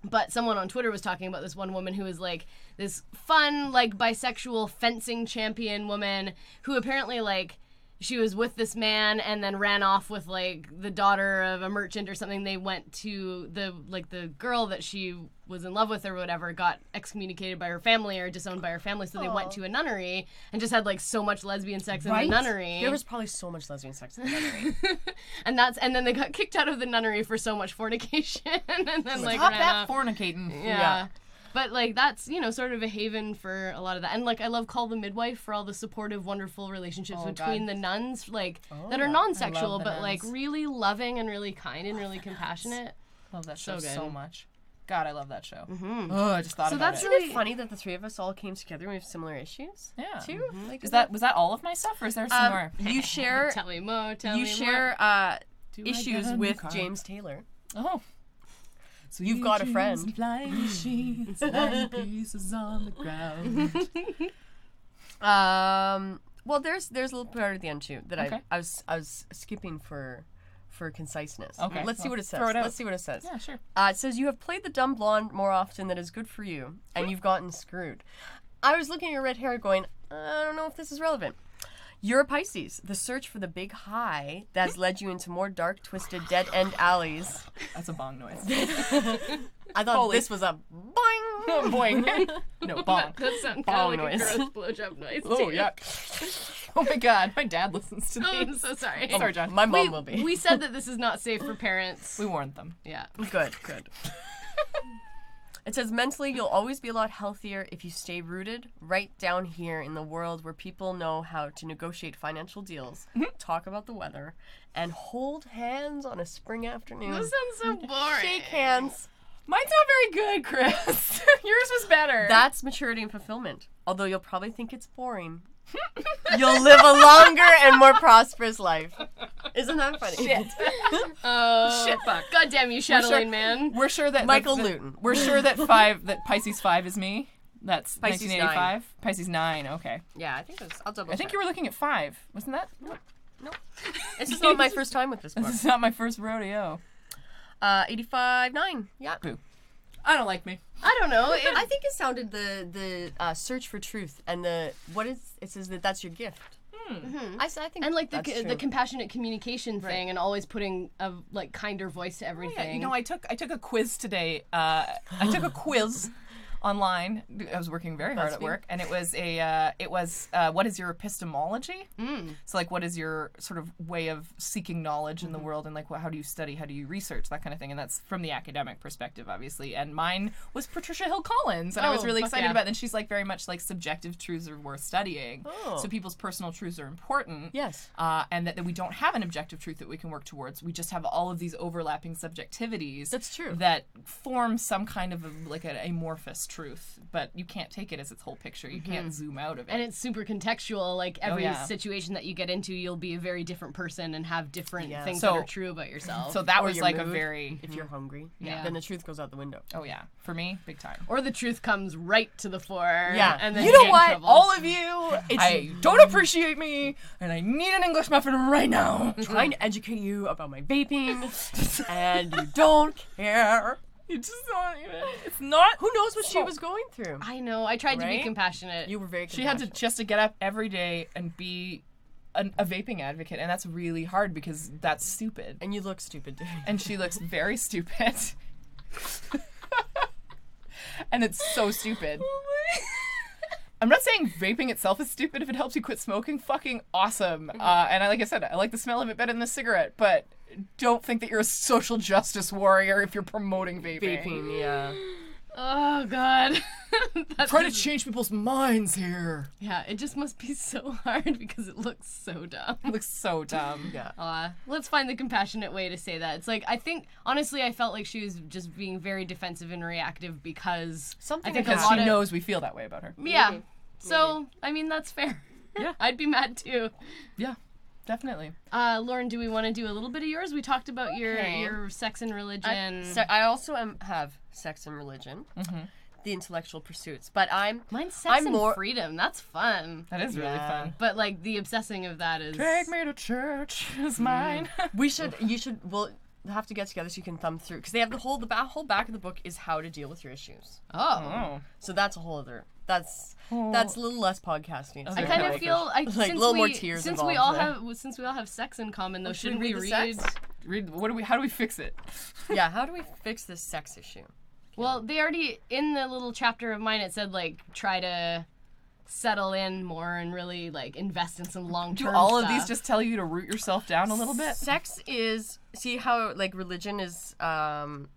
Speaker 3: but someone on Twitter was talking about this one woman who was like this fun, like bisexual fencing champion woman who apparently like she was with this man and then ran off with like the daughter of a merchant or something. They went to the like the girl that she was in love with or whatever got excommunicated by her family or disowned by her family, so they went to a nunnery and just had like so much lesbian sex in the nunnery
Speaker 4: There was probably so much lesbian sex in the nunnery.
Speaker 3: and that's and then they got kicked out of the nunnery for so much fornication and then like
Speaker 2: Stop
Speaker 3: ran
Speaker 2: that
Speaker 3: off.
Speaker 2: fornicating.
Speaker 3: yeah. But like that's you know sort of a haven for a lot of that, and like I love Call the Midwife for all the supportive, wonderful relationships
Speaker 2: Oh,
Speaker 3: between
Speaker 2: God. Oh,
Speaker 3: the nuns, like that are non-sexual
Speaker 2: the
Speaker 3: but like
Speaker 2: nuns.
Speaker 3: really loving and really kind and really compassionate.
Speaker 2: Love that show so,
Speaker 3: good.
Speaker 2: much. God, I love that show. Oh, I just thought
Speaker 3: So
Speaker 2: about
Speaker 3: that's
Speaker 2: it.
Speaker 4: Isn't
Speaker 3: really
Speaker 4: it funny that the three of us all came together and we have similar issues?
Speaker 2: Yeah.
Speaker 4: Too? Like,
Speaker 2: Is that was that all of my stuff, or is there some more?
Speaker 4: Um, you share
Speaker 3: Tell me more. Tell
Speaker 4: you
Speaker 3: me
Speaker 4: share uh,
Speaker 2: Do I
Speaker 4: issues
Speaker 2: get a new
Speaker 4: with
Speaker 2: card?
Speaker 4: James Taylor.
Speaker 2: Oh. So
Speaker 4: You've got a friend.
Speaker 2: Flying machines, lying pieces on the ground.
Speaker 4: Um, well, there's there's a little part at the end too that
Speaker 2: Okay.
Speaker 4: I, I was I was skipping for for conciseness.
Speaker 2: Okay,
Speaker 4: let's see
Speaker 2: well,
Speaker 4: what it says.
Speaker 2: throw it out.
Speaker 4: Let's see what it says.
Speaker 2: Yeah, sure.
Speaker 4: Uh, it says you have played the dumb blonde more often than is good for you, and you've gotten screwed. I was looking at your red hair, going, I don't know if this is relevant. You're a Pisces. The search for the big high that's led you into more dark, twisted, dead end alleys.
Speaker 2: That's a bong noise.
Speaker 4: I thought this was a
Speaker 2: Oh
Speaker 4: boing, boing.
Speaker 2: no
Speaker 3: more.
Speaker 2: bong.
Speaker 3: That sounds kind
Speaker 4: Bong
Speaker 3: of like
Speaker 4: noise.
Speaker 3: a gross blowjob noise.
Speaker 2: oh
Speaker 3: too. Oh,
Speaker 2: yeah. Oh my God, my dad listens to
Speaker 3: I'm
Speaker 2: these.
Speaker 3: so sorry.
Speaker 2: Sorry, John.
Speaker 4: My mom
Speaker 3: We,
Speaker 4: will be.
Speaker 3: we said that this is not safe for parents.
Speaker 2: we warned them.
Speaker 3: yeah.
Speaker 4: Good, good. it says mentally, you'll always be a lot healthier if you stay rooted right down here in the world where people know how to negotiate financial deals, talk about the weather, and hold hands on a spring afternoon.
Speaker 3: This sounds so boring.
Speaker 4: Shake hands.
Speaker 2: Mine's not very good, Chris. Yours was better.
Speaker 4: That's maturity and fulfillment. Although you'll probably think it's boring. You'll live a longer and more prosperous life. Isn't that funny?
Speaker 3: Oh,
Speaker 2: Shit, fuck.
Speaker 3: God damn you, Chatelaine
Speaker 2: sure-
Speaker 3: man.
Speaker 2: We're sure that
Speaker 4: Michael
Speaker 2: that- that-
Speaker 4: Luton.
Speaker 2: We're sure that five that Pisces five is me. That's
Speaker 4: Pisces
Speaker 2: 1985. Pisces nine. Okay.
Speaker 4: Yeah, I think it was, I'll double
Speaker 2: I think you were looking at five, wasn't that?
Speaker 4: This is not my first time with this book.
Speaker 2: This is not my first rodeo.
Speaker 4: Uh, 85, 9. Yeah.
Speaker 2: I don't like me.
Speaker 3: I don't know.
Speaker 4: I think it sounded the the uh, search for truth and the what is it says that that's your gift. I, s- I think
Speaker 3: and like the
Speaker 4: that's
Speaker 3: co-
Speaker 4: true.
Speaker 3: the compassionate communication thing, and always putting a like kinder voice to everything.
Speaker 2: Oh, Yeah, you know, I took I took a quiz today. Uh, I took a quiz online. I was working very hard at work, and it was a uh, it was uh, what is your epistemology? Mm. So like, what is your sort of way of seeking knowledge in the
Speaker 3: Mm-hmm.
Speaker 2: world, and like, wh- how do you study, how do you research, that kind of thing. And that's from the academic perspective, obviously. And mine was Patricia Hill Collins, and I was
Speaker 3: Oh,
Speaker 2: really
Speaker 3: fuck
Speaker 2: excited
Speaker 3: yeah.
Speaker 2: about. It. And she's like very much like subjective truths are worth studying.
Speaker 4: Oh.
Speaker 2: So people's personal truths are important
Speaker 4: yes.
Speaker 2: uh, and that, that we don't have an objective truth that we can work towards. We just have all of these overlapping subjectivities.
Speaker 4: That's true.
Speaker 2: That form some kind of a, like an amorphous truth, but you can't take it as its whole picture. You
Speaker 4: Mm-hmm.
Speaker 2: can't zoom out of it.
Speaker 3: And it's super contextual. Like every
Speaker 2: Oh, yeah.
Speaker 3: situation that you get into, you'll be a very different person and have different things
Speaker 2: So-
Speaker 3: that are true about yourself.
Speaker 2: so that
Speaker 4: Or
Speaker 2: was
Speaker 4: your
Speaker 2: like a
Speaker 4: mood,
Speaker 2: very
Speaker 4: If you're hungry,
Speaker 3: Yeah.
Speaker 4: then the truth goes out the window.
Speaker 2: oh yeah for me big time.
Speaker 3: or the truth comes right to the fore.
Speaker 4: Yeah.
Speaker 3: And then
Speaker 4: you know
Speaker 3: get in
Speaker 4: what?
Speaker 3: trouble.
Speaker 4: All of you, it's
Speaker 2: I don't appreciate me, and I need an English muffin right now.
Speaker 4: trying to educate you about my vaping, and you don't care.
Speaker 2: You just don't even. It's not.
Speaker 4: Who knows what she was going through?
Speaker 3: I know. I tried to be
Speaker 2: Right?
Speaker 3: compassionate.
Speaker 4: You were very.
Speaker 2: She had to just to get up every day and be an, a vaping advocate, and that's really hard because that's stupid.
Speaker 4: and you look stupid. doing it.
Speaker 2: And she looks very stupid. and it's so stupid.
Speaker 4: Oh
Speaker 2: I'm not saying vaping itself is stupid. If it helps you quit smoking, fucking awesome.
Speaker 4: Mm-hmm.
Speaker 2: Uh, and I, like I said, I like the smell of it better than the cigarette, but don't think that you're a social justice warrior if you're promoting vaping.
Speaker 4: Vaping, yeah.
Speaker 3: oh God. That's
Speaker 2: Try to change people's minds here.
Speaker 3: yeah. It just must be so hard because it looks so dumb.
Speaker 2: It looks so dumb.
Speaker 4: Yeah.
Speaker 3: Aw, let's find the compassionate way to say that. It's like I think honestly, I felt like she was just being very defensive and reactive because
Speaker 4: Something
Speaker 3: I think
Speaker 4: about
Speaker 3: a
Speaker 2: Because
Speaker 3: lot
Speaker 2: she
Speaker 3: of
Speaker 2: knows we feel that way about her.
Speaker 3: yeah. So I mean that's fair.
Speaker 4: Yeah.
Speaker 3: I'd be mad too.
Speaker 2: Yeah, definitely.
Speaker 3: Uh, Lauren, do we want to do a little bit of yours? We talked about
Speaker 4: Okay.
Speaker 3: your your sex and religion.
Speaker 4: I, so I also am have sex and religion, the intellectual pursuits, but I'm
Speaker 3: Mine's sex
Speaker 4: I'm
Speaker 3: and
Speaker 4: more-
Speaker 3: freedom. That's fun.
Speaker 2: That is
Speaker 4: Yeah.
Speaker 2: really fun.
Speaker 3: But like the obsessing of that is
Speaker 2: Take me to church
Speaker 4: Mm-hmm.
Speaker 2: is mine.
Speaker 4: We should. You should. We'll have to get together so you can thumb through because they have the whole the ba- whole back of the book is how to deal with your issues.
Speaker 3: oh.
Speaker 2: oh.
Speaker 4: So that's a whole other. That's that's a little less podcasting.
Speaker 3: I kind of
Speaker 4: like
Speaker 3: feel I,
Speaker 4: like,
Speaker 3: since
Speaker 4: little
Speaker 3: we
Speaker 4: more tears
Speaker 3: since we
Speaker 4: involved
Speaker 3: all
Speaker 4: there.
Speaker 3: have since we all have sex in common though,
Speaker 4: Oh, should
Speaker 3: shouldn't
Speaker 4: we
Speaker 3: we
Speaker 4: read the
Speaker 3: read?
Speaker 4: sex?
Speaker 2: Read what do we how do we fix it?
Speaker 4: yeah. How do we fix this sex issue?
Speaker 3: Well, they already in the little chapter of mine it said like try to settle in more and really like invest in some long
Speaker 2: Do
Speaker 3: term.
Speaker 2: all of these just tell you to root yourself down a little bit?
Speaker 4: Sex is see how like religion is um,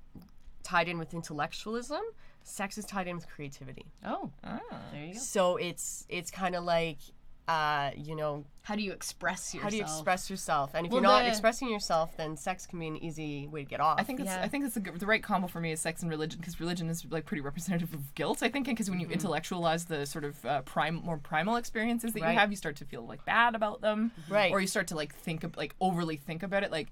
Speaker 4: tied in with intellectualism. Sex is tied in with creativity.
Speaker 3: oh
Speaker 2: Ah.
Speaker 3: there you go.
Speaker 4: So it's it's kind of like uh, you know
Speaker 3: How do you express yourself?
Speaker 4: how do you express yourself, and if
Speaker 3: Well,
Speaker 4: you're not
Speaker 3: the-
Speaker 4: expressing yourself, then sex can be an easy way to get off.
Speaker 2: I think that's,
Speaker 3: Yeah.
Speaker 2: I think that's a good, the right combo for me is sex and religion because religion is like pretty representative of guilt. I think because
Speaker 3: Mm-hmm.
Speaker 2: when you intellectualize the sort of uh, prime more primal experiences that
Speaker 4: Right.
Speaker 2: you have, you start to feel like bad about them,
Speaker 3: Mm-hmm.
Speaker 4: Right.
Speaker 2: Or you start to like think ab- like overly think about it. Like,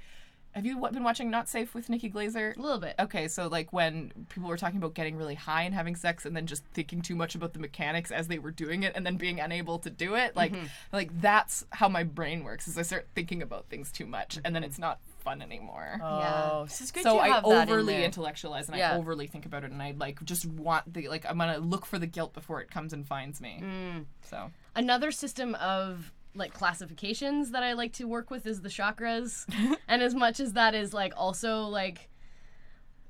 Speaker 2: have you wa- been watching Not Safe with Nikki Glazer?
Speaker 3: a little bit?
Speaker 2: Okay, so like when people were talking about getting really high and having sex and then just thinking too much about the mechanics as they were doing it and then being unable to do it, like
Speaker 4: Mm-hmm.
Speaker 2: like that's how my brain works is I start thinking about things too much and then it's not fun anymore.
Speaker 3: Yeah.
Speaker 4: Mm-hmm. Oh, so it's good
Speaker 2: so
Speaker 4: to
Speaker 2: I
Speaker 4: have that in
Speaker 2: overly
Speaker 4: there.
Speaker 2: intellectualize and
Speaker 4: Yeah.
Speaker 2: I overly think about it and I like just want the like I'm gonna look for the guilt before it comes and finds me.
Speaker 4: Mm.
Speaker 2: So
Speaker 3: Another system of like classifications that I like to work with is the chakras, and as much as that is like also like.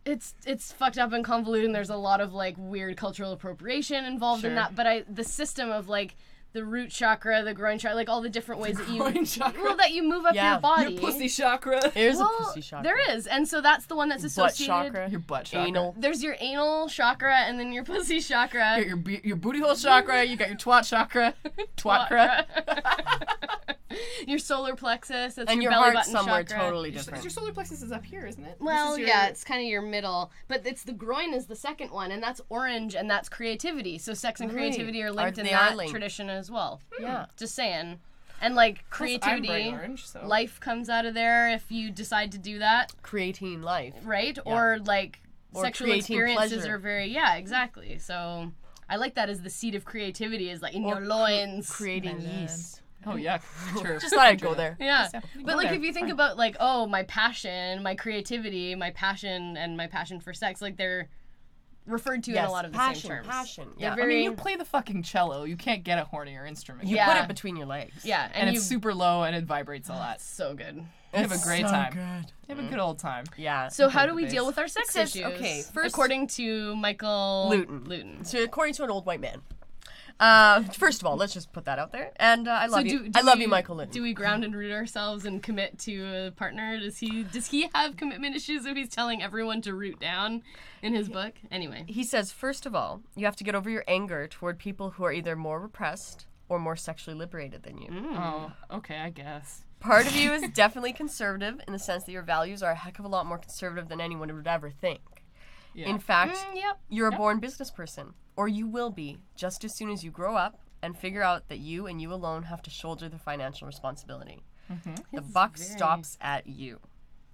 Speaker 3: It's it's fucked up and convoluted and there's a lot of like weird cultural appropriation involved in
Speaker 2: Sure.
Speaker 3: that but I the system of like the root chakra the groin chakra like all the different ways that you well that you move up
Speaker 4: Yeah.
Speaker 3: your body
Speaker 2: chakra.
Speaker 4: There's
Speaker 3: well,
Speaker 4: a pussy chakra.
Speaker 3: there is and so that's the one that's
Speaker 4: butt
Speaker 3: associated
Speaker 4: chakra.
Speaker 2: Your butt chakra.
Speaker 4: anal.
Speaker 3: there's your anal chakra and then your pussy chakra
Speaker 2: You got your be- your booty hole chakra. You got your twat chakra. Twatcra.
Speaker 3: your solar plexus, that's
Speaker 4: and
Speaker 3: your,
Speaker 4: your
Speaker 3: belly
Speaker 4: heart's
Speaker 3: button
Speaker 4: somewhere
Speaker 3: chakra.
Speaker 4: totally
Speaker 2: Your-
Speaker 4: different.
Speaker 2: Your solar plexus is up here, isn't it?
Speaker 3: Well,
Speaker 2: This is your-
Speaker 3: yeah, it's kind of your middle, but it's the groin is the second one, and that's orange, and that's creativity. So sex and creativity are linked
Speaker 4: Are-
Speaker 3: in
Speaker 4: they
Speaker 3: that
Speaker 4: are linked. Hmm.
Speaker 3: tradition as well.
Speaker 4: Yeah.
Speaker 3: Just saying, and like
Speaker 2: Plus, I'm bright
Speaker 3: creativity,
Speaker 2: orange, so.
Speaker 3: life comes out of there if you decide to do that,
Speaker 4: Creating life.
Speaker 3: right? Or like
Speaker 4: Or
Speaker 3: sexual
Speaker 4: creating
Speaker 3: experiences
Speaker 4: pleasure.
Speaker 3: are very yeah, exactly. So I like that as the seed of creativity is like in your loins.
Speaker 4: Creating yeast.
Speaker 2: Oh yeah, true.
Speaker 4: Just thought I'd go there.
Speaker 3: Yeah.
Speaker 2: So, go
Speaker 3: But like
Speaker 2: there.
Speaker 3: if you think about like, oh, my passion, my creativity, my passion and my passion for sex, like they're referred to in
Speaker 4: Yes,
Speaker 3: a lot of the
Speaker 4: passion,
Speaker 3: same terms.
Speaker 4: passion.
Speaker 3: They're
Speaker 4: Yeah.
Speaker 2: I
Speaker 3: very
Speaker 2: mean, you play the fucking cello. You can't get a hornier instrument.
Speaker 4: You
Speaker 3: Yeah.
Speaker 4: put it between your legs.
Speaker 3: Yeah, and,
Speaker 2: And
Speaker 3: you
Speaker 2: it's super low and it vibrates a lot.
Speaker 3: so good.
Speaker 2: You have a great
Speaker 4: so
Speaker 2: time.
Speaker 4: Good.
Speaker 2: You have a good old time.
Speaker 4: Yeah.
Speaker 3: So how do
Speaker 2: the
Speaker 3: we
Speaker 2: base.
Speaker 3: deal with our sex
Speaker 4: says-
Speaker 3: issues?
Speaker 4: okay, first-
Speaker 3: according to Michael
Speaker 4: Luton.
Speaker 3: Luton.
Speaker 4: So according to an old white man. Uh, first of all, let's just put that out there. And uh, I love you. I love
Speaker 3: we-
Speaker 4: you, Michael Lind.
Speaker 3: Do we ground and root ourselves and commit to a partner? Does he does he have commitment issues if he's telling everyone to root down in his book? Anyway.
Speaker 4: he says, first of all, you have to get over your anger toward people who are either more repressed or more sexually liberated than you.
Speaker 2: Oh, okay, I guess.
Speaker 4: Part of you is definitely conservative in the sense that your values are a heck of a lot more conservative than anyone would ever think.
Speaker 2: Yeah.
Speaker 4: In fact,
Speaker 3: Mm, yep.
Speaker 4: you're a born business person, or you will be just as soon as you grow up and figure out that you and you alone have to shoulder the financial responsibility.
Speaker 2: Mm-hmm.
Speaker 4: The buck stops at you.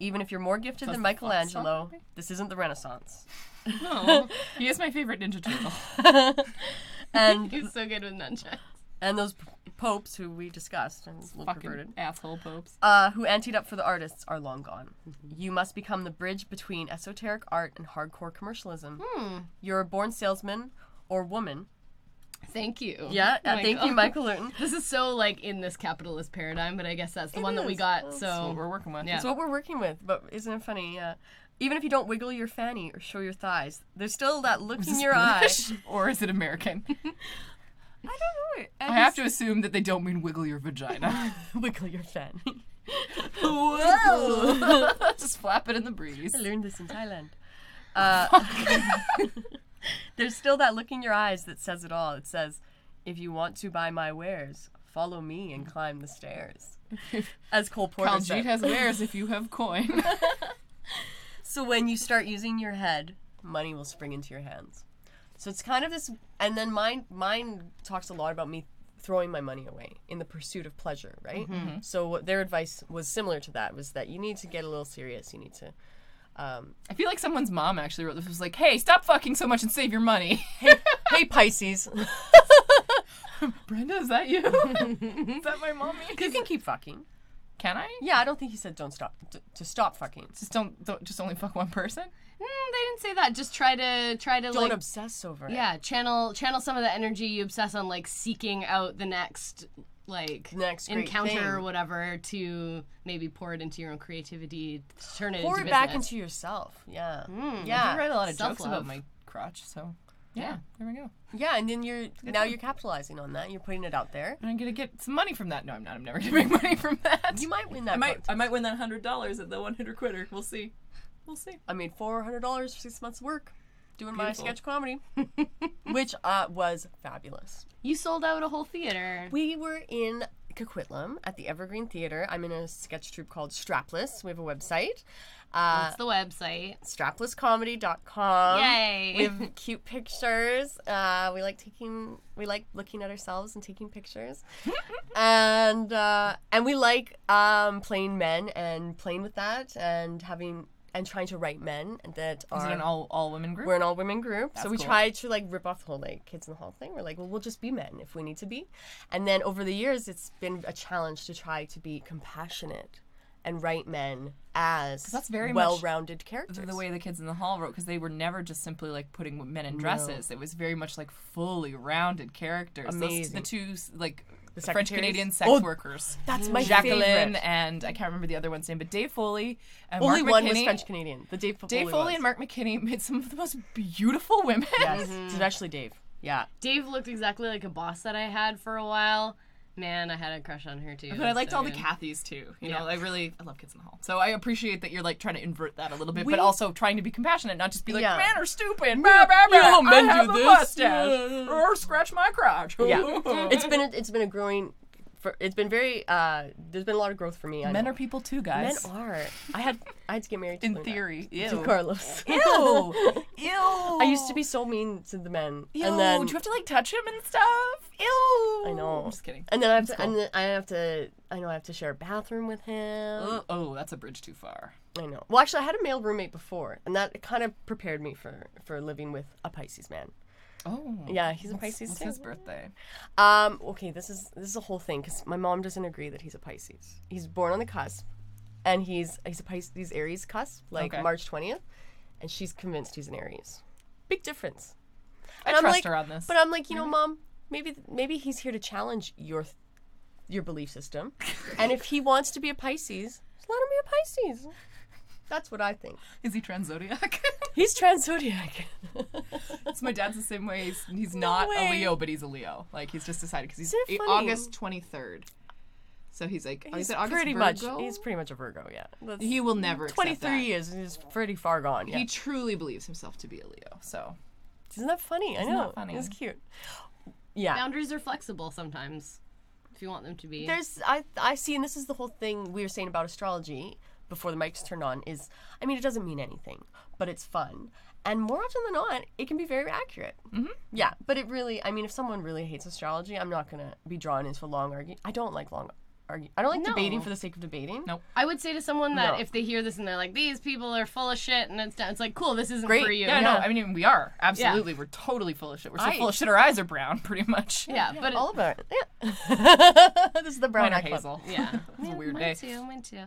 Speaker 4: Even if you're more gifted than
Speaker 2: the buck stop
Speaker 4: Michelangelo,
Speaker 2: at me?
Speaker 4: this isn't the Renaissance.
Speaker 2: No, he is my favorite Ninja Turtle.
Speaker 4: and
Speaker 3: He's so good with nunchucks.
Speaker 4: and those p- popes who we discussed and was a little perverted.
Speaker 2: Fucking asshole popes.
Speaker 4: uh, who anteed up for the artists are long gone. You must become the bridge between esoteric art and hardcore commercialism. You're a born salesman or woman.
Speaker 3: Thank you.
Speaker 4: Yeah,
Speaker 3: Oh
Speaker 4: uh,
Speaker 3: my
Speaker 4: thank you,
Speaker 3: God.
Speaker 4: Michael Luton.
Speaker 3: This is so like in this capitalist paradigm, but I guess that's the one that we
Speaker 4: is.
Speaker 3: got.
Speaker 4: That's
Speaker 2: That's what
Speaker 3: so Mm,
Speaker 2: we're working with.
Speaker 3: Yeah.
Speaker 4: It's what we're working with, but isn't it funny? Yeah. Even if you don't wiggle your fanny or show your thighs, there's still that look in your eye.
Speaker 2: or is it American?
Speaker 4: I don't know.
Speaker 2: I have to assume that they don't mean wiggle your vagina.
Speaker 4: wiggle your fanny.
Speaker 2: Just flap it in the breeze.
Speaker 4: I learned this in Thailand. Uh, there's still that look in your eyes that says it all. It says, if you want to buy my wares, follow me and climb the stairs. As Cole Porter
Speaker 2: Kaljeet
Speaker 4: said.
Speaker 2: has wares if you have coin.
Speaker 4: so when you start using your head, money will spring into your hands. So it's kind of this, and then mine mine talks a lot about me throwing my money away in the pursuit of pleasure, right? So what their advice was similar to that was that you need to get a little serious. You need to
Speaker 2: I feel like someone's mom actually wrote this. Was like, "Hey, stop fucking so much and save your money."
Speaker 4: hey Pisces,
Speaker 2: Brenda, is that you? is that my mommy?
Speaker 4: you can keep fucking.
Speaker 2: Can I?
Speaker 4: Yeah, I don't think he said don't stop to, to stop fucking.
Speaker 2: Just don't, don't, just only fuck one person.
Speaker 3: Mm, they didn't say that. Just try to try to
Speaker 4: Don't
Speaker 3: like
Speaker 4: obsess over it.
Speaker 3: yeah channel channel some of the energy you obsess on like seeking out the next like
Speaker 4: Next great thing.
Speaker 3: encounter or whatever to maybe pour it into your own creativity to turn it
Speaker 4: Pour
Speaker 3: into
Speaker 4: it back
Speaker 3: business.
Speaker 4: into yourself. Yeah.
Speaker 2: I
Speaker 4: Yeah.
Speaker 2: read a lot of jokes
Speaker 3: Self-love.
Speaker 2: about my crotch, so yeah, there we go.
Speaker 4: Yeah, and then you're now you're capitalizing on that. You're putting it out there.
Speaker 2: And I'm gonna get some money from that. No, I'm not. I'm never gonna make money from that.
Speaker 4: You might win that.
Speaker 2: I might,
Speaker 4: contest.
Speaker 2: I might win that hundred dollars at the one hitter quitter. We'll see. We'll see.
Speaker 4: I made four hundred dollars for six months' work doing
Speaker 2: Beautiful.
Speaker 4: my sketch comedy, which uh, was fabulous.
Speaker 3: you sold out a whole theater
Speaker 4: We were in Coquitlam at the Evergreen Theater. I'm in a sketch troupe called Strapless. We have a website, uh,
Speaker 3: that's the website
Speaker 4: straplesscomedy.com.
Speaker 2: Uh-huh.
Speaker 3: yay
Speaker 4: We have cute pictures. Uh, we like taking, we like looking at ourselves and taking pictures, and uh, and we like um, playing men and playing with that and having and trying to write men that
Speaker 2: Is
Speaker 4: are
Speaker 2: it an all all women group?
Speaker 4: we're an all women group, so we
Speaker 2: cool.
Speaker 4: tried to like rip off the whole like kids in the hall thing. We're like, well, we'll just be men if we need to be, and then over the years, it's been a challenge to try to be compassionate and write men as
Speaker 2: that's very much
Speaker 4: well-rounded characters.
Speaker 2: the way the kids in the hall wrote because they were never just simply like putting men in dresses. It was very much like fully rounded characters. Those-
Speaker 4: Amazing.
Speaker 2: the two s- like French
Speaker 4: secretaries?
Speaker 2: Canadian sex
Speaker 4: Oh,
Speaker 2: workers.
Speaker 4: that's my
Speaker 2: Mm. Jacqueline
Speaker 4: favorite.
Speaker 2: and I can't remember the other one's name, but Dave Foley and
Speaker 4: Only
Speaker 2: Mark
Speaker 4: one was
Speaker 2: McKinney.
Speaker 4: French Canadian. The Dave
Speaker 2: Dave Foley and Mark Mm-hmm. McKinney made some of the most beautiful women.
Speaker 4: Yes, especially Dave. Yeah,
Speaker 3: dave looked exactly like a boss that i had for a while man i had a crush on her too
Speaker 2: But I liked
Speaker 3: So
Speaker 2: all the
Speaker 3: good.
Speaker 2: Cathys too. You know, I really I love Kids in the Hall. So I appreciate that you're like trying to invert that a little bit,
Speaker 4: We-
Speaker 2: but also trying to be compassionate, not just be like
Speaker 4: Yeah.
Speaker 2: men are stupid. Bah, bah, bah.
Speaker 4: you know, men
Speaker 2: I
Speaker 4: do
Speaker 2: have a
Speaker 4: this."
Speaker 2: mustache or scratch my crotch.
Speaker 4: yeah. it's been a, it's been a growing. For, it's been very. Uh, there's been a lot of growth for me. I
Speaker 2: men
Speaker 4: know.
Speaker 2: are people too,
Speaker 4: Men
Speaker 2: guys.
Speaker 4: are. I had I had to get married. To
Speaker 2: in
Speaker 4: Luna.
Speaker 2: theory,
Speaker 4: To
Speaker 2: ew.
Speaker 4: Carlos.
Speaker 2: Ew. Ew.
Speaker 4: I used to be so mean to the men,
Speaker 2: Ew.
Speaker 4: and then
Speaker 2: do you have to like touch him and stuff? Ew.
Speaker 4: I know.
Speaker 2: I'm just kidding.
Speaker 4: and then I have to,
Speaker 2: That's cool.
Speaker 4: and then I have to, I know I have to share a bathroom with him.
Speaker 2: Oh, oh, that's a bridge too far.
Speaker 4: I know. Well, actually, I had a male roommate before, and that kind of prepared me for for living with a Pisces man.
Speaker 2: Oh.
Speaker 4: Yeah, he's a
Speaker 2: What's-
Speaker 4: Pisces
Speaker 2: What's
Speaker 4: too.
Speaker 2: his birthday?
Speaker 4: Um, okay, this is this is a whole thing because my mom doesn't agree that he's a Pisces. He's born on the cusp, and he's he's a Pisces, he's Aries cusp, like
Speaker 2: Okay.
Speaker 4: March twentieth, and she's convinced he's an Aries. Big difference.
Speaker 2: I
Speaker 4: And I'm
Speaker 2: trust
Speaker 4: like-
Speaker 2: her on this. Mm-hmm.
Speaker 4: But I'm like, you know, mom, maybe maybe he's here to challenge your th- your belief system, and if he wants to be a Pisces, just let him be a Pisces. That's what I think.
Speaker 2: Is he trans zodiac?
Speaker 4: He's trans zodiac.
Speaker 2: Oh, So my dad's the same way. He's, he's not a
Speaker 4: way.
Speaker 2: Leo, but he's a Leo. Like he's just decided because he's
Speaker 4: Isn't it
Speaker 2: a-
Speaker 4: funny?
Speaker 2: August twenty third. So he's like, oh, is it August
Speaker 4: pretty
Speaker 2: Virgo?
Speaker 4: much. He's pretty much a Virgo. Yeah. That's
Speaker 2: he will never. Twenty
Speaker 4: 23 years. He's pretty far gone. Yeah.
Speaker 2: He truly believes himself to be a Leo. So
Speaker 4: Isn't that funny? I know.
Speaker 2: that funny?
Speaker 4: It's cute. Yeah.
Speaker 3: boundaries are flexible sometimes if you want them to be
Speaker 4: There's I I see, and this is the whole thing we were saying about astrology. before the mic's turned on is, I mean, it doesn't mean anything, but it's fun. And more often than not, it can be very accurate. Mm-hmm. Yeah, but it really, I mean, if someone really hates astrology, I'm not going to be drawn into a long argument. I don't like long argument. I don't like debating
Speaker 3: No.
Speaker 4: for the sake of debating.
Speaker 2: Nope.
Speaker 3: I would say to someone that
Speaker 4: No.
Speaker 3: if they hear this and they're like, "These people are full of shit," and it's it's like, "Cool, this isn't
Speaker 4: Great.
Speaker 3: for you."
Speaker 2: Yeah, no, I mean we are absolutely. We're totally full of shit. We're so
Speaker 4: I-
Speaker 2: full of shit. Our eyes are brown, pretty much.
Speaker 3: Yeah, but it,
Speaker 4: All about it. Yeah. this is the
Speaker 2: Mine
Speaker 4: brown
Speaker 2: are
Speaker 4: eye club.
Speaker 2: hazel.
Speaker 3: yeah,
Speaker 2: it's a
Speaker 3: Yeah,
Speaker 2: weird
Speaker 3: mine
Speaker 2: day.
Speaker 3: Too, mine too.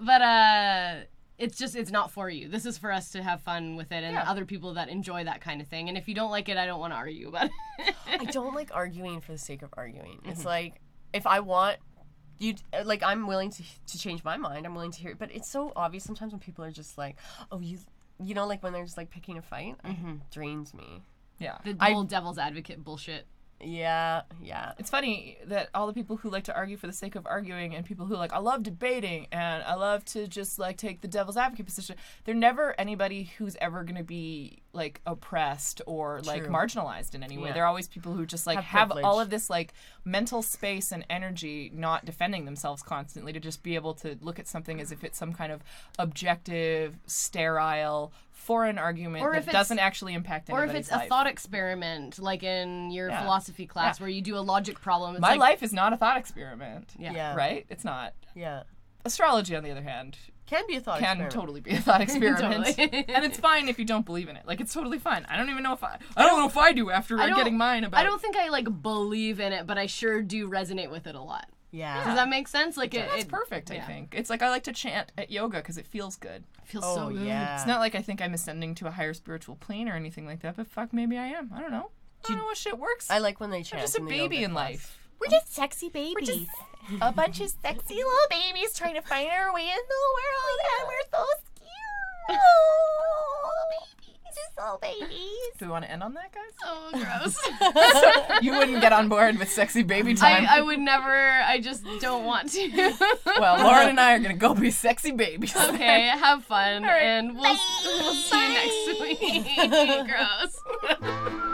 Speaker 3: But uh, it's just it's not for you. This is for us to have fun with it and other people that enjoy that kind of thing. And if you don't like it, I don't want to argue about it.
Speaker 4: I don't like arguing for the sake of arguing. It's
Speaker 2: Mm-hmm.
Speaker 4: like if I want you uh, like I'm willing to to change my mind. I'm willing to hear it, but it's so obvious sometimes when people are just like, "Oh, you you know like when they're just like picking a fight."
Speaker 2: Mm-hmm.
Speaker 4: It drains me.
Speaker 2: Yeah.
Speaker 3: the
Speaker 4: I-
Speaker 3: whole devil's advocate bullshit.
Speaker 4: Yeah, yeah.
Speaker 2: It's funny that all the people who like to argue for the sake of arguing and people who like I love debating and I love to just like take the devil's advocate position, they're never anybody who's ever going to be like oppressed or like
Speaker 4: True.
Speaker 2: marginalized in any way.
Speaker 4: Yeah.
Speaker 2: They're always people who just like
Speaker 4: Have
Speaker 2: have, all
Speaker 4: privilege.
Speaker 2: of this like mental space and energy not defending themselves constantly to just be able to look at something as if it's some kind of objective, sterile foreign argument
Speaker 3: Or if
Speaker 2: that
Speaker 3: it's-
Speaker 2: doesn't actually impact
Speaker 3: Or
Speaker 2: anybody's
Speaker 3: if it's
Speaker 2: life.
Speaker 3: a thought experiment, like in your
Speaker 2: Yeah.
Speaker 3: philosophy class, where you do a logic problem. It's
Speaker 2: My
Speaker 3: like,
Speaker 2: life is not a thought experiment.
Speaker 3: Yeah.
Speaker 4: Yeah.
Speaker 2: Right? It's not.
Speaker 4: Yeah.
Speaker 2: astrology on the other hand
Speaker 4: Can be a thought
Speaker 2: can
Speaker 4: experiment.
Speaker 2: totally be a thought experiment
Speaker 3: Totally.
Speaker 2: and it's fine if you don't believe in it like it's totally fine i don't even know if i i don't know if i do after
Speaker 3: don't-
Speaker 2: getting mine about
Speaker 3: I don't think I like believe in it, but I sure do resonate with it a lot.
Speaker 4: Yeah.
Speaker 3: Does that make sense? Like it,
Speaker 2: that's
Speaker 3: it
Speaker 2: perfect i
Speaker 3: yeah.
Speaker 2: think it's like i like to chant at yoga because it feels good
Speaker 3: feels so
Speaker 4: Oh
Speaker 3: good.
Speaker 4: yeah.
Speaker 2: it's not like i think i'm ascending to a higher spiritual plane or anything like that but fuck maybe i am i don't know i don't know what shit works
Speaker 4: I
Speaker 2: i'm
Speaker 4: like when they chant.
Speaker 2: just a
Speaker 4: in the
Speaker 2: baby
Speaker 4: yoga
Speaker 2: in
Speaker 4: class.
Speaker 2: life
Speaker 5: We're just sexy babies. We're just
Speaker 4: A bunch of
Speaker 5: sexy little babies trying to find our way in the world, and we're so scared. babies, just little babies.
Speaker 2: do we want to end on that guys
Speaker 3: Oh, gross.
Speaker 2: you wouldn't get on board with sexy baby time
Speaker 3: I, I would never. I just don't want to.
Speaker 2: well lauren and i are gonna go be sexy babies
Speaker 3: okay, have fun, and we'll, we'll see you next week. gross.